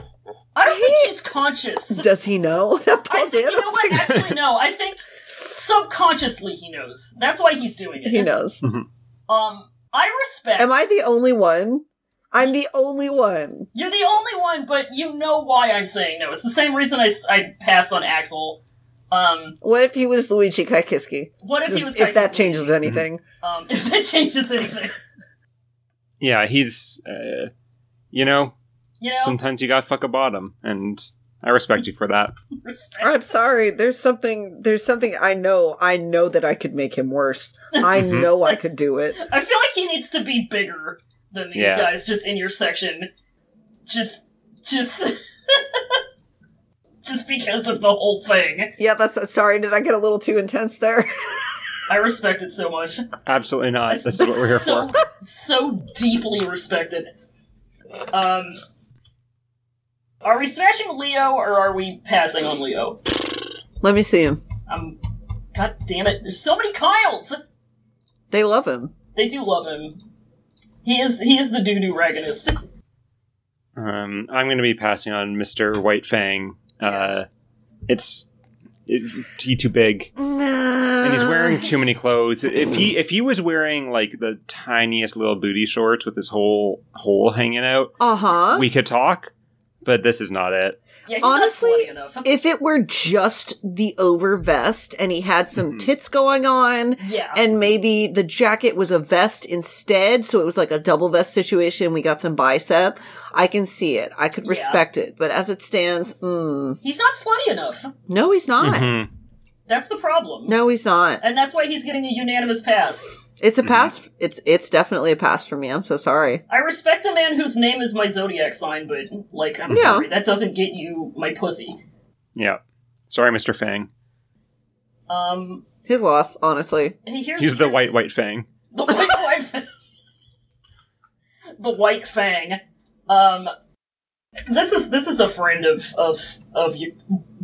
S3: I don't think he's
S5: (laughs)
S3: conscious.
S5: Does he know that Paul
S3: I think you
S5: Dano?
S3: know
S5: (laughs)
S3: what? Actually, no. I think subconsciously he knows. That's why he's doing it.
S5: He knows.
S3: Um, I respect.
S5: Am I the only one?
S3: Mm.
S5: I'm the only one.
S3: You're the only one, but you know why I'm saying no. It's the same reason I, s- I passed on Axel. Um,
S5: What if he was Luigi Kaikiski?
S3: what if he was?
S5: Just- If that
S3: Kaisuke?
S5: changes anything.
S3: um, (laughs) if that changes anything,
S4: Yeah, he's, uh, you know,
S3: you know.
S4: sometimes you gotta fuck a bottom, and I respect you for that.
S3: respect.
S5: I'm sorry. There's something. There's something I know. I know that I could make him worse. I
S3: Mm-hmm.
S4: Mhm.
S5: know I could do it.
S3: I feel like he needs to be bigger than these
S4: Yeah.
S3: guys just in your section. Just just (laughs) just because of the whole thing.
S5: Yeah, that's sorry. Did I get a little too intense there? (laughs)
S3: I respect it so much.
S4: Absolutely not. This is what we're here
S3: so,
S4: for.
S3: So deeply respected. Um Are we smashing Leo or are we passing on Leo?
S5: Let me see him.
S3: I'm God damn it, there's so many Kyles!
S5: They love him.
S3: They do love him. He is he is the doo-doo ragonist.
S4: Um, I'm going to be passing on Mr. White Fang. Uh, it's it, he too big, and he's wearing too many clothes. If he if he was wearing like the tiniest little booty shorts with his whole hole hanging out,
S5: Uh huh.
S4: we could talk. But this is not it.
S3: Yeah, he's
S5: Honestly,
S3: not slutty enough.
S5: If it were just the over vest and he had some tits going on,
S3: yeah.
S5: and maybe the jacket was a vest instead, so it was like a double vest situation. We got some bicep. I can see it. I could
S3: Yeah.
S5: respect it. But as it stands, mm,
S3: He's not slutty enough.
S5: no, he's not.
S4: Mhm.
S3: That's the problem.
S5: No, he's not.
S3: And that's why he's getting a unanimous pass.
S5: It's a pass. It's it's definitely a pass for me. I'm so sorry.
S3: I respect a man whose name is my zodiac sign, but, like, I'm
S5: Yeah.
S3: sorry, that doesn't get you my pussy.
S4: Yeah. Sorry, Mr. Fang.
S3: Um,
S5: His loss, honestly.
S3: hey, here's,
S4: He's the
S3: here's-
S4: white white Fang.
S3: The white, (laughs) white fang. The white fang. Um, this is this is a friend of of of y-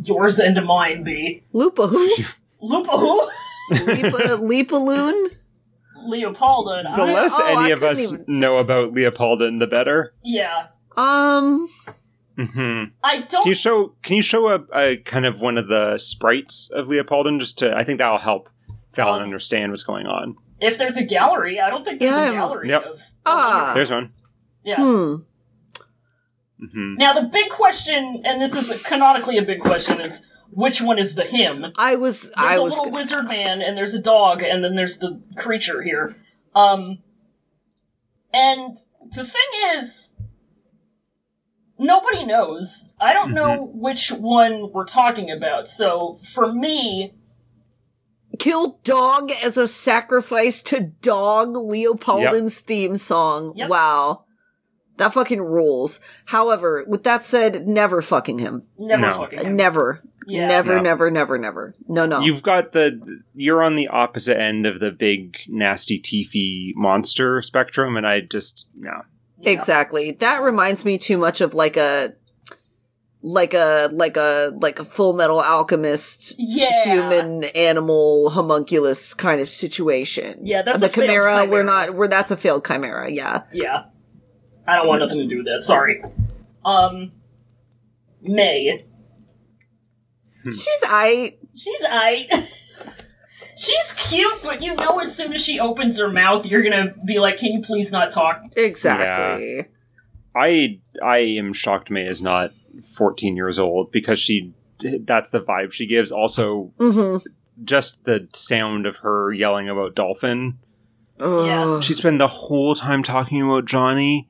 S3: yours and mine, B.
S5: Lupa who?
S3: Lupa (laughs) who?
S5: Lipa Leapaloon?
S3: Leopolda and
S4: The
S3: I.
S4: less
S5: oh, I
S4: any of
S5: couldn't
S4: us
S5: even-
S4: know about Leopoldin, the better.
S3: Yeah.
S5: Um,
S4: hmm
S3: I don't
S4: Can you show? Can you show a, a kind of one of the sprites of Leopoldin? Just to, I think that'll help Fallon
S3: Um,
S4: understand what's going on.
S3: if there's a gallery, I don't think there's
S5: Yeah,
S3: a gallery
S4: Yep.
S3: of
S5: Ah.
S4: There's one.
S3: yeah.
S5: hmm.
S4: hmm
S3: Now the big question, and this is canonically a big question, is which one is the him? There's
S5: I was. I
S3: a
S5: was.
S3: little
S5: gonna
S3: wizard
S5: ask.
S3: man, and there's a dog, and then there's the creature here. Um, and the thing is, nobody knows. I don't know which one we're talking about. So for me,
S5: Kill dog as a sacrifice to dog. Leopoldin's theme song.
S3: Yep.
S5: Wow, that fucking rules. However, with that said, never fucking him.
S3: never
S4: No.
S3: fucking him.
S5: Never.
S3: Yeah.
S5: Never.
S4: No.
S5: Never. Never. Never. No. No.
S4: You've got the. You're on the opposite end of the big nasty teefy monster spectrum, and I just no.
S3: Yeah.
S5: Exactly. That reminds me too much of like a like a like a like a full metal alchemist
S3: Yeah.
S5: human animal homunculus kind of situation.
S3: Yeah, that's
S5: the
S3: a failed
S5: chimera, We're
S3: chimera.
S5: not we're that's a failed chimera, yeah.
S3: Yeah. I don't want nothing to do with that. Sorry. Um, May.
S5: She's I
S3: She's I. (laughs) She's cute, but you know, as soon as she opens her mouth, you're gonna be like, "Can you please not talk?"
S5: exactly.
S4: I I am shocked. May is not 14 years old because she. That's the vibe she gives. Also,
S5: Mm-hmm.
S4: just the sound of her yelling about dolphin
S5: Ugh.
S4: She spent the whole time talking about Johnny,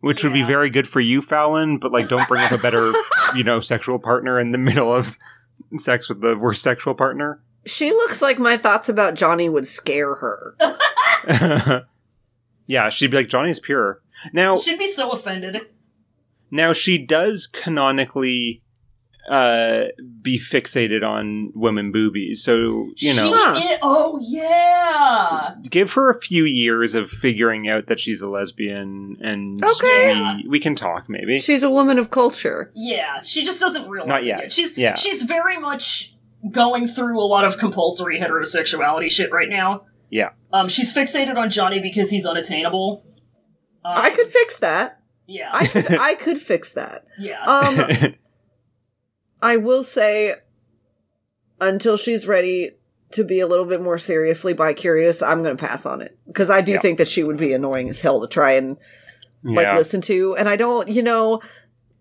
S4: which would be
S3: Yeah.
S4: very good for you, Fallon, but like don't bring up a better, you know, sexual partner in the middle of sex with the worst sexual partner.
S5: She looks like my thoughts about Johnny would scare her.
S4: (laughs) yeah, she'd be like, Johnny's pure. Now
S3: She'd be so offended.
S4: now she does canonically uh, be fixated on women boobies. So you know,
S5: Huh.
S3: she i- oh yeah.
S4: give her a few years of figuring out that she's a lesbian, and
S5: Okay.
S4: we, we can talk maybe. (laughs)
S5: She's a woman of culture.
S3: Yeah, she just doesn't realize
S4: Not
S3: it
S4: yet.
S3: yet. She's
S4: Yeah.
S3: she's very much going through a lot of compulsory heterosexuality shit right now.
S4: Yeah.
S3: Um, she's fixated on Johnny because he's unattainable. Um,
S5: I could fix that.
S3: Yeah.
S5: I could, I could fix that.
S3: yeah.
S5: Um, I will say, until she's ready to be a little bit more seriously bi curious, I'm going to pass on it because I do
S4: Yeah.
S5: think that she would be annoying as hell to try and like
S4: yeah.
S5: listen to. And I don't, you know,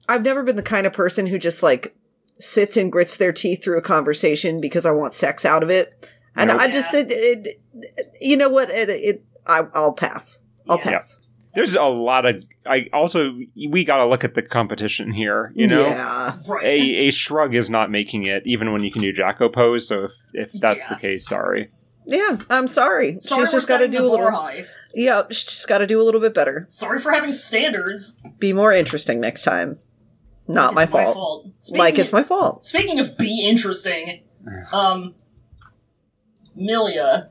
S5: I've never been the kind of person who just like sits and grits their teeth through a conversation because I want sex out of it. And
S4: Nope.
S5: I just, it, it, you know what? It, it I, I'll pass. I'll
S3: Yeah.
S5: pass.
S4: There's a lot of. I also we got to look at the competition here. You know.
S5: yeah.
S3: right.
S4: A, a shrug is not making it, even when you can do Jacko pose. So if, if that's
S3: Yeah.
S4: the case, sorry.
S5: Yeah, I'm
S3: Sorry
S5: sorry. she's
S3: we're
S5: just got to
S3: setting
S5: do a
S3: the bar
S5: little.
S3: high.
S5: Yeah, she's just got to do a little bit better.
S3: Sorry for having standards.
S5: Be more interesting next time. Not my
S3: It's My
S5: fault.
S3: fault. Speaking
S5: Like it's
S3: of-
S5: my fault.
S3: Speaking of be interesting, um, Milia,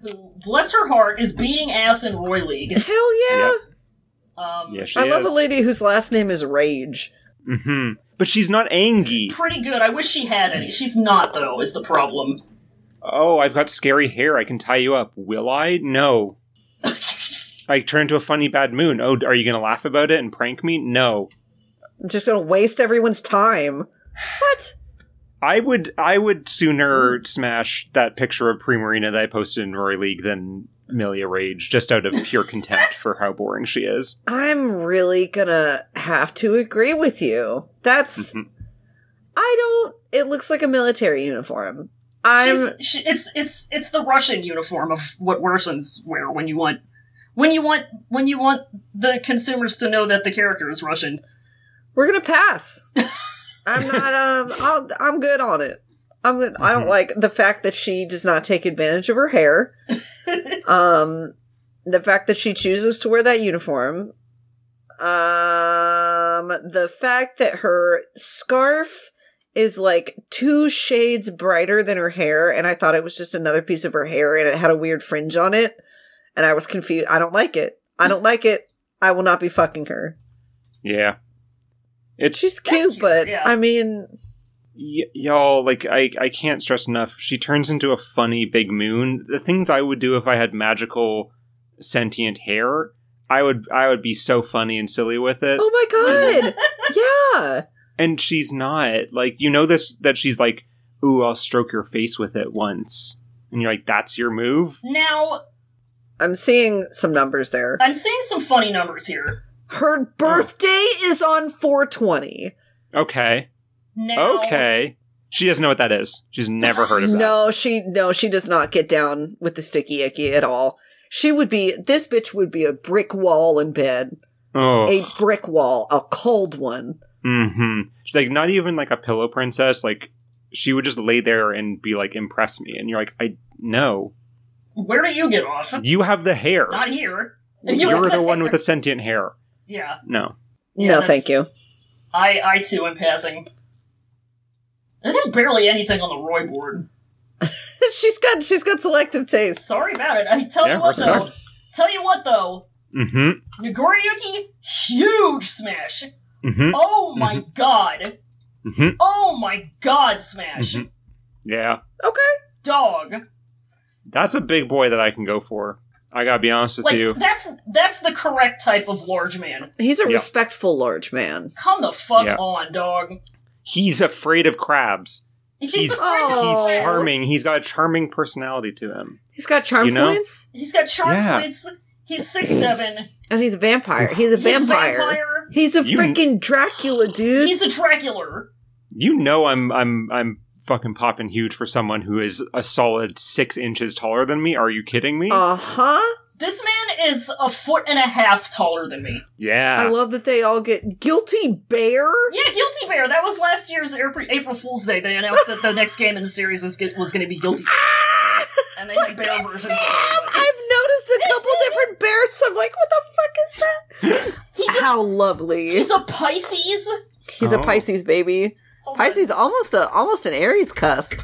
S3: who, bless her heart, is beating ass in Roy League.
S5: Hell yeah!
S4: Yep.
S3: Um,
S4: Yeah, she
S5: I love
S4: is.
S5: a lady whose last name is Rage.
S4: hmm But she's not angry.
S3: pretty good. I wish she had any. She's not though. Is the problem?
S4: Oh, I've got scary hair. I can tie you up. Will I? No. I turn into a funny bad moon. Oh, are you going to laugh about it and prank me? No.
S5: I'm just gonna waste everyone's time. What?
S4: I would I would sooner smash that picture of Pre Marina that I posted in Roy League than Milia Rage, just out of pure contempt for how boring she is.
S5: I'm really gonna have to agree with you. That's.
S4: Mhm.
S5: I don't. It looks like a military uniform. I'm.
S3: She's, she, it's it's it's the Russian uniform of what Russians wear when you want when you want when you want the consumers to know that the character is Russian.
S5: we're gonna pass. I'm not. Um, I'll, I'm good on it. I'm. good- I don't like the fact that she does not take advantage of her hair. um, the fact that she chooses to wear that uniform. Um, the fact that her scarf is like two shades brighter than her hair, and I thought it was just another piece of her hair, and it had a weird fringe on it, and I was confused. I don't like it. I don't like it. I will not be fucking her.
S4: Yeah. It's
S5: She's cute,
S3: cute,
S5: but
S3: yeah.
S5: I mean,
S4: y- y'all like I, I can't stress enough she turns into a funny big moon the things i would do if i had magical sentient hair i would i would be so funny and silly with it
S5: oh my god, yeah,
S4: and she's not like you know this that she's like ooh i'll stroke your face with it once and you're like that's your move
S3: Now
S5: I'm seeing some numbers there.
S3: I'm seeing some funny numbers here.
S5: Her birthday is on 420.
S4: okay
S3: Now,
S4: okay she doesn't know what that is she's never heard of that
S5: (laughs) No, she no, she does not get down with the sticky icky at all. She would be this bitch would be a brick wall in bed,
S4: oh
S5: a brick wall, a cold one.
S4: hmm Like not even like a pillow princess. Like she would just lay there and be like, "Impress me," and you're like, "I no,
S3: Where do you get off?
S4: you have the hair.
S3: Not here.
S4: You're the one with the sentient hair."
S3: yeah.
S4: No,
S3: Yeah,
S5: no,
S3: that's-
S5: thank you. (laughs)
S3: I I too am passing. And There's barely anything on the Roy board.
S5: she's got she's got selective taste.
S3: Sorry about it. I tell
S4: Yeah,
S3: you what though.
S4: respect.
S3: Tell you what though.
S4: mm-hmm,
S3: Nagoriyuki, huge smash.
S4: mm-hmm,
S3: Oh my god.
S4: mm-hmm.
S3: Oh my god, smash.
S4: Mhm. Yeah,
S5: Okay.
S3: Dog.
S4: that's a big boy that I can go for. I gotta be honest with
S3: Like
S4: you.
S3: that's that's the correct type of large man.
S5: He's a
S4: Yeah.
S5: respectful large man.
S3: Come the fuck
S4: Yeah.
S3: on, dog.
S4: He's afraid of crabs. He's-
S3: He's,
S5: Oh.
S4: He's charming. He's got a charming personality to him.
S5: He's got charm
S4: You know?
S5: points
S3: he's got charm
S4: Yeah.
S3: points. He's six seven.
S5: and (clears throat) he's a vampire. He's a
S3: He's
S5: vampire.
S3: vampire.
S5: He's a
S4: You-
S5: freaking Dracula, dude.
S3: He's a Dracula.
S4: You know, I'm I'm I'm fucking popping huge for someone who is a solid six inches taller than me. Are you kidding me?
S5: Uh huh.
S3: This man is a foot and a half taller than me.
S4: yeah,
S5: I love that they all get guilty bear.
S3: Yeah, Guilty Bear. That was last year's April April Fool's Day. They announced that the next game in the series was get, was going to be Guilty, Bear,
S5: Ah!
S3: and they did Bear version.
S5: I've noticed a couple different bears. I'm like, what the fuck is that? How lovely.
S3: He's a Pisces. Oh,
S5: He's
S4: Oh.
S5: a Pisces baby. Pisces almost a almost an Aries cusp.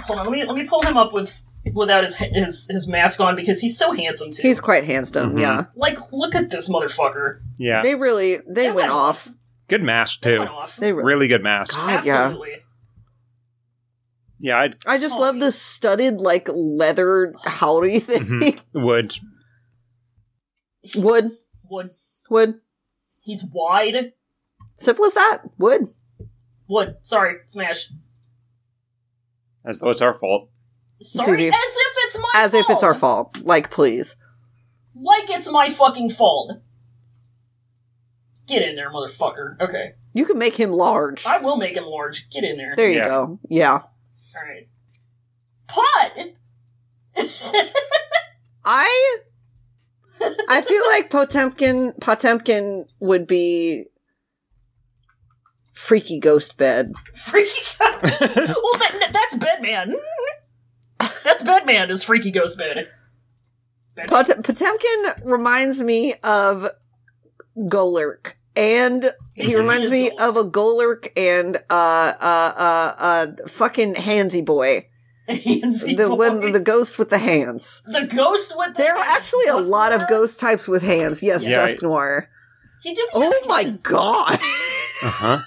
S3: Hold on, let me let me pull him up with without his his, his mask on because he's so handsome too.
S5: He's quite handsome.
S4: Mhm.
S5: Yeah,
S3: like, look at this motherfucker.
S4: Yeah.
S5: they really they
S3: That
S5: went
S3: went
S5: off.
S4: Good mask
S3: That
S4: too.
S3: went off.
S5: They really,
S4: Really good mask.
S5: God, yeah.
S3: Absolutely.
S4: Yeah, I'd
S5: I just
S3: Oh,
S5: love the studded like leather howdy thing. (laughs)
S4: Mhm. would.
S5: wood,
S3: Wood.
S5: wood.
S3: He's wide.
S5: Simple as that. Wood.
S3: Wood. Sorry, smash.
S4: As though it's our fault.
S3: Sorry,
S5: easy.
S3: as if it's my
S5: As if it's our
S4: Oh.
S3: fault.
S5: fault. Like, please.
S3: Like it's my fucking fault. Get in there, motherfucker. Okay.
S5: You can make him large.
S3: I will make him large. Get in there.
S5: There you
S4: Yeah.
S5: go. Yeah.
S3: Alright. Pot!
S5: I I feel like Potemkin Potemkin would be freaky ghost bed.
S3: Freaky (laughs)
S5: (laughs)
S3: Ghost. well, that, that's Batman. That's Batman is Freaky Ghost Bed. (laughs)
S5: Pot- Potemkin reminds me of Golurk. And he
S3: Yes,
S5: reminds
S3: he
S5: me
S3: is Golurk.
S5: of a Golurk and uh uh uh uh fucking handsy boy. The
S3: the,
S5: when the ghost with the hands.
S3: the ghost with the
S5: There are actually a
S3: Was
S5: lot of
S3: there-
S5: ghost types with hands. Yes,
S4: Yeah,
S5: Dusk Noir.
S3: He did
S5: Oh my god.
S4: Uh huh.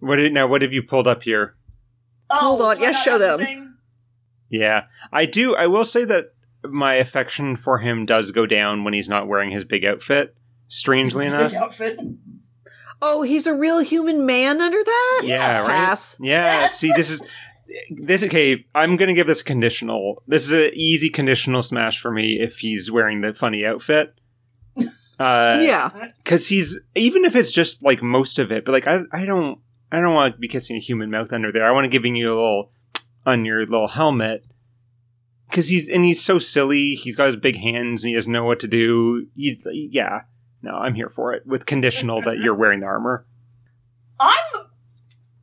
S4: What did now? What have you pulled up here?
S3: Oh,
S5: Hold on.
S3: so I
S5: Yeah,
S3: got
S5: show them.
S3: everything.
S4: Yeah, I do. I will say that my affection for him does go down when he's not wearing his big outfit. Strangely
S3: His
S4: enough,
S3: big outfit.
S5: Oh, he's a real human man under that?
S4: yeah, right.
S5: Pass.
S4: Yeah.
S3: Oh, Yes.
S4: See, this is this. Okay, I'm gonna give this a conditional. This is an easy conditional smash for me if he's wearing the funny
S3: (laughs)
S4: outfit. Uh,
S5: yeah.
S4: because he's even if it's just like most of it, but like I, I don't, I don't want to be kissing a human mouth under there. I want to giving you a little on your little helmet because he's and he's so silly. He's got his big hands and he doesn't know what to do. He's yeah, no, I'm here for it with conditional that you're wearing the armor.
S3: I'm.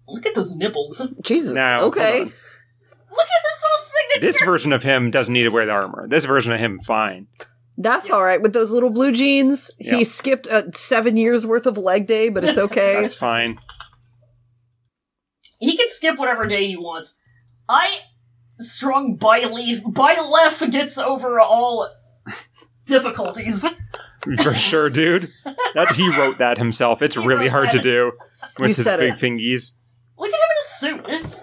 S3: Look at those nipples. Look
S5: Jesus.
S4: Now,
S5: okay.
S4: hold
S3: at this little signature.
S4: This version of him doesn't need to wear the armor. This version of him, fine.
S5: That's all right. With those little blue jeans,
S4: Yeah.
S5: he skipped uh, seven years worth of leg day,
S4: (laughs)
S5: but it's okay.
S4: That's fine.
S3: he can skip whatever day he wants. I strong by leaf by left gets over all difficulties. (laughs)
S4: For sure, dude. That he wrote that himself. It's
S3: He
S4: really
S3: wrote
S4: hard to
S3: that.
S4: do with
S5: You
S4: his
S5: said
S4: big
S5: it.
S4: fingies.
S3: Look at him in a suit.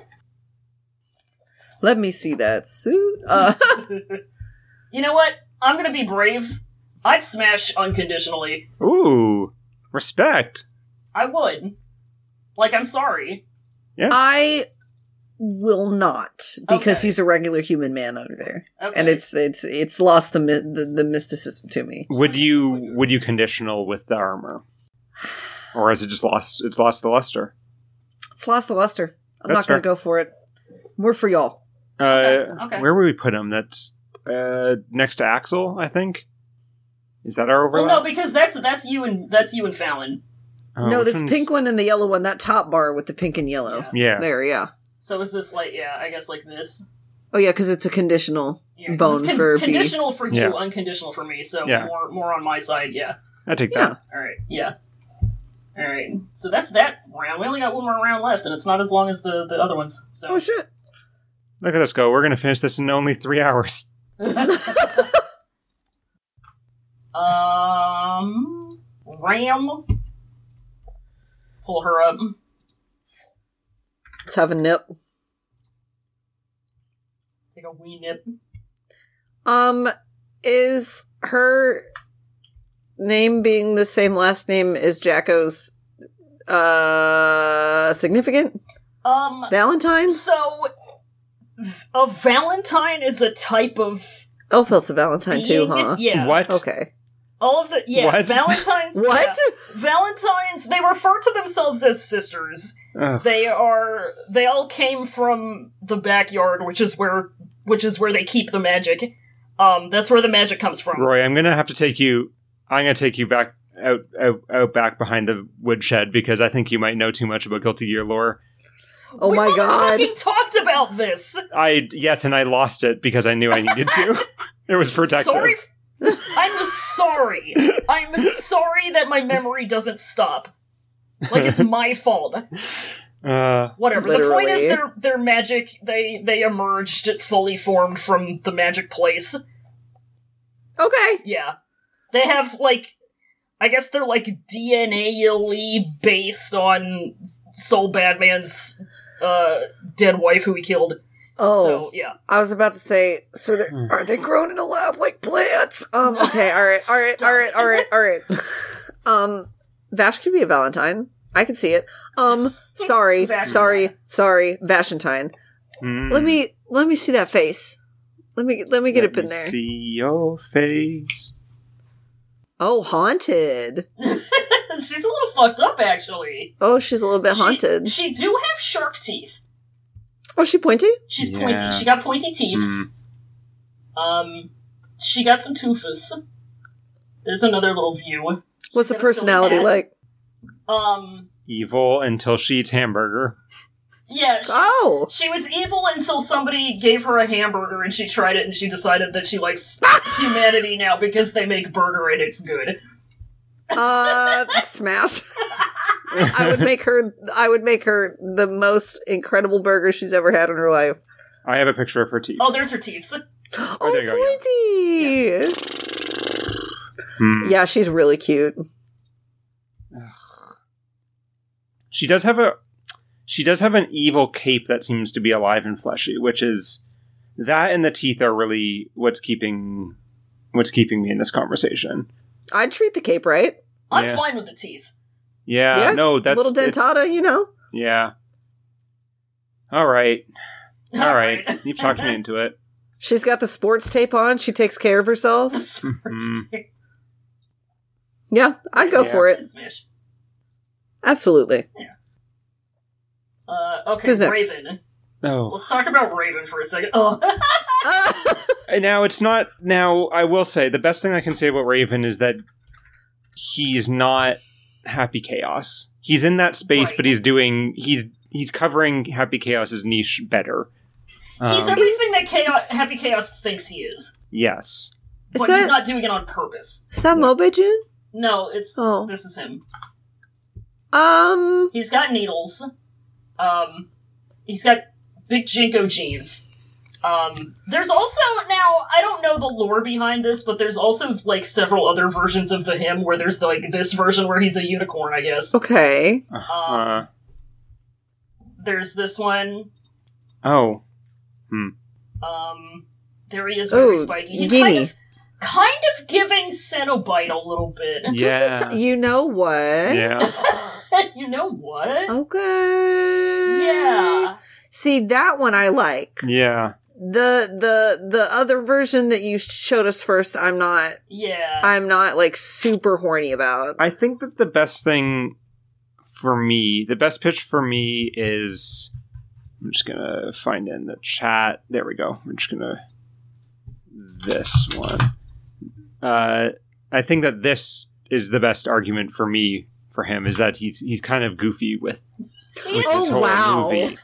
S5: Let me see that suit. Uh,
S4: (laughs)
S3: You know what? I'm gonna be brave. I'd smash unconditionally.
S4: Ooh, respect.
S3: I would. Like I'm sorry.
S5: I will not because
S3: Okay.
S5: he's a regular human man under there,
S3: Okay.
S5: and it's it's it's lost the, my- the the mysticism to me.
S4: Would you would you conditional with the armor, or is it just lost? It's lost the luster.
S5: It's lost the luster. I'm
S4: That's
S5: not going to
S4: fair.
S5: go for it. More for y'all.
S4: Uh,
S3: Okay, okay.
S4: Where would we put him? That's uh, next to Axel, I think. Is that our
S3: well,
S4: overlap?
S3: no, because that's that's you and that's you and Fallon.
S4: Oh,
S5: no,
S4: which
S5: this
S4: one's-
S5: pink one and the yellow one. That top bar with the pink and yellow.
S3: Yeah.
S4: Yeah,
S5: There, yeah.
S3: So is this like yeah? I guess like this.
S5: Oh yeah, because it's a conditional.
S3: Yeah, 'cause
S5: Bone
S3: it's con-
S5: for B.
S3: conditional for you,
S4: Yeah.
S3: unconditional for me. So
S4: Yeah.
S3: more more on my side. Yeah.
S4: I take
S5: Yeah.
S4: that.
S3: All right. Yeah. All right. So that's that round. We only got one more round left, and it's not as long as the, the other ones. So
S5: Oh shit.
S4: Look at us go. We're gonna finish this in only three hours.
S3: um, Ram, pull her up.
S5: Let's have a nip.
S3: Take a wee nip.
S5: Um, is her name being the same last name as Jacko's uh significant?
S3: Um.
S5: Valentine?
S3: So v- a Valentine is a type of
S5: Elfeld's Oh, a Valentine too,
S3: being-
S5: huh?
S3: (laughs) Yeah.
S4: What?
S5: Okay.
S3: All of the yeah
S4: What? (laughs)
S3: Valentines.
S5: What?
S3: yeah. Valentines. They refer to themselves as sisters.
S4: Ugh.
S3: they are they all came from the backyard which is where which is where they keep the magic um that's where the magic comes from
S4: Roy, I'm gonna have to take you. I'm gonna take you back out, out, out back behind the woodshed because I think you might know too much about guilty gear lore.
S5: Oh
S3: we
S5: my
S3: (laughs)
S5: god.
S3: fucking talked about this (laughs)
S4: I yes, and I lost it because I knew I needed to. it was protective.
S3: sorry
S5: (laughs)
S3: I'm sorry. I'm sorry that my memory doesn't stop. Like it's my fault.
S4: Uh,
S3: Whatever. The point is
S5: Literally.
S3: they're they're magic. They they emerged fully formed from the magic place.
S5: Okay.
S3: Yeah. They have like I guess they're like DNA-ly based on S- Soul Badman's uh dead wife who he killed.
S5: Oh,
S3: So yeah. (laughs)
S5: I was about to say. So
S4: Hmm.
S5: they're- are they grown in a lab like plants? Um. Okay. All right. All right. All right. All right.
S3: (laughs)
S5: All right. Um. Vash could be a Valentine. I can see it. Um. Sorry.
S3: Vash-
S5: sorry. Sorry. Vashentine.
S4: mm,
S5: Let me let me see that face. Let me let me get
S4: let
S5: up in
S4: me
S5: there.
S4: See your face.
S5: Oh, haunted.
S3: She's a little fucked up actually.
S5: Oh, she's a little bit
S3: She-
S5: haunted.
S3: She, do have shark teeth.
S5: oh, she pointy.
S3: She's
S4: Yeah.
S3: pointy. She got pointy teeth. Um, she got some toofus. There's another little view.
S5: What's the
S3: got a silly
S5: personality
S3: hat.
S5: like?
S3: Um,
S4: Evil until she eats hamburger.
S3: yeah, she,
S5: Oh,
S3: she was evil until somebody gave her a hamburger and she tried it and she decided that she
S4: (laughs)
S3: likes humanity now because they make burger and it's good.
S5: uh, smash. I would make her. I would make her the most incredible burger she's ever had in her life.
S4: I have a picture of her teeth.
S3: Oh, there's her teeth.
S5: Oh,
S4: there you go,
S5: pointy.
S4: Hmm.
S5: Yeah. she's really cute.
S4: She does have a she does have an evil cape that seems to be alive and fleshy, which is that and the teeth are really what's keeping what's keeping me in this conversation.
S5: I'd treat the cape right.
S3: I'm
S4: Yeah.
S3: fine with the teeth. (laughs)
S4: Yeah,
S5: Yeah,
S4: no, that's
S5: Little
S4: it's-
S5: dentata, you know.
S4: Yeah. All right. All right. You've talked me into (laughs) it.
S5: She's got the sports tape on. She takes care of herself.
S4: Mhm.
S5: Yeah, I'd go
S4: Yeah.
S5: for it.
S3: Smash.
S5: Absolutely.
S3: Uh, okay,
S5: Who's next?
S3: Raven.
S4: Oh.
S3: Let's talk about Raven for a second. Oh, (laughs)
S5: Uh,
S4: And now it's not now I will say the best thing I can say about Raven is that he's not happy chaos. He's in that space
S3: Right.
S4: but he's doing he's he's covering happy chaos's niche better.
S3: he's
S4: Um,
S3: everything that chaos, Happy Chaos thinks he is.
S4: yes.
S5: Is
S3: but
S5: that-
S3: he's not doing it on purpose.
S5: Is that Mobe June?
S3: No, it's
S5: Oh.
S3: this is him.
S5: Um,
S3: He's got needles. Um, he's got big jinko jeans. Um, there's also now I don't know the lore behind this, but there's also like several other versions of the him where there's like this version where he's a unicorn, I guess.
S5: okay.
S3: Um,
S4: Uh,
S3: there's this one.
S4: oh.
S3: Um, there he is, very
S5: Ooh,
S3: spiky. He's kind
S5: Yini.
S3: of, kind of giving Cenobite a little bit.
S4: Yeah.
S5: Just a t- you know what?
S4: yeah.
S3: (laughs) you know what?
S5: Oh. Okay.
S3: Yeah.
S5: See that one I like.
S4: Yeah.
S5: The the the other version that you showed us first, I'm not
S3: Yeah.
S5: I'm not like super horny about.
S4: I think that the best thing for me, the best pitch for me is I'm just gonna find it in the chat. There we go. I'm just gonna this one. Uh, I think that this is the best argument for me for him is that he's he's kind of goofy with, with
S5: Oh,
S4: this whole
S5: wow.
S4: movie.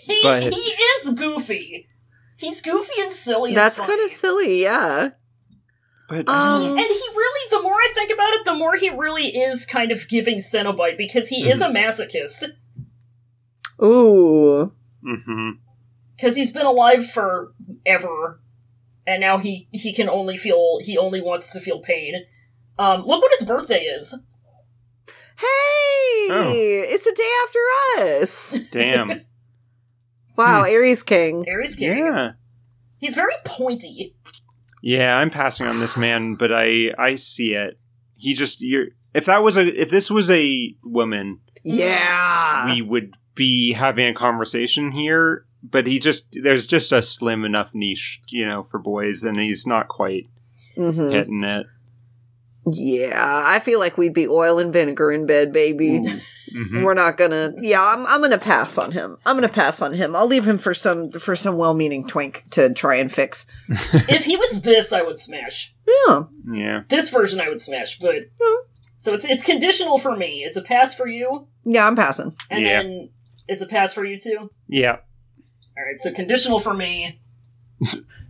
S3: He,
S4: But-
S3: he is goofy. He's goofy and silly. and
S5: That's
S3: funny.
S5: kind of silly, yeah.
S4: But
S5: Um,
S3: And he really, the more I think about it, the more he really is kind of giving Cenobite because he is a
S4: Mhm.
S3: masochist.
S5: Ooh.
S4: hmm
S3: Because he's been alive forever, and now he he can only feel he only wants to feel pain. Um, look what his birthday is.
S5: Hey, it's a day after us. (laughs)
S4: damn,
S5: Wow, Aries King.
S3: Aries King.
S4: yeah.
S3: He's very pointy.
S4: Yeah, I'm passing on this man, but I I see it. He just you're if that was a if this was a woman,
S5: Yeah.
S4: we would be having a conversation here, but he just there's just a slim enough niche, you know, for boys and he's not quite
S5: hmm
S4: hitting it.
S5: Yeah, I feel like we'd be oil and vinegar in bed, baby.
S4: Mhm.
S5: We're not gonna. Yeah, I'm. I'm gonna pass on him. I'm gonna pass on him. I'll leave him for some for some well-meaning twink to try and fix.
S3: if he was this, I would smash.
S5: Yeah.
S4: Yeah.
S3: This version I would smash, but
S5: Hmm.
S3: so it's it's conditional for me. It's a pass for you,
S5: Yeah, I'm passing.
S3: and
S4: Yeah.
S3: then it's a pass for you too.
S4: Yeah.
S3: All right, so conditional for me.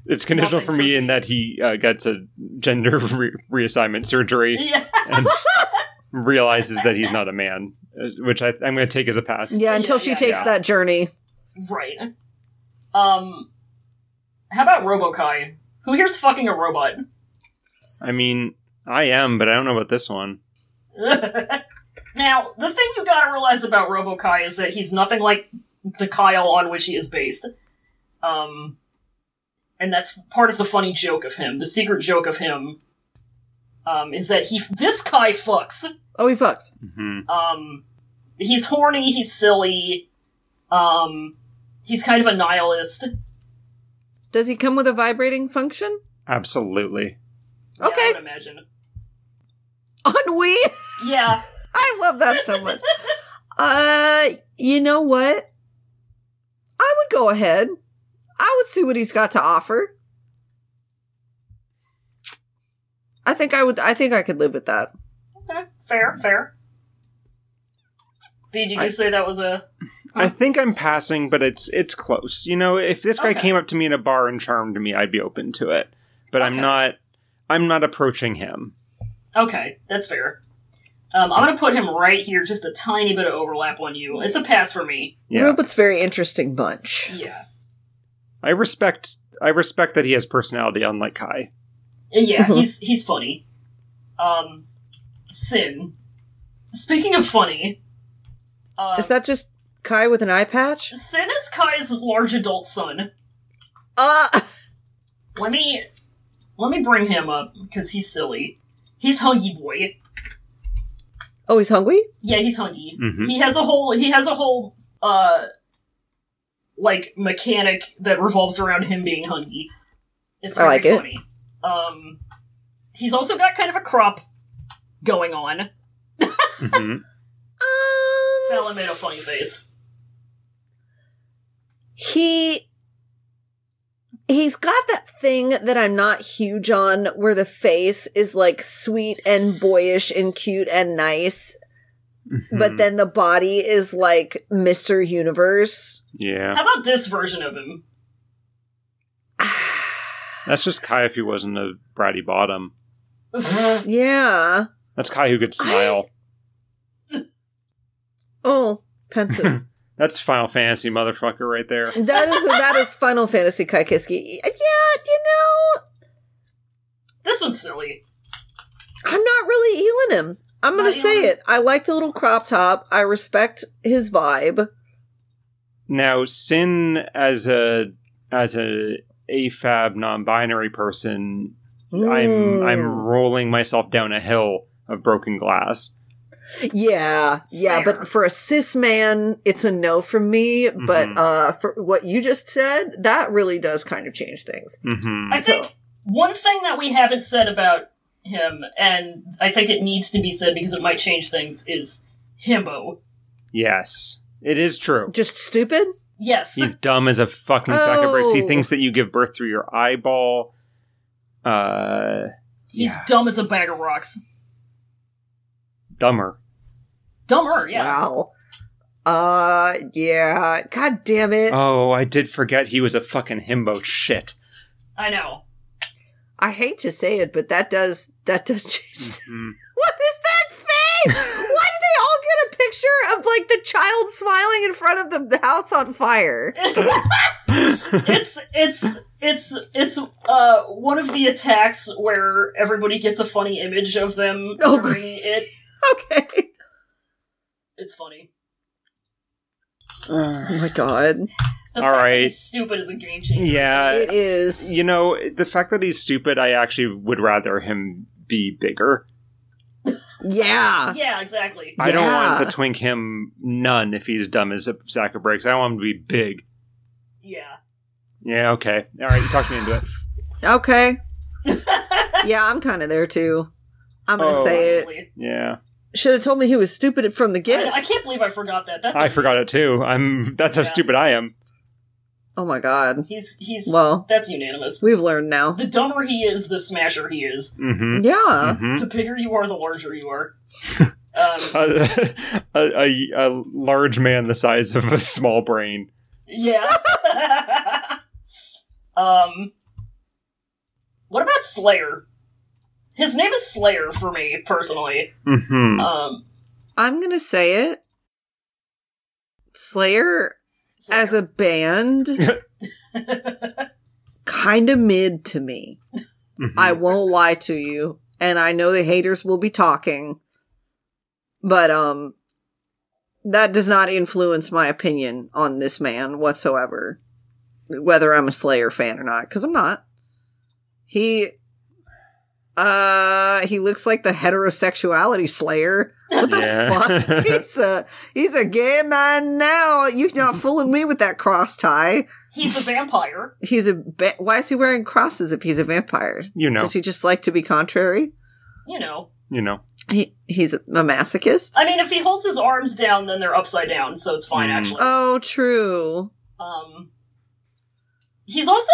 S4: It's conditional
S3: Nothing
S4: for
S3: for
S4: me in that he uh, gets a gender (laughs) re- reassignment surgery
S3: Yeah. (laughs)
S4: and realizes that he's not a man, uh, which I, I'm going to take as a pass.
S5: Yeah, until
S3: Yeah,
S5: she
S3: yeah,
S5: takes
S4: yeah.
S5: that journey.
S3: Right. Um, how about Robokai? Who here's fucking a robot?
S4: I mean, I am, but I don't know about this one.
S3: now, the thing you gotta realize about Robokai is that he's nothing like the Kyle on which he is based. Um, and that's part of the funny joke of him. The secret joke of him um, is that he this Kai fucks.
S5: Oh, he fucks.
S4: hmm
S3: Um, he's horny. He's silly. Um, he's kind of a nihilist.
S5: Does he come with a vibrating function? (laughs)
S4: Absolutely.
S3: Yeah, I
S5: Okay.
S3: would imagine.
S5: Ennui.
S3: Yeah.
S5: (laughs) I love that so much. uh, you know what? I would go ahead. I would see what he's got to offer. I think I would. I think I could live with that.
S3: Okay, Eh, fair, fair. B, did you
S4: I-
S3: say that was a?
S4: I think I'm passing, but it's it's close. You know, if this guy
S3: Okay.
S4: came up to me in a bar and charmed me, I'd be open to it. But I'm
S3: Okay.
S4: not. I'm not approaching him.
S3: Okay, that's fair. Um, I'm gonna put him right here, just a tiny bit of overlap on you. It's a pass for me.
S4: Yeah,
S5: Robot's very interesting bunch.
S3: Yeah,
S4: I respect. I respect that he has personality, unlike Kai.
S3: and yeah,
S5: Mhm.
S3: he's he's funny. Um, Sin. Speaking of funny, um,
S5: Is that just Kai with an eye patch?
S3: Sin is Kai's large adult son.
S5: Uh, (laughs)
S3: Let me let me bring him up because he's silly. He's hungy boy.
S5: oh, he's hungry.
S3: Yeah, he's hungry.
S4: Mhm.
S3: He has a whole he has a whole uh like mechanic that revolves around him being hungry. It's
S5: I
S3: very
S5: like it.
S3: funny. Um he's also got kind of a crop going on.
S4: Mhm.
S5: Um,
S3: Fallon made a funny face.
S5: he he's got that thing that I'm not huge on where the face is like sweet and boyish and cute and nice, but
S4: Mhm.
S5: then the body is like Mr. Universe.
S4: (laughs)
S5: (sighs)
S4: yeah,
S3: How about this version of
S5: (laughs)
S3: him?
S4: that's just Kai if he wasn't a bratty bottom.
S5: yeah.
S4: That's Kai who could smile.
S5: Oh,
S4: (laughs)
S5: pensive.
S4: That's Final Fantasy motherfucker right there.
S5: that is that is Final Fantasy Kai Kiski. Yeah, you know,
S3: this one's silly.
S5: I'm not really ealing him. I'm gonna
S3: Not
S5: say
S3: ealing.
S5: it. I like the little crop top. I respect his vibe.
S4: Now, Sin as a as a AFAB non-binary person, I'm I'm
S5: Mm.
S4: rolling myself down a hill of broken glass.
S5: Yeah, yeah,
S3: Fair.
S5: but for a cis man, it's a no from me. But
S3: Mm-hmm.
S4: Mhm.
S5: uh, for what you just said, that really does kind of change things.
S4: hmm
S3: I think
S5: So-
S3: one thing that we haven't said about him, and I think it needs to be said because it might change things, is himbo.
S4: Yes, it is true.
S5: Just stupid.
S3: Yes.
S4: He's dumb as a fucking sack of bricks. He
S5: Oh.
S4: thinks that you give birth through your eyeball. Uh,
S3: He's
S4: Yeah.
S3: dumb as a bag of rocks.
S4: dumber.
S3: Dumber, yeah.
S5: Wow. Uh, yeah. God damn it.
S4: Oh, I did forget he was a fucking himbo. Shit.
S3: I know.
S5: I hate to say it, but that does that does (laughs) change.
S4: Mhm.
S5: what is
S3: (laughs)
S5: that face? Why did they all get a picture of like the child smiling in front of the, the house on
S3: (laughs)
S5: fire?
S3: it's it's it's it's uh one of the attacks where everybody gets a funny image of them
S5: (laughs) Oh,
S3: during
S5: great.
S3: it.
S5: Okay.
S3: It's funny.
S5: Oh my god.
S3: The
S4: All
S3: fact that
S4: right.
S3: he's stupid is a game changer.
S4: (laughs) yeah,
S5: it is.
S4: you know the fact that he's stupid. I actually would rather him be bigger.
S5: Yeah.
S3: Yeah, exactly.
S4: I don't
S5: Yeah.
S4: want to twink him none if he's dumb as a sack of bricks. I want him to be big.
S3: Yeah.
S4: Yeah, okay. All right, you talked me into it.
S3: (laughs)
S5: Okay. yeah, I'm kind of there too. I'm gonna
S4: Oh.
S5: say it.
S4: Yeah,
S5: Should have told me he was stupid from the
S3: I,
S5: get.
S3: I can't believe I forgot that. That's
S4: I forgot it too. I'm that's how
S3: Yeah.
S4: stupid I am.
S5: Oh my god.
S3: He's he's
S5: Well,
S3: that's unanimous.
S5: we've learned now.
S3: The dumber he is, the smasher he is.
S4: Mm-hmm.
S5: Yeah.
S4: hmm
S3: The bigger you are, the larger you
S4: (laughs)
S3: are. Um,
S4: A, a, a, a large man the size of a small brain.
S3: Yeah. (laughs) um, What about Slayer? His name is Slayer for me personally.
S4: hmm
S5: Uh,
S3: Um,
S5: I'm gonna say it. Slayer
S3: Slayer.
S5: as
S3: (laughs)
S5: a band kind of mid to me.
S4: Mm-hmm.
S5: I won't lie to you, and I know the haters will be talking, but um, that does not influence my opinion on this man whatsoever, whether I'm a Slayer fan or not, because I'm not. He, uh, he looks like the heterosexuality Slayer. What the
S4: Yeah.
S5: fuck? He's a he's a gay man now. You're not fooling me with that cross tie.
S3: he's a vampire.
S5: He's a ba- why is he wearing crosses if he's a vampire?
S4: (laughs) you know,
S5: Does he just like to be contrary?
S3: You know,
S4: you know.
S5: He he's a masochist.
S3: I mean, if he holds his arms down, then they're upside down, so it's fine
S4: Mm.
S3: actually.
S5: Oh, true.
S3: Um, he's also.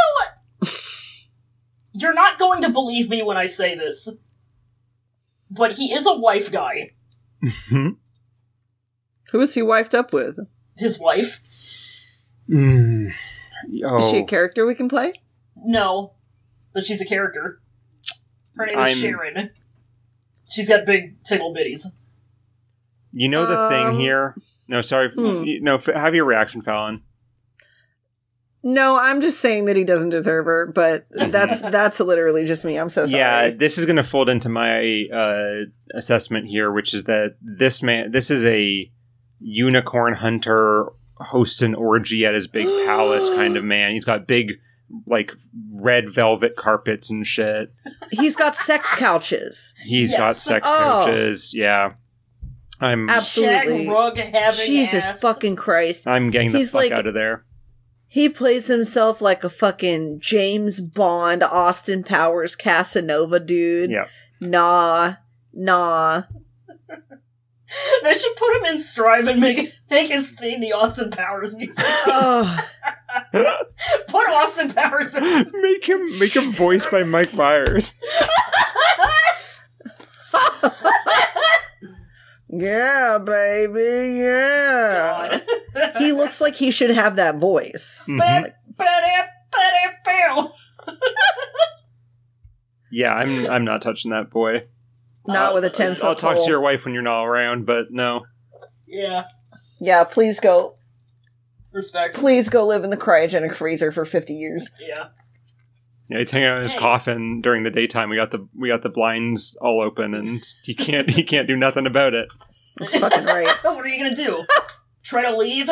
S3: You're not going to believe me when I say this, but he is a wife guy.
S5: Who is he wifed up with?
S3: His wife?
S4: Mm.
S5: Is she a
S4: Oh,
S5: character we can play?
S3: No, but she's a character. Her name is
S4: I'm-
S3: Sharon. She's got big tickle bitties.
S4: you know the
S5: Um,
S4: thing here. No, sorry.
S5: hmm.
S4: You- No, f- have your reaction, Fallon.
S5: No, I'm just saying that he doesn't deserve her, but
S4: (laughs)
S5: that's that's literally just me. I'm so sorry.
S4: Yeah, this is going to fold into my uh, assessment here, which is that this man, this is a unicorn hunter, hosts an orgy at his
S5: (gasps)
S4: big palace kind of man. He's got big, like red velvet carpets and shit.
S5: He's got sex couches.
S4: He's
S3: Yes.
S4: got sex
S5: Oh.
S4: coaches. Yeah, I'm.
S5: Absolutely.
S3: Shag rug having
S5: Jesus
S3: ass.
S5: fucking Christ.
S4: I'm getting the
S5: He's
S4: fuck
S5: like-
S4: out of there.
S5: He plays himself like a fucking James Bond, Austin Powers, Casanova dude. (laughs)
S4: Yeah.
S5: Nah, nah. (laughs)
S3: They should put him in Strive and make make his theme the Austin Powers music. (laughs)
S5: Ugh.
S3: put Austin Powers
S4: Uh,
S3: in.
S4: make him make him voiced by Mike (laughs) Myers.
S5: yeah, baby, yeah.
S3: God.
S5: he looks like he should have that voice.
S4: Mhm.
S3: Ba- ba-da- ba-da- bow.
S4: Yeah, I'm I'm not touching that boy.
S5: Not
S3: Uh,
S5: with a 10 foot
S4: I'll talk to your wife when you're not around, but no.
S3: Yeah,
S5: Yeah, please go.
S3: respect.
S5: Please go live in the cryogenic freezer for 50 years.
S3: Yeah.
S4: Yeah, he's hanging out in his
S3: Hey.
S4: coffin during the daytime. We got the we got the blinds all open, and he can't he can't do nothing about it.
S5: That's fucking (laughs) right.
S3: Oh, What are you gonna do? Try to leave?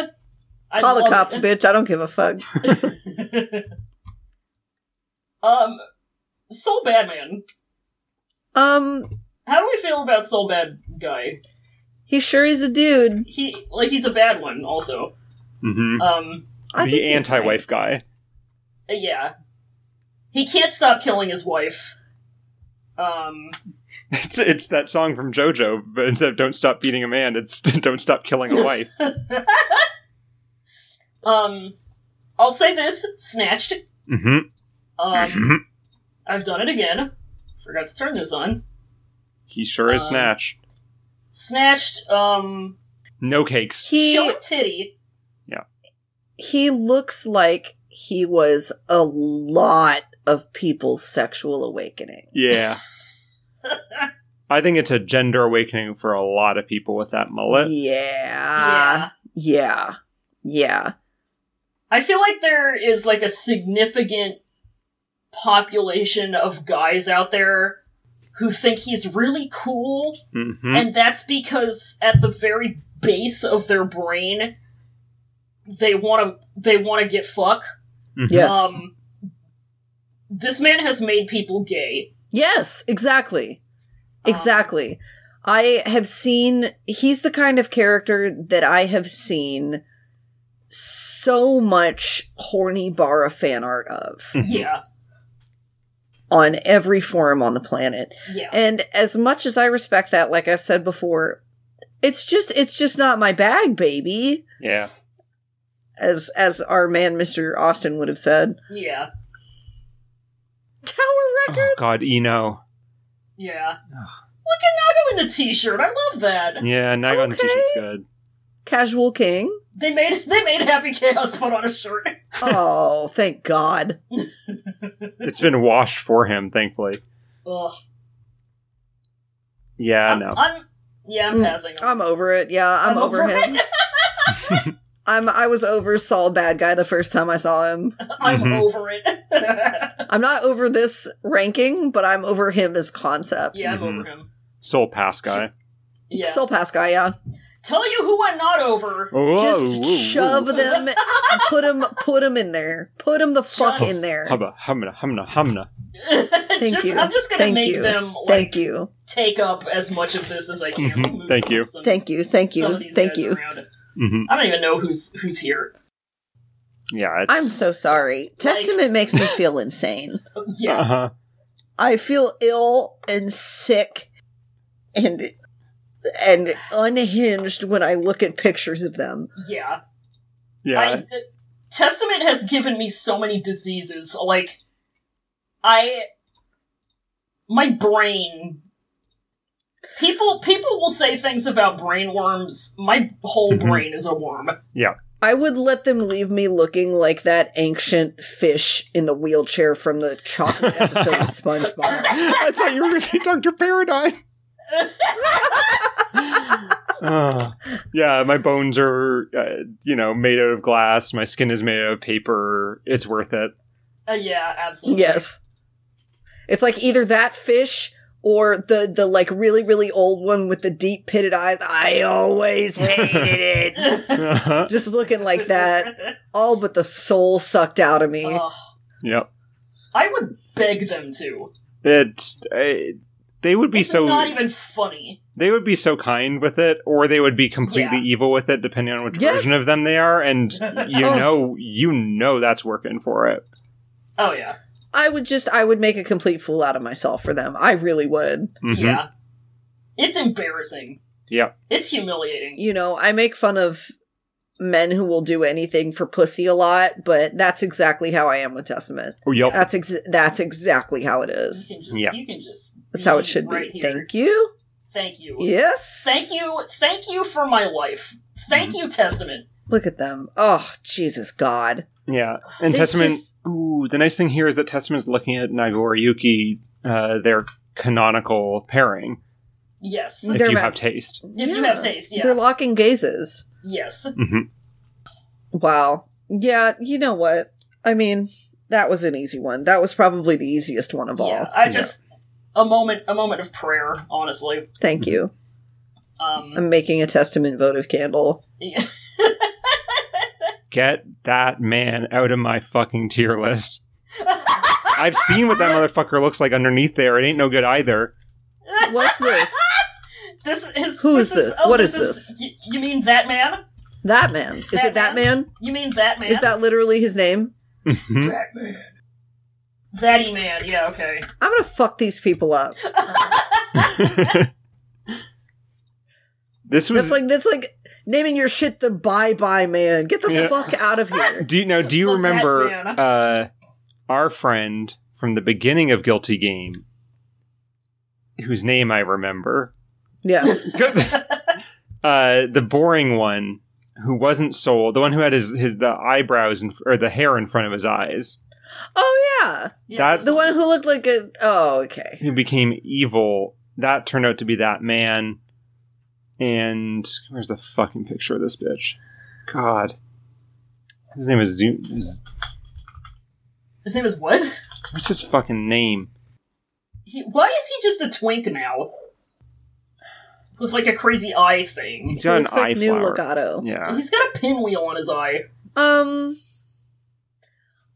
S3: I
S5: Call the
S3: love
S5: cops,
S3: it.
S5: bitch. I don't give a fuck.
S3: Um, Soul Badman.
S5: Um,
S3: How do we feel about Soul Bad Guy?
S5: he sure is a dude.
S3: He like he's a bad one also.
S4: hmm
S3: Um,
S5: I
S4: the
S5: think he's
S4: anti-wife
S5: nice.
S4: guy. (laughs)
S3: Uh, yeah. He can't stop killing his wife. Um,
S4: It's it's that song from JoJo, but instead of "Don't stop beating a man," it's (laughs) "Don't stop killing a
S5: (laughs)
S4: wife."
S3: um, I'll say this: snatched.
S4: hmm Mm-hmm.
S3: Um, I've done it again. Forgot to turn this on.
S4: He sure is
S3: Um,
S4: snatched.
S3: Snatched. Um,
S4: No cakes.
S5: He
S3: short titty.
S5: he looks like he was a lot of people's sexual awakening. (laughs)
S4: Yeah. (laughs) I think it's a gender awakening for a lot of people with that mullet.
S5: Yeah.
S3: yeah.
S5: Yeah. Yeah.
S3: I feel like there is like a significant population of guys out there who think he's really cool,
S4: hmm
S3: and that's because at the very base of their brain, they want to they want to get fuck.
S5: Yes.
S3: Um, this man has made people
S4: (laughs)
S3: gay.
S5: Yes, exactly.
S3: Um,
S5: Exactly. I have seen, he's the kind of character that I have seen so much horny bara fan art of
S4: Hmm.
S3: yeah,
S5: on every forum on the planet.
S3: yeah,
S5: And as much as I respect that, like I've said before, it's just, it's just not my bag, baby.
S4: Yeah.
S5: As, as our man, Mr. Austin would have said.
S3: yeah,
S5: Tower
S4: Oh,
S5: Records?
S4: God, Eno.
S3: yeah.
S4: Ah.
S3: Look at Nago in the t-shirt. I love that.
S4: Yeah, Nagon
S5: Okay.
S4: T-shirt's good.
S5: Casual King?
S4: (laughs)
S3: (laughs) They made they made Happy Chaos put on a shirt.
S5: oh, thank God.
S4: It's been washed for him, thankfully.
S3: Ugh.
S4: Yeah,
S3: I'm,
S4: no.
S3: I'm yeah, I'm
S5: Mm.
S3: passing. on.
S5: I'm over it. Yeah,
S3: I'm
S5: I'm, over,
S3: over
S5: him.
S3: (laughs)
S5: I'm I was over Saul Bad Guy the first time I saw him.
S3: I'm
S4: Mhm.
S3: over it. (laughs) yeah,
S5: I'm not over this ranking, but I'm over him as concept.
S3: I'm
S4: Mhm.
S3: over him.
S4: Soul pass guy.
S3: Yeah.
S5: Still pass guy, yeah.
S3: Tell you who I'm not over. (laughs)
S4: Whoa,
S5: Just
S4: Oh, whoa, whoa.
S5: shove them, put them, put them in there, put them the fuck
S3: Just-
S5: in there.
S4: Hubba, humna, humna, humna.
S3: Thank
S5: you.
S3: I'm just gonna
S5: Thank
S3: make
S5: you.
S3: them like
S5: Thank you,
S3: take up as much of this as I can.
S4: Mhm.
S3: Move
S4: Thank
S3: some-
S4: you.
S3: some-
S5: thank you, thank
S3: some of
S5: you,
S3: these
S5: thank
S3: guys
S5: you.
S3: around.
S4: hmm
S3: I don't even know who's who's here.
S4: Yeah, it's.
S5: I'm
S3: (laughs)
S5: so sorry. Testament makes me feel insane.
S3: Oh, Yeah.
S4: Uh-huh.
S5: I feel ill and sick, and and unhinged when I look at pictures of them.
S3: Yeah.
S4: Yeah.
S3: I, Testament has given me so many diseases. Like, I, my brain. People people will say things about brain worms. My whole
S4: Mhm.
S3: brain is a worm.
S5: I would let them leave me looking like that ancient fish in the wheelchair from the chocolate episode
S4: (laughs)
S5: of SpongeBob.
S4: I thought you were going to say Dr. Paradigm. Uh, yeah, my bones are, uh, you know, made out of glass. My skin is made out of paper. It's worth it.
S3: Uh, yeah, absolutely.
S5: Yes. It's like either that fish or the the like really really old one with the deep pitted eyes. I always hated it.
S4: Uh-huh.
S5: Just looking
S3: (laughs)
S5: like that, all but the soul sucked out of me.
S3: Ugh.
S4: Yep.
S3: I would beg them to.
S4: It's. Uh, they would be
S3: It's
S4: so.
S3: not even funny.
S4: they would be so kind with it, or they would be completely evil with it, depending on which
S5: Yes.
S4: version of them they are.
S3: (laughs)
S4: And you
S5: Oh.
S4: know, you know that's working for it.
S3: Oh yeah,
S5: I would just I would make a complete fool out of myself for them. I really would.
S4: Mhm.
S3: yeah. It's embarrassing.
S4: Yeah.
S3: It's humiliating.
S5: You know, I make fun of men who will do anything for pussy a lot, but that's exactly how I am with Testament.
S4: Oh, yep.
S5: That's ex- that's exactly how it is.
S3: You can just,
S4: Yeah.
S3: you can just
S5: That's how it
S3: leave
S5: should
S3: Mm, right
S5: be.
S3: here.
S5: Thank you.
S3: Thank you.
S5: Yes.
S3: Thank you. Thank you for my life. Thank
S5: Mm-hmm.
S3: you, Testament.
S5: Look at them. Oh, Jesus God.
S4: Yeah, and
S5: It's
S4: Testament.
S5: just-
S4: Ooh, the nice thing here is that Testament's looking at Nagori Yuki, uh, their canonical pairing.
S3: Yes.
S5: Mm.
S4: If
S5: They're
S4: you
S5: ma-
S4: have taste,
S3: If you
S5: Yeah.
S3: have taste, yeah.
S5: They're locking gazes.
S3: yes.
S4: hmm
S5: Wow. Yeah, you know what? I mean, that was an easy one. That was probably the easiest one of all.
S3: Yeah. I
S4: Yeah.
S3: just a moment a moment of prayer, honestly.
S5: Thank you.
S3: Mm-hmm. (laughs) Um
S5: I'm making a testament votive candle.
S4: get that man out of my fucking tier list. I've seen what that motherfucker looks like underneath there. It ain't no good either.
S5: What's this?
S3: (laughs) this is
S5: Who is
S3: this?
S5: this?
S3: oh,
S5: What
S3: this
S5: is
S3: is- y- you mean that man?
S5: That man. Is it that man?
S3: You mean that man?
S5: Is that literally his name?
S4: Mhm.
S3: Batman? Thatty man, yeah, okay.
S5: I'm gonna fuck these people up.
S4: (laughs) this was
S5: That's like that's like naming your shit the bye bye man. Get the
S4: Yeah.
S5: fuck out of here.
S4: Do you now? Do you
S3: Fuck that
S4: remember
S3: man.
S4: uh, our friend from the beginning of Guilty Game, whose name I remember?
S5: Yes. (laughs)
S4: uh, the boring one who wasn't sold, the one who had his, his the eyebrows in, or the hair in front of his eyes,
S5: Oh yeah.
S3: Yeah,
S4: That's-
S5: The one who looked like a Oh, okay.
S4: who became evil. That turned out to be that man. And where's the fucking picture of this bitch? God, his name is Zoom. is-
S3: his name is what?
S4: What's his fucking name?
S3: He, why is he just a twink now? With like a crazy eye thing.
S4: He's got
S5: he
S4: an
S5: looks
S4: eye
S5: like new
S4: flower.
S5: Legato.
S4: Yeah.
S3: He's got a pinwheel on his eye.
S5: Um,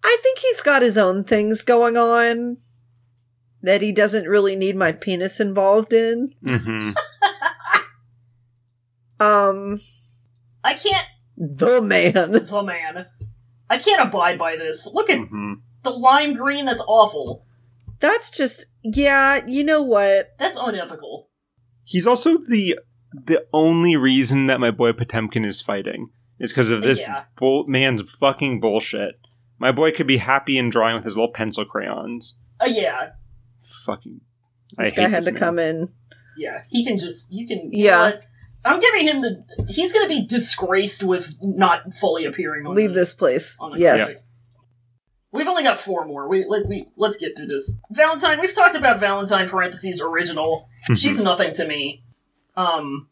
S5: I think he's got his own things going on that he doesn't really need my penis involved in.
S4: Mm-hmm.
S5: Um,
S3: I can't.
S5: the man. (laughs)
S3: The man. I can't abide by this. Look at
S4: hmm
S3: the lime green. That's awful.
S5: That's just, yeah, you know what?
S3: That's unethical.
S4: He's also the the only reason that my boy Potemkin is fighting is because of this
S3: Yeah.
S4: bull- man's fucking bullshit. My boy could be happy and drawing with his little pencil crayons.
S3: Uh, yeah,
S4: Fucking,
S5: This
S4: I
S5: guy
S4: hate
S5: had
S4: this (laughs)
S5: to
S4: man.
S5: come in.
S3: yeah. He can just. You can.
S5: Yeah.
S3: what? I'm giving him the. He's going to be disgraced with not fully appearing. On
S5: Leave
S3: the-
S5: this place.
S3: on the
S5: Yes.
S3: card. We've only got four more. We let we let's get through this. Valentine. We've talked about Valentine parentheses original.
S4: Mm-hmm.
S3: She's nothing to me. Um,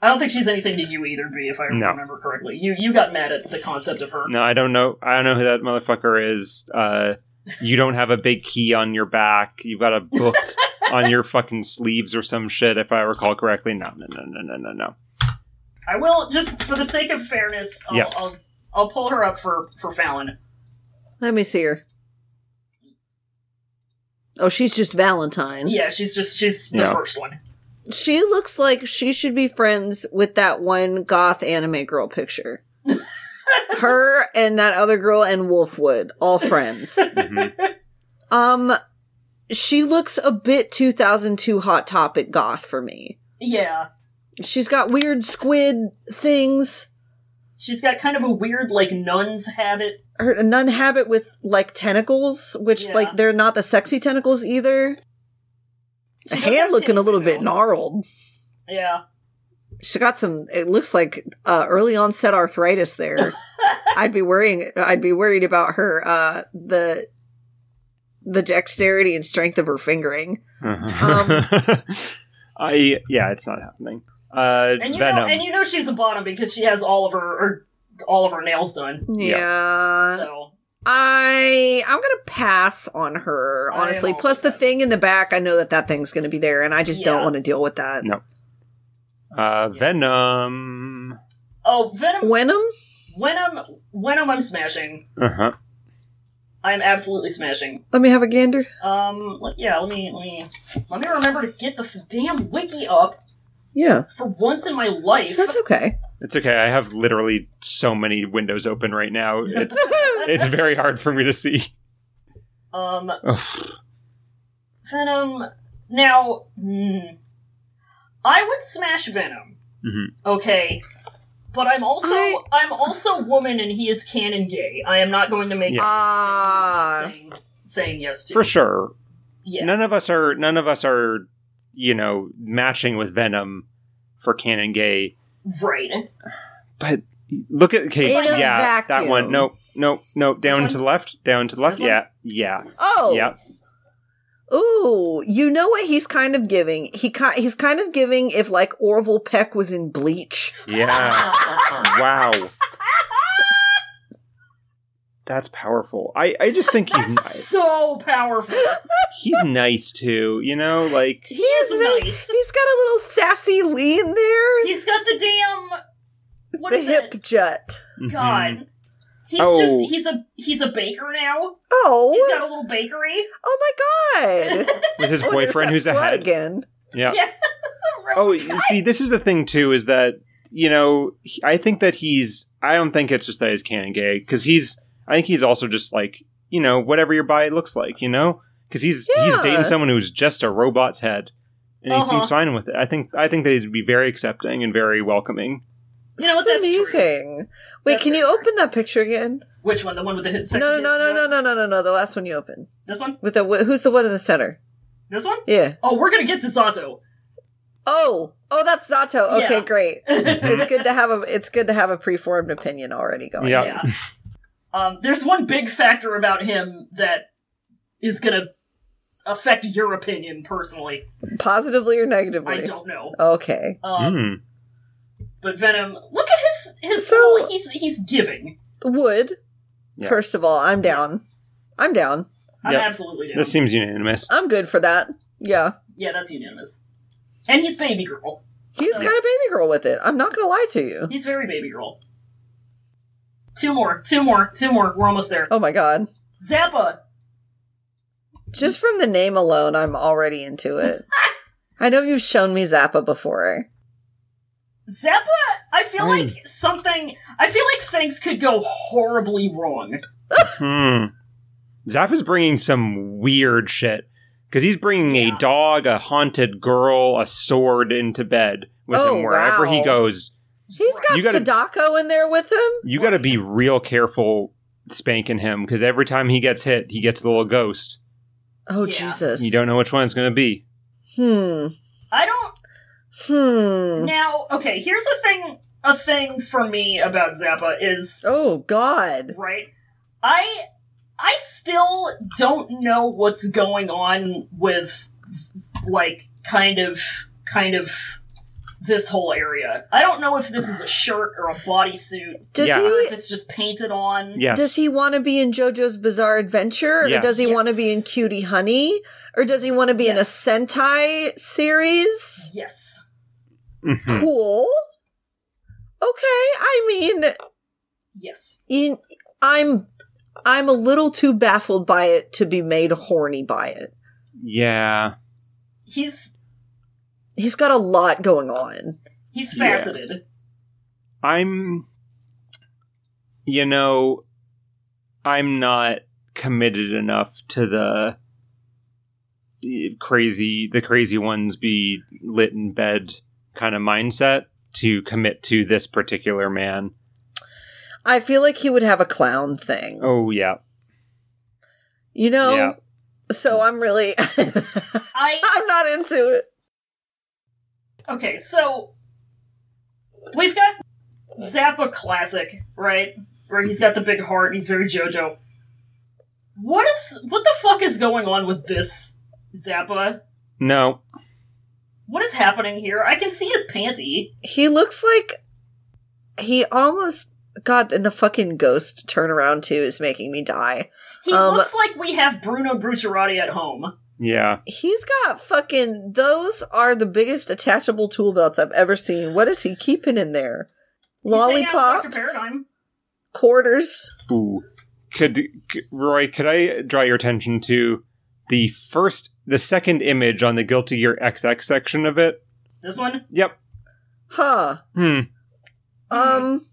S3: I don't think she's anything to you either, B. If I
S4: No.
S3: remember correctly, you you got mad at the concept of her.
S4: No, I don't know. I don't know who that motherfucker is. Uh, you don't have a big key on your back. You've got a
S5: (laughs)
S4: book on your fucking sleeves or some shit, if I recall correctly. No, no, no, no, no, no, no.
S3: I will just for the sake of fairness. I'll,
S4: Yes.
S3: I'll, I'll pull her up for for Fallon.
S5: Let me see her. Oh, she's just Valentine.
S3: Yeah, she's just she's the
S4: Mm-hmm. Yeah.
S3: first one.
S5: She looks like she should be friends with that one goth anime
S3: (laughs)
S5: girl picture. Her and that other girl and Wolfwood,
S3: (laughs)
S5: all friends.
S4: Mhm.
S5: Mm-hmm. Um, she looks a bit 2002 Hot Topic goth for me.
S3: Yeah,
S5: She's got weird squid things.
S3: she's got kind of a weird like nun's habit.
S5: Her a nun habit with like tentacles, which
S3: Yeah.
S5: like they're not the sexy tentacles either.
S3: She
S5: A
S3: does have
S5: hand looking a
S3: titties,
S5: little
S3: though.
S5: bit gnarled.
S3: Yeah.
S5: She got some. It looks like uh, early onset arthritis
S3: (laughs)
S5: there. I'd be worrying. I'd be worried about her. Uh, the the dexterity and strength of her fingering. Um,
S4: (laughs) I yeah, it's not happening. Uh,
S3: And you know,
S4: Venom.
S3: and you know she's a bottom because she has all of her or all of her nails done.
S4: Yeah.
S5: yeah.
S3: So
S5: I I'm gonna pass on her
S3: I am
S5: honestly.
S3: also
S5: Plus the
S3: gonna-
S5: thing in the back, I know that that thing's gonna be there, and I just don't
S3: Yeah.
S5: want to deal with that.
S4: No. uh, Venom.
S3: oh, Venom.
S5: Wenham,
S3: When I'm when I'm, I'm smashing.
S4: Uh huh.
S3: I'm absolutely smashing.
S5: let me have a gander.
S3: Um, let- yeah. Let me let me let me remember to get the f- damn wiki up
S5: Yeah,
S3: for once in my life.
S5: that's okay.
S4: It's okay. I have literally so many windows open right now. It's it's very hard for me to see.
S3: um,
S4: Ugh.
S3: Venom. Now, mm, I would smash Venom.
S4: Mhm.
S3: Okay. But I'm also
S5: I-
S3: I... am also woman and he is canon gay. I am not going to make
S4: Yeah.
S5: Ah,
S3: saying, saying yes to
S4: For sure.
S3: yeah.
S4: None of us are none of us are, you know, matching with Venom for canon gay.
S3: Right.
S4: But look at okay,
S5: In a
S4: yeah, that
S5: vacuum.
S4: one. Nope, nope, nope. Down
S3: one?
S4: to the left, down to the left.
S3: This one?
S4: Yeah, yeah,
S5: oh,
S4: yeah.
S5: Ooh, you know what he's kind of giving? He ki- he's kind of giving if like Orville Peck was
S3: (laughs)
S5: in Bleach.
S4: Yeah. wow. That's powerful. I, I just think he's nice.
S3: So powerful.
S4: He's nice too, you know, like
S3: He is
S5: Isn't he?
S3: nice.
S5: He's got a little sassy lean there.
S3: He's got the damn what
S5: the
S3: is
S5: hip
S3: that?
S5: jut.
S4: mhm.
S3: God. He's
S4: Oh.
S3: just he's a he's a baker now.
S5: Oh,
S3: He's got a little bakery.
S5: oh
S3: (laughs)
S5: my god!
S4: mm-hmm, with his
S5: Oh, there's
S4: boyfriend
S5: that
S4: who's
S5: slut
S4: ahead.
S5: again.
S4: Yeah.
S3: Yeah.
S4: Oh, you see, this is the thing too is that you know he- I think that he's I don't think it's just that he's canon gay because he's I think he's also just like you know whatever your body looks like you know because he's he's
S5: Yeah.
S4: dating someone who's just a robot's head and he
S3: Uh-huh.
S4: seems fine with it. I think I think they'd be very accepting and very welcoming.
S3: You know what
S5: That's,
S3: Oh, that's true.
S5: amazing. Wait,
S3: That's
S5: can you
S3: very
S5: open that picture again?
S3: Which one? The one with the hit
S5: No,
S3: sex?
S5: no, no, no, no, no, no, no, no. The last one you open
S3: This one?
S5: with the wh- who's the one in the center?
S3: This one?
S5: Yeah.
S3: Oh, we're gonna get to Zato.
S5: Oh, oh, that's Zato. Okay,
S3: Yeah. (laughs)
S5: great.
S3: yeah.
S5: It's good to have a it's good to have a preformed opinion already going.
S4: Yeah.
S5: in.
S3: Um, there's one big factor about him that is gonna affect your opinion personally.
S5: positively or negatively.
S3: I don't know.
S5: Okay.
S3: Um,
S4: Mm.
S3: But Venom, look at his his
S5: So-
S3: whole- he's he's giving.
S5: Wood.
S4: Yeah.
S5: First of all, I'm down. I'm down.
S3: I'm
S4: Yeah.
S3: absolutely down.
S4: This seems unanimous.
S5: I'm good for that. Yeah.
S3: yeah, that's unanimous. And he's baby girl.
S5: He's kind of baby girl with it. I'm not gonna lie to you.
S3: He's very baby girl. Two more, two more, two more. We're almost there.
S5: Oh my god.
S3: Zappa.
S5: Just from the name alone, I'm already
S3: (laughs)
S5: into it. I know you've shown me Zappa before.
S3: Zappa, I feel
S4: Mm.
S3: like something. I feel like things could go horribly wrong.
S4: Hmm. Zap is bringing some weird shit because he's bringing
S3: Yeah.
S4: a dog, a haunted girl, a sword into bed with
S5: Oh,
S4: him wherever he
S5: wow.
S4: goes.
S5: He's got
S4: You gotta-
S5: Sadako in there with him.
S4: You got to be real careful spanking him because every time he gets hit, he gets a little ghost.
S5: Oh
S3: Yeah.
S5: Jesus!
S4: You don't know which one it's going to be.
S5: Hmm.
S3: I don't.
S5: Hmm.
S3: Now, okay, here's a thing a thing for me about Zappa is
S5: Oh God.
S3: right. I I still don't know what's going on with like kind of kind of this whole area. I don't know if this is a shirt or a bodysuit,
S5: Does
S4: Yeah.
S5: he?
S3: if it's just painted on.
S4: Yes.
S5: Does he want to be in JoJo's Bizarre Adventure, or
S4: Yes.
S5: does he want to be in
S3: Yes.
S5: Cutie Honey, or does he want to be in a
S3: Yes.
S5: Sentai series?
S3: Yes.
S4: Mhm.
S5: Cool. Okay, I mean,
S3: Yes.
S5: in, I'm I'm a little too baffled by it to be made horny by it.
S4: Yeah.
S3: He's
S5: He's got a lot going on.
S3: he's
S4: Yeah.
S3: faceted.
S4: I'm, you know, I'm not committed enough to the eh, crazy, the crazy ones be lit in bed kind of mindset to commit to this particular man.
S5: I feel like he would have a clown thing.
S4: Oh, yeah.
S5: You know?
S4: Yeah.
S5: So I'm really (laughs) I'm
S3: I
S5: (laughs) not into it.
S3: Okay, so we've got Zappa classic, right? Where he's got the big heart and he's very JoJo. What is what the fuck is going on with this Zappa?
S4: No.
S3: What is happening here? I can see his panty.
S5: He looks like he almost God, and the fucking ghost turnaround too is making me die.
S3: He
S5: Um,
S3: looks like we have Bruno Brucerati at home.
S4: Yeah.
S5: He's got fucking those are the biggest attachable tool belts I've ever seen. What is he keeping in there?
S3: He's hanging out with Dr.
S5: Lollipops,
S3: Paradigm.
S5: quarters.
S4: Ooh. Could c- Roy? Could I draw your attention to the first, the second image on the guilty year XX section of it?
S3: This one.
S4: Yep.
S5: Huh.
S4: Hmm.
S5: Um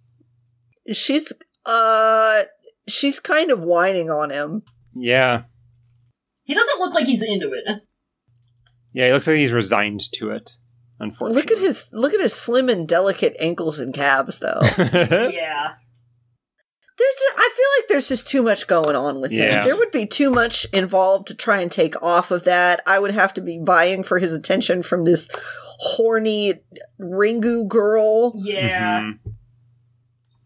S5: she's uh she's kind of whining on him.
S4: Yeah.
S3: He doesn't look like he's into it.
S4: Yeah, he looks like he's resigned to it. Unfortunately,
S5: Look
S4: (laughs)
S5: at his look at his slim and delicate ankles and calves though.
S4: his.
S3: Yeah.
S5: There's, ju- I feel like there's just too much going on with
S4: Yeah.
S5: him. There would be too much involved to try and take off of that. I would have to be vying for his attention from this horny Ringu girl.
S3: Yeah.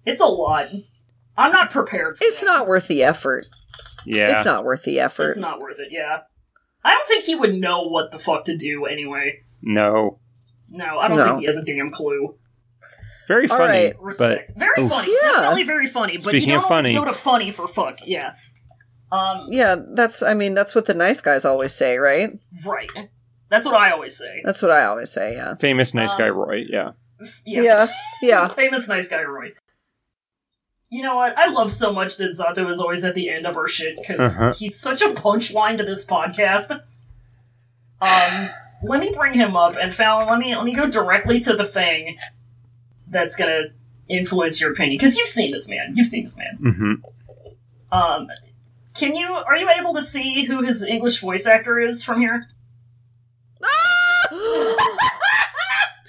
S3: It's a lot. I'm not prepared for
S5: It's
S3: that.
S5: not worth the effort.
S4: Yeah.
S5: It's not worth the effort.
S3: It's not worth it, yeah. I don't think he would know what the fuck to do anyway.
S4: no.
S3: No, I don't
S5: No.
S3: think he has a damn clue.
S4: Very
S5: All
S4: funny,
S5: right.
S4: but
S3: Respect. very
S4: oof.
S3: funny.
S5: Yeah.
S3: Definitely very funny, but
S4: Speaking
S3: you
S4: of
S3: don't always
S4: funny.
S3: go to funny for fuck, yeah. Um,
S5: Yeah, that's. I mean, that's what the nice guys always say, right?
S3: right. That's what I always say.
S5: That's what I always say. Yeah.
S4: famous nice guy
S3: Um,
S4: Roy. Yeah.
S3: Yeah.
S5: Yeah.
S3: (laughs)
S5: Yeah.
S3: Famous nice guy Roy. You know what? I love so much that Zato is always at the end of our shit because
S4: Uh-huh.
S3: he's such a punchline to this podcast. Um, let me bring him up and Fallon. Let me let me go directly to the thing that's gonna influence your opinion because you've seen this man. You've seen this man.
S4: hmm
S3: Um, can you? Are you able to see who his English voice actor is from here?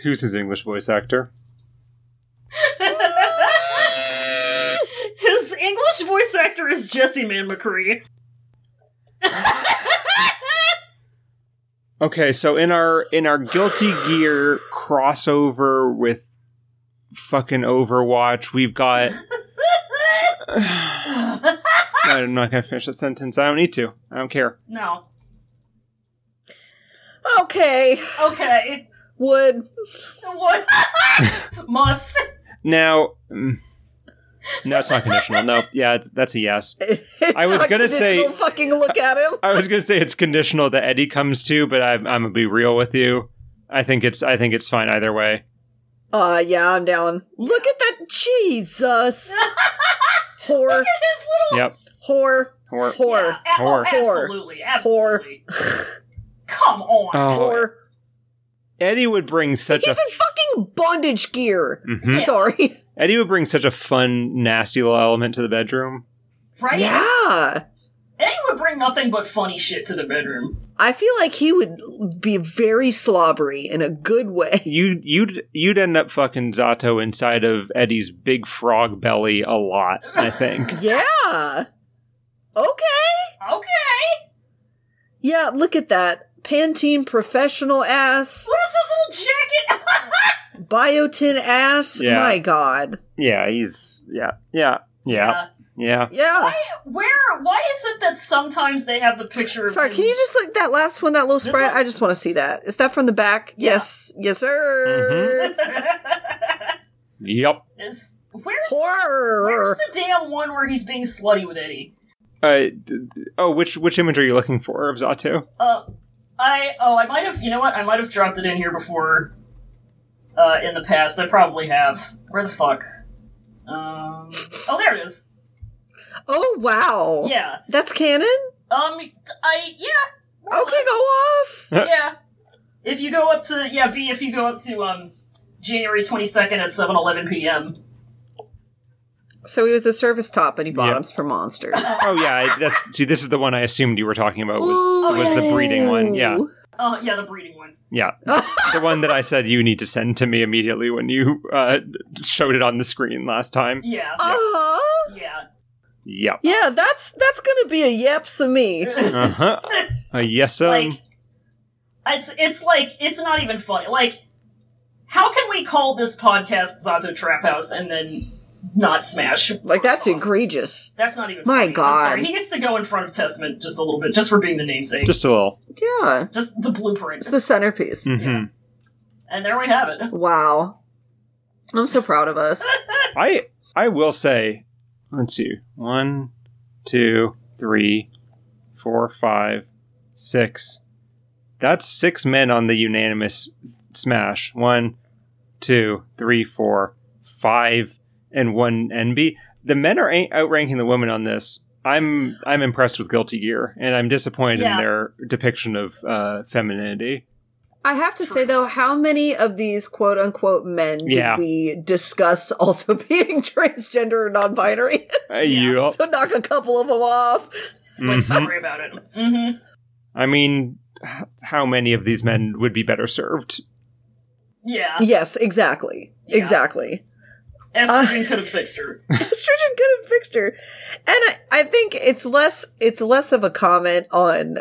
S4: Who's his English voice actor?
S3: His English voice actor is Jesse Man McCree.
S4: Okay, so in our in our Guilty Gear crossover with fucking Overwatch,
S3: (laughs)
S4: we've got. I'm not gonna finish that sentence. I don't need to. I don't care.
S3: (sighs) No.
S5: okay.
S3: Okay.
S5: Would
S3: (laughs) What? Must.
S4: Now, mm, no, it's not conditional. No, yeah, that's a yes.
S5: (laughs) It's
S4: I was
S5: not
S4: gonna say-
S5: conditional. fucking look at him.
S4: I was gonna say it's conditional that Eddie comes to, but I'm, I'm gonna be real with you. I think it's I think it's fine either way.
S5: Uh yeah, I'm down. Look at that
S3: (laughs)
S5: Jesus. whore,
S3: His little
S4: Yep.
S5: whore,
S4: Or
S5: whore,
S3: Yeah, a- oh,
S4: Whore.
S3: absolutely, absolutely. Come on.
S4: oh,
S5: whore.
S4: Eddie would bring such a
S5: He's in fucking bondage gear.
S4: Mhm.
S5: Sorry.
S4: Eddie would bring such a fun, nasty little element to the bedroom.
S3: Right?
S5: Yeah.
S3: Eddie would bring nothing but funny shit to the bedroom.
S5: I feel like he would be very slobbery in a
S3: (laughs)
S5: good way.
S4: You you'd you'd end up fucking Zato inside of Eddie's big frog belly a lot. I think.
S5: (laughs) Yeah. Okay.
S3: Okay.
S5: Yeah, look at that. Pantene professional ass,
S3: What is this little jacket? (laughs)
S5: biotin ass.
S4: Yeah.
S5: My God.
S4: Yeah, he's yeah, yeah, yeah, yeah.
S5: Yeah.
S3: Where? Why is it that sometimes they have the picture? Of
S5: Sorry,
S3: him-
S5: can you just like that last one, that little sprite?
S3: one?
S5: I just want to see that. Is that from the back?
S3: Yeah. Mm-hmm.
S5: Yes. Yes, sir.
S4: Yep.
S3: (laughs) Is- where's where's
S5: Horror.
S3: the damn one where he's being slutty with Eddie?
S4: Uh, d- d- oh, which which image are you looking for of Zato?
S3: Uh, I oh I might have you know what I might have dropped it in here before. Uh, in the past, I probably have. Where the fuck? Um, oh, there it is.
S5: Oh, wow.
S3: Yeah.
S5: That's canon?
S3: Um, I yeah
S5: Okay, go off.
S3: yeah. If you go up to yeah B, if you go up to um January twenty second at seven eleven p.m.
S5: So he was a service top and he
S4: Yeah.
S5: bottoms for monsters.
S4: Oh yeah, I- that's see. This is the one I assumed you were talking about was
S5: Ooh.
S4: was the breeding one. Yeah,
S3: Oh yeah, the breeding one.
S4: yeah,
S3: (laughs)
S4: the one that I said you need to send to me immediately when you uh, showed it on the screen last time.
S3: Yeah,
S5: Uh-huh.
S3: yeah. (laughs)
S4: Yep.
S5: Yeah, that's that's gonna be a yeps of me.
S4: Uh huh. Uh, yes, um.
S3: like it's it's like it's not even funny. Like how can we call this podcast Zato Trap House and then not smash? (laughs)
S5: Like that's
S3: Fuck off.
S5: egregious.
S3: That's not even.
S5: My
S3: funny. I'm
S5: God.
S3: sorry. he gets to go in front of Testament just a little bit, just for being the namesake, just,
S4: just a little.
S5: Yeah.
S3: the blueprint,
S5: It's the centerpiece.
S4: hmm
S3: Yeah. and there we have it.
S5: Wow. I'm so proud of us.
S4: I I will say, let's see, one, two, three, four, five, six. That's six men on the unanimous smash. One, two, three, four, five, and one NB. The men are an- outranking the women on this. I'm I'm impressed with Guilty Gear, and I'm disappointed
S3: Yeah.
S4: in their depiction of uh, femininity.
S5: I have to say though, how many of these quote unquote men did
S4: Yeah.
S5: we discuss also (laughs) being transgender or non binary?
S4: Uh,
S3: (laughs) Yeah. (laughs)
S4: yup.
S5: so knock a couple of them off.
S3: Like,
S4: Mhm.
S3: sorry about it. Mm-hmm.
S4: I mean, h- how many of these men would be better served
S5: (laughs)
S3: Yeah,
S5: Yes, exactly.
S3: Yeah.
S5: Exactly. (laughs)
S3: estrogen could have fixed her.
S5: estrogen could have fixed her. And I, I think it's less it's less of a comment on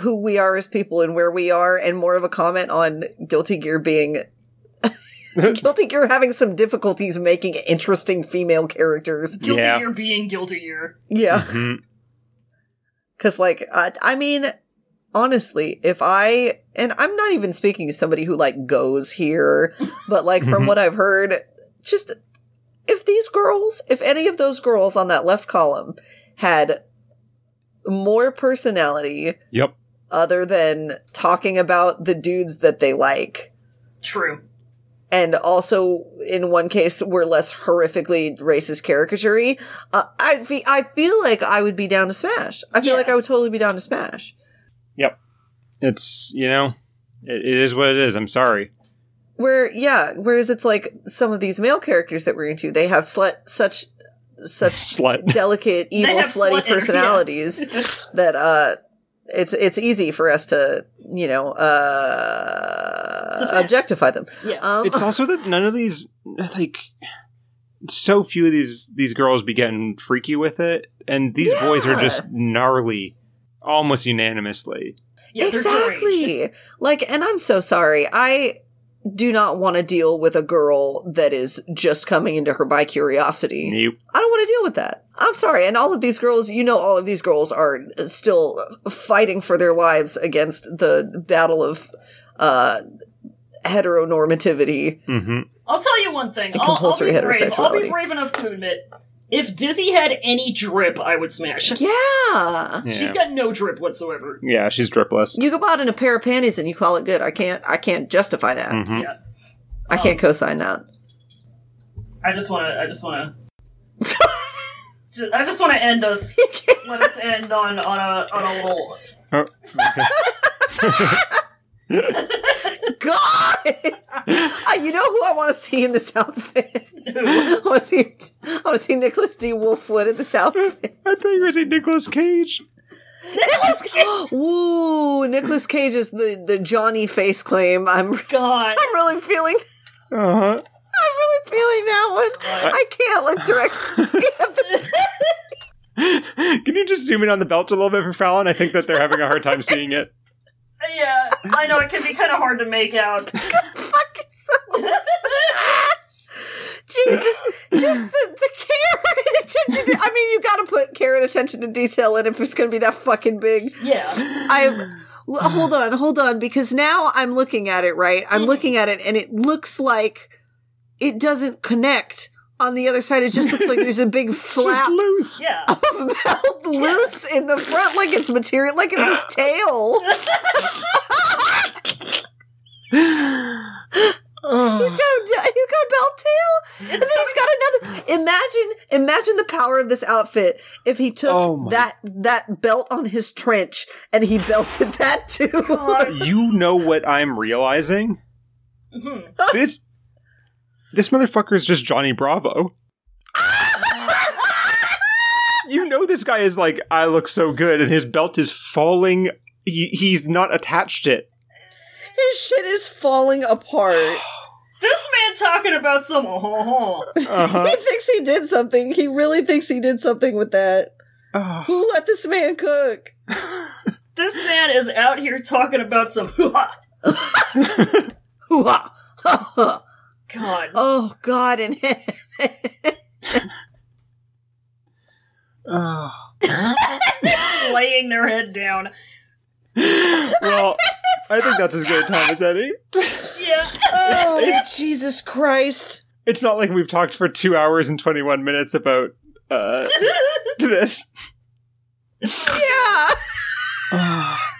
S5: who we are as people and where we are, and more of a comment on Guilty Gear being Guilty Gear having some difficulties making interesting female characters.
S3: Guilty
S4: Yeah.
S3: year being guilty year.
S5: Yeah,
S4: Mhm.
S5: because like I, I mean, honestly, if I and I'm not even speaking to somebody who like goes here, but like from
S4: Mhm.
S5: what I've heard, just if these girls, if any of those girls on that left column had more personality
S4: Yep.
S5: other than talking about the dudes that they like
S3: True.
S5: and also in one case were less horrifically racist caricature uh, I, fe- I feel like i would be down to smash i feel
S3: Yeah.
S5: like i would totally be down to smash
S4: It's you know, it, it is what it is. I'm sorry.
S5: where yeah whereas it's like some of these male characters that we're into they have slut such
S3: (laughs)
S5: such
S4: Slut.
S5: delicate evil
S3: have
S5: slutty
S3: slut- yeah. (laughs)
S5: personalities that uh it's it's easy for us to you know
S3: To
S5: uh
S3: smash.
S5: objectify them
S3: Yeah.
S5: um
S4: It's also that none of these like so few of these these girls be getting freaky with it, and these boys are
S5: Yeah.
S4: just gnarly, almost unanimously.
S3: yeah they're deranged.
S5: exactly like and i'm so sorry i do not want to deal with a girl that is just coming into her by curiosity
S4: Nope.
S5: I don't want to deal with that. I'm sorry. And all of these girls, you know, all of these girls are still fighting for their lives against the battle of uh, heteronormativity.
S4: hmm
S3: I'll tell you one thing.
S5: And
S3: I'll, I'll, be
S5: compulsory
S3: brave. I'll be
S5: heterosexuality.
S3: brave enough to admit, if Dizzy had any drip, I would smash.
S5: Yeah.
S4: Yeah.
S3: She's got no drip whatsoever.
S4: yeah, she's dripless.
S5: You go out in a pair of panties and you call it good. I can't. I can't justify that.
S4: hmm
S3: Yeah.
S5: I can't co-sign that. (laughs)
S3: I just want to. I just want to. I just want to end
S5: (laughs)
S3: us. let us end on on a on a little.
S4: Oh, okay.
S5: God, Uh, you know who I want to see in this outfit? (laughs) I want to see. I want to see Nicholas D. Wolfwood in this (laughs) outfit.
S4: I thought you were saying Nicolas Cage.
S5: Nicholas, (laughs) ooh, Nicholas Cage is the the Johnny face claim. I'm (laughs)
S3: God.
S5: I'm really feeling.
S4: Uh (laughs) huh.
S5: I'm really feeling that one. I can't look directly at this.
S3: (laughs)
S4: Can you just zoom in on the belt a little bit for Fallon? I think that they're having a hard time seeing it.
S3: (laughs) Yeah, I know it can be kind of hard to make out.
S5: Fuck so- (laughs) Jesus, just the, the care and attention. To, I mean, you got to put care and attention to detail in if it's going to be that fucking big.
S3: Yeah,
S4: (sighs)
S5: I well, hold on, hold on, because now I'm looking at it. Right, I'm
S4: Hmm.
S3: Mhm.
S5: looking at it, and it looks like it doesn't connect on the other side. It just looks like there's a
S4: (laughs)
S5: big
S4: Just
S5: flap
S4: loose.
S5: (laughs)
S3: yeah.
S5: of mouth loose in the front, like it's material, like
S4: (gasps)
S5: it's his tail. He's got
S4: Uh.
S5: a, he's got a belt tail, and then he's got another. Imagine, imagine the power of this outfit if he took
S4: Oh my-
S5: that that belt on his trench and he (laughs) belted that too.
S4: you know what I'm realizing?
S3: Mhm.
S4: This this motherfucker is just Johnny Bravo. you know this guy is like, I look so good, and his belt is falling. He, he's not attached it.
S5: (laughs) his shit is falling apart.
S3: This man talking about some (laughs) oh, oh, oh.
S4: Uh-huh.
S5: (laughs) He thinks he did something. He really thinks he did something with that.
S4: Ah.
S5: Who let this man cook?
S3: This man is out here talking about some (laughs) hoo-ha.
S5: Hoo-ha. Ha-ha.
S3: God.
S5: uh, (laughs) oh God in heaven.
S4: Ah.
S3: laying their head down.
S4: well, I think that's as good a time as any.
S3: Yeah.
S4: (laughs)
S5: Oh Jesus Christ.
S4: It's not like we've talked for two hours and twenty-one minutes about uh, this.
S5: Yeah. (sighs)
S4: Ah.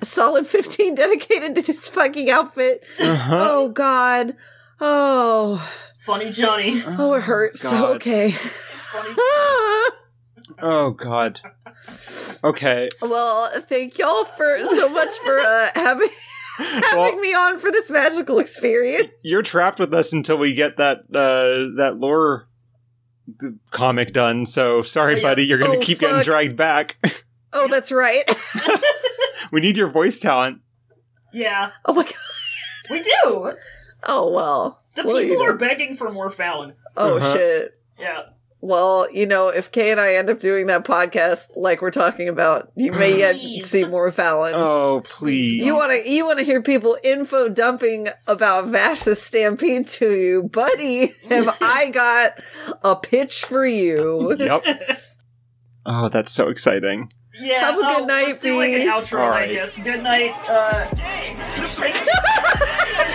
S5: A solid 15 dedicated to this fucking outfit.
S4: Uh-huh.
S5: Oh god. Oh.
S3: Funny
S5: (laughs)
S3: Johnny.
S5: Oh, it hurts.
S4: God.
S5: Okay. (laughs)
S3: Funny.
S4: Oh God. Okay.
S5: well, thank y'all for so much for uh, having (laughs) having
S4: Well-
S5: me on for this magical experience.
S4: You're trapped with us until we get that uh, that lore th- comic done. So
S3: Oh,
S4: sorry,
S3: yeah.
S4: buddy. You're gonna
S5: Oh,
S4: keep
S5: fuck.
S4: getting dragged back. (laughs)
S5: Oh, that's right. (laughs)
S4: we need your voice talent.
S3: Yeah,
S5: Oh my god.
S3: we do.
S5: Oh well.
S3: The
S5: Well, you
S3: people are
S5: know.
S3: begging for more Fallon.
S5: Oh
S4: Uh-huh.
S5: shit.
S3: Yeah.
S5: Well, you know, if Kay and I end up doing that podcast like we're talking about, you may yet
S3: Please.
S5: see more Fallon.
S4: Oh please.
S5: You want to you want to hear people info dumping about Vash's stampede to you, buddy? Have I got a pitch for you?
S4: Yep. (laughs) Oh, that's so exciting.
S3: Yeah.
S5: Have a good
S3: oh,
S5: night,
S3: let's do like an
S5: Bea.
S3: outro,
S4: All
S3: I
S4: right.
S3: guess. Good night. Uh,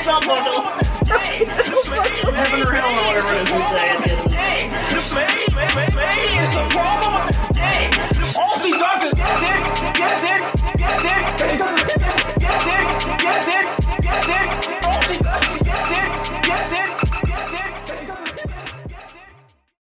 S3: Sunbundle.
S5: Fuck.
S3: Heaven or hell, or whatever it is we say at the end of